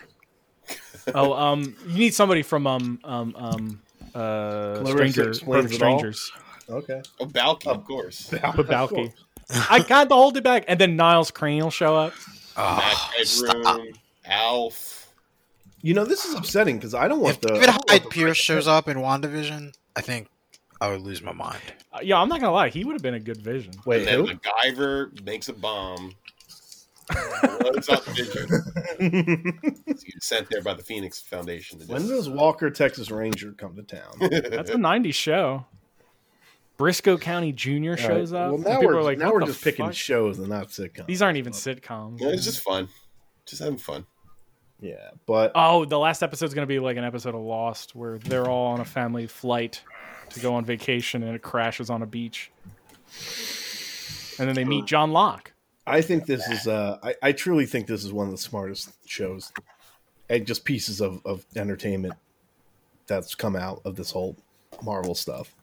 [SPEAKER 2] Oh, um, you need somebody from um um um uh
[SPEAKER 4] Clarissa
[SPEAKER 2] Stranger
[SPEAKER 4] Explains
[SPEAKER 2] Perfect
[SPEAKER 4] It All.
[SPEAKER 2] Strangers.
[SPEAKER 4] Okay.
[SPEAKER 3] Oh, Balky, of course.
[SPEAKER 1] Oh,
[SPEAKER 2] Babowski. I got to hold it back, and then Niles Crane will show up.
[SPEAKER 1] Oh,
[SPEAKER 3] Matt
[SPEAKER 1] stop.
[SPEAKER 3] Bedroom, Alf.
[SPEAKER 4] You know, this is upsetting because I don't want
[SPEAKER 1] If
[SPEAKER 4] the.
[SPEAKER 1] David
[SPEAKER 4] I don't want
[SPEAKER 1] Hyde
[SPEAKER 4] the-
[SPEAKER 1] Pierce shows up in WandaVision, I think I would lose my mind.
[SPEAKER 2] Uh, yeah, I'm not gonna lie, he would have been a good Vision.
[SPEAKER 4] Wait,
[SPEAKER 3] And then
[SPEAKER 4] who?
[SPEAKER 3] MacGyver makes a bomb. Blows up Vision. He was sent there by the Phoenix Foundation. To do
[SPEAKER 4] When
[SPEAKER 3] it.
[SPEAKER 4] does Walker Texas Ranger come to town?
[SPEAKER 2] That's a '90s show. Briscoe County Jr. shows
[SPEAKER 4] All right.
[SPEAKER 2] up.
[SPEAKER 4] Well,
[SPEAKER 2] and
[SPEAKER 4] now
[SPEAKER 2] people
[SPEAKER 4] we're
[SPEAKER 2] are like,
[SPEAKER 4] now
[SPEAKER 2] "What
[SPEAKER 4] we're
[SPEAKER 2] the
[SPEAKER 4] just picking
[SPEAKER 2] fuck?"
[SPEAKER 4] shows and not sitcoms.
[SPEAKER 2] These aren't even sitcoms.
[SPEAKER 3] No, it's just fun. Just having fun.
[SPEAKER 4] yeah, but
[SPEAKER 2] Oh, the last episode's gonna be like an episode of Lost where they're all on a family flight to go on vacation and it crashes on a beach. And then they meet John Locke.
[SPEAKER 4] I think this is. Uh, I, I truly think this is one of the smartest shows, and just pieces of of entertainment that's come out of this whole Marvel stuff.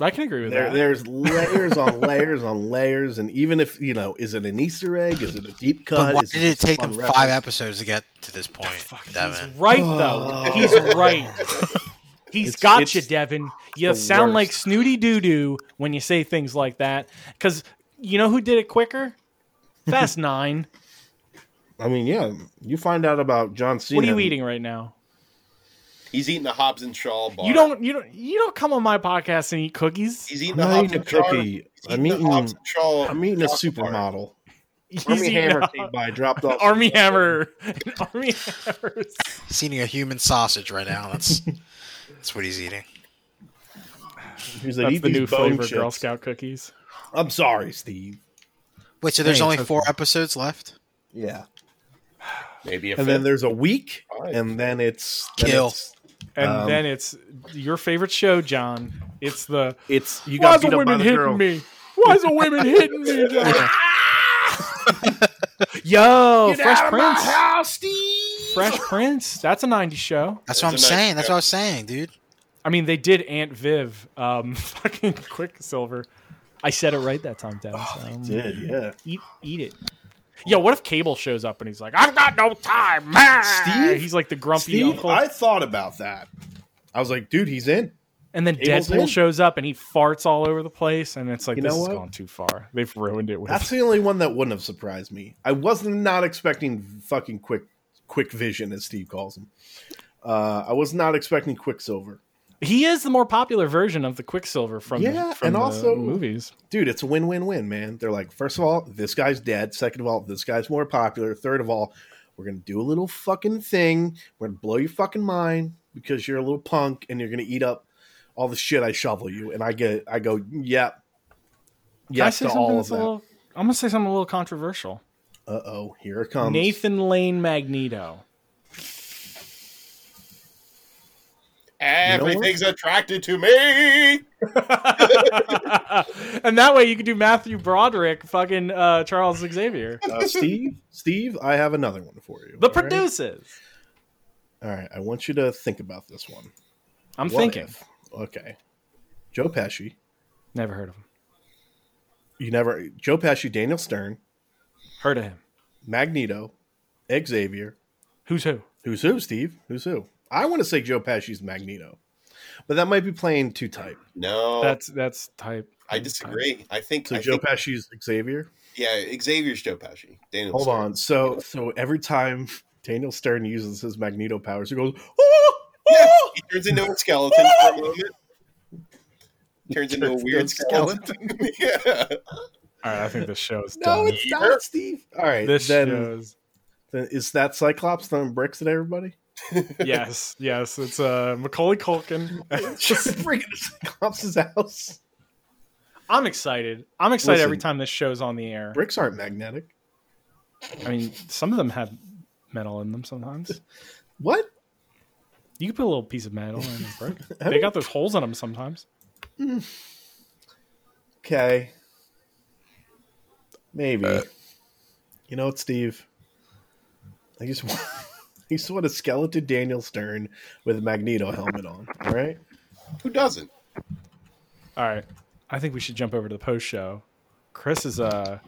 [SPEAKER 2] I can agree with
[SPEAKER 4] There,
[SPEAKER 2] that.
[SPEAKER 4] there's layers on layers on layers, and even if you know, is it an Easter egg? Is it a deep cut?
[SPEAKER 1] But why
[SPEAKER 4] Is
[SPEAKER 1] did it
[SPEAKER 4] just a
[SPEAKER 1] take
[SPEAKER 4] fun
[SPEAKER 1] him
[SPEAKER 4] reference?
[SPEAKER 1] five episodes to get to this point,
[SPEAKER 2] He's
[SPEAKER 1] Devin?
[SPEAKER 2] right though. He's right. He's
[SPEAKER 4] Oh. It's-
[SPEAKER 2] got
[SPEAKER 4] it's
[SPEAKER 2] you, Devin. You
[SPEAKER 4] the
[SPEAKER 2] sound like
[SPEAKER 4] worst.
[SPEAKER 2] snooty doo doo when you say things like that. Because you know who did it quicker? Fast Nine.
[SPEAKER 4] I mean, yeah, you find out about John Cena.
[SPEAKER 2] What are you eating right now?
[SPEAKER 3] He's eating a Hobbs and Shaw bar.
[SPEAKER 2] You don't. You don't. You don't come on my podcast and eat cookies.
[SPEAKER 3] He's eating
[SPEAKER 4] I'm
[SPEAKER 3] a
[SPEAKER 4] not
[SPEAKER 3] Hobbs
[SPEAKER 4] eating a
[SPEAKER 3] and Shaw.
[SPEAKER 4] cookie.
[SPEAKER 3] He's
[SPEAKER 4] I'm
[SPEAKER 3] eating a Hobbs
[SPEAKER 4] eating-
[SPEAKER 3] and Shaw.
[SPEAKER 4] I'm eating a
[SPEAKER 3] chocolate bar.
[SPEAKER 4] supermodel.
[SPEAKER 2] He's
[SPEAKER 4] Army
[SPEAKER 2] eating
[SPEAKER 4] Hammer
[SPEAKER 2] a-
[SPEAKER 4] came by, dropped off.
[SPEAKER 2] Army Hammer. Army Hammer.
[SPEAKER 1] He's eating a human sausage right now. That's that's what he's eating.
[SPEAKER 4] He's like,
[SPEAKER 2] That's
[SPEAKER 4] "Eat
[SPEAKER 2] the
[SPEAKER 4] these
[SPEAKER 2] new
[SPEAKER 4] bone
[SPEAKER 2] flavor of
[SPEAKER 4] chips."
[SPEAKER 2] Girl Scout cookies.
[SPEAKER 4] I'm sorry, Steve.
[SPEAKER 1] Wait, so there's
[SPEAKER 4] Hey,
[SPEAKER 1] only
[SPEAKER 4] it's
[SPEAKER 1] four episodes left?
[SPEAKER 4] Yeah.
[SPEAKER 3] Maybe a
[SPEAKER 4] And then
[SPEAKER 3] fifth.
[SPEAKER 4] there's a week,
[SPEAKER 3] Alright.
[SPEAKER 4] and then it's then
[SPEAKER 1] Kill.
[SPEAKER 4] It's,
[SPEAKER 2] And
[SPEAKER 4] Um,
[SPEAKER 2] then it's your favorite show, John. It's the
[SPEAKER 4] it's you
[SPEAKER 2] Why's
[SPEAKER 4] got beat
[SPEAKER 2] the
[SPEAKER 4] up by
[SPEAKER 2] women
[SPEAKER 4] the
[SPEAKER 2] hitting
[SPEAKER 4] girl.
[SPEAKER 2] me? Why's the women hitting me? John? Yo, Fresh Prince. Fresh Prince. That's a 90s show.
[SPEAKER 1] That's what I'm
[SPEAKER 3] That's a nice-
[SPEAKER 1] saying. That's what I was saying, dude.
[SPEAKER 2] I mean, they did Aunt Viv, um, fucking Quicksilver. I said it right that time, Dennis. Um,
[SPEAKER 4] Oh, Did yeah.
[SPEAKER 2] Eat, eat it. Yo, what if Cable shows up and he's like, I've got no time, man.
[SPEAKER 4] Steve?
[SPEAKER 2] He's like the grumpy
[SPEAKER 4] Steve, Ah,
[SPEAKER 2] uncle.
[SPEAKER 4] I thought about that. I was like, dude, he's in.
[SPEAKER 2] and then
[SPEAKER 4] Cable's
[SPEAKER 2] Deadpool
[SPEAKER 4] in.
[SPEAKER 2] shows up and he farts all over the place. And it's like,
[SPEAKER 4] You
[SPEAKER 2] this
[SPEAKER 4] know
[SPEAKER 2] has
[SPEAKER 4] what?
[SPEAKER 2] gone too far. They've ruined it with
[SPEAKER 4] That's the only one that wouldn't have surprised me. I was not expecting fucking quick, quick vision as Steve calls him. Uh, I was not expecting Quicksilver,
[SPEAKER 2] He is the more popular version of the Quicksilver from,
[SPEAKER 4] Yeah,
[SPEAKER 2] from
[SPEAKER 4] and
[SPEAKER 2] the
[SPEAKER 4] also-
[SPEAKER 2] movies.
[SPEAKER 4] dude. It's a win-win-win, man. They're like, first of all, this guy's dead. Second of all, this guy's more popular. Third of all, we're gonna do a little fucking thing. We're gonna blow your fucking mind because you're a little punk and you're gonna eat up all the shit I shovel you. And I get, I go, yep,
[SPEAKER 2] Can I
[SPEAKER 4] yes
[SPEAKER 2] say
[SPEAKER 4] to
[SPEAKER 2] something
[SPEAKER 4] all of
[SPEAKER 2] that's a
[SPEAKER 4] that.
[SPEAKER 2] little- I'm gonna say something a little controversial.
[SPEAKER 4] Uh oh, here it comes.
[SPEAKER 2] Nathan Lane Magneto.
[SPEAKER 4] what?
[SPEAKER 3] Everything's attracted to me.
[SPEAKER 2] and that way you could do Matthew Broderick, fucking uh, Charles Xavier.
[SPEAKER 4] Uh, Steve, Steve, I have another one for you.
[SPEAKER 2] The
[SPEAKER 4] all right?
[SPEAKER 2] producers.
[SPEAKER 4] All right, I want you to think about this one.
[SPEAKER 2] I'm
[SPEAKER 4] What
[SPEAKER 2] thinking.
[SPEAKER 4] if- okay, Joe Pesci.
[SPEAKER 2] Never heard of him.
[SPEAKER 4] You never Joe Pesci, Daniel Stern,
[SPEAKER 2] Heard of him.
[SPEAKER 4] Magneto, Xavier.
[SPEAKER 2] Who's who?
[SPEAKER 4] Who's who, Steve? Who's who? I want to say Joe Pesci's Magneto, but that might be playing too tight. Oh.
[SPEAKER 3] No,
[SPEAKER 2] That's that's type.
[SPEAKER 3] I disagree. I think
[SPEAKER 4] So
[SPEAKER 3] I
[SPEAKER 4] Joe
[SPEAKER 3] think-
[SPEAKER 4] Pesci's Xavier.
[SPEAKER 3] Yeah, Xavier's Joe Pesci. Daniel
[SPEAKER 4] Hold
[SPEAKER 3] Stern.
[SPEAKER 4] on. So so every time Daniel Stern uses his Magneto powers, he goes. "Oh,
[SPEAKER 3] Yeah,
[SPEAKER 4] oh!"
[SPEAKER 3] he turns into a skeleton for a moment. Turns into a
[SPEAKER 4] Turns
[SPEAKER 3] weird
[SPEAKER 4] into a skeleton.
[SPEAKER 3] skeleton. yeah.
[SPEAKER 2] All right, I think this show is
[SPEAKER 4] No,
[SPEAKER 2] done.
[SPEAKER 4] it's not, Steve. All right,
[SPEAKER 2] this
[SPEAKER 4] then
[SPEAKER 2] show is
[SPEAKER 4] Then is that Cyclops throwing bricks at everybody?
[SPEAKER 2] yes, yes. It's uh, Macaulay Culkin.
[SPEAKER 4] Just freaking Cyclops' house.
[SPEAKER 2] I'm excited. I'm excited every
[SPEAKER 4] Listen.
[SPEAKER 2] time this show's on the air.
[SPEAKER 4] Bricks aren't magnetic.
[SPEAKER 2] I mean, some of them have metal in them sometimes.
[SPEAKER 4] What?
[SPEAKER 2] You can put a little piece of metal in a brick. They got those holes in them sometimes.
[SPEAKER 4] Okay. Maybe. you know what, Steve? I just want, I just want a skeleton Daniel Stern with a Magneto helmet on. All right.
[SPEAKER 3] Who doesn't?
[SPEAKER 2] All right. I think we should jump over to the post show. Chris is uh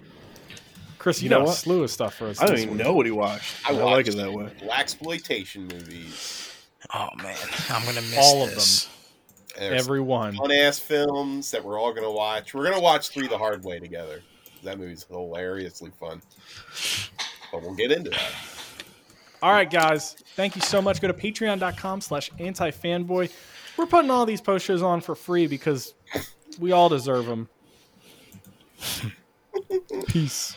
[SPEAKER 2] Chris, you,
[SPEAKER 4] You
[SPEAKER 2] know,
[SPEAKER 4] know
[SPEAKER 2] a
[SPEAKER 4] what?
[SPEAKER 2] slew of stuff for us.
[SPEAKER 4] I don't
[SPEAKER 2] this
[SPEAKER 4] even
[SPEAKER 2] week.
[SPEAKER 4] know what he watched.
[SPEAKER 3] I
[SPEAKER 4] I, like
[SPEAKER 3] watched-
[SPEAKER 4] it that way.
[SPEAKER 3] Black exploitation movies,
[SPEAKER 1] Oh man, I'm gonna miss
[SPEAKER 2] All of
[SPEAKER 1] this.
[SPEAKER 2] everyone.
[SPEAKER 3] fun ass films that we're all gonna watch. We're gonna watch Three the Hard Way together. That movie's hilariously fun. But we'll get into that.
[SPEAKER 2] All right, guys. Thank you so much. Go to patreon.com slash antifanboy. We're putting all these post shows on for free because we all deserve them. Peace.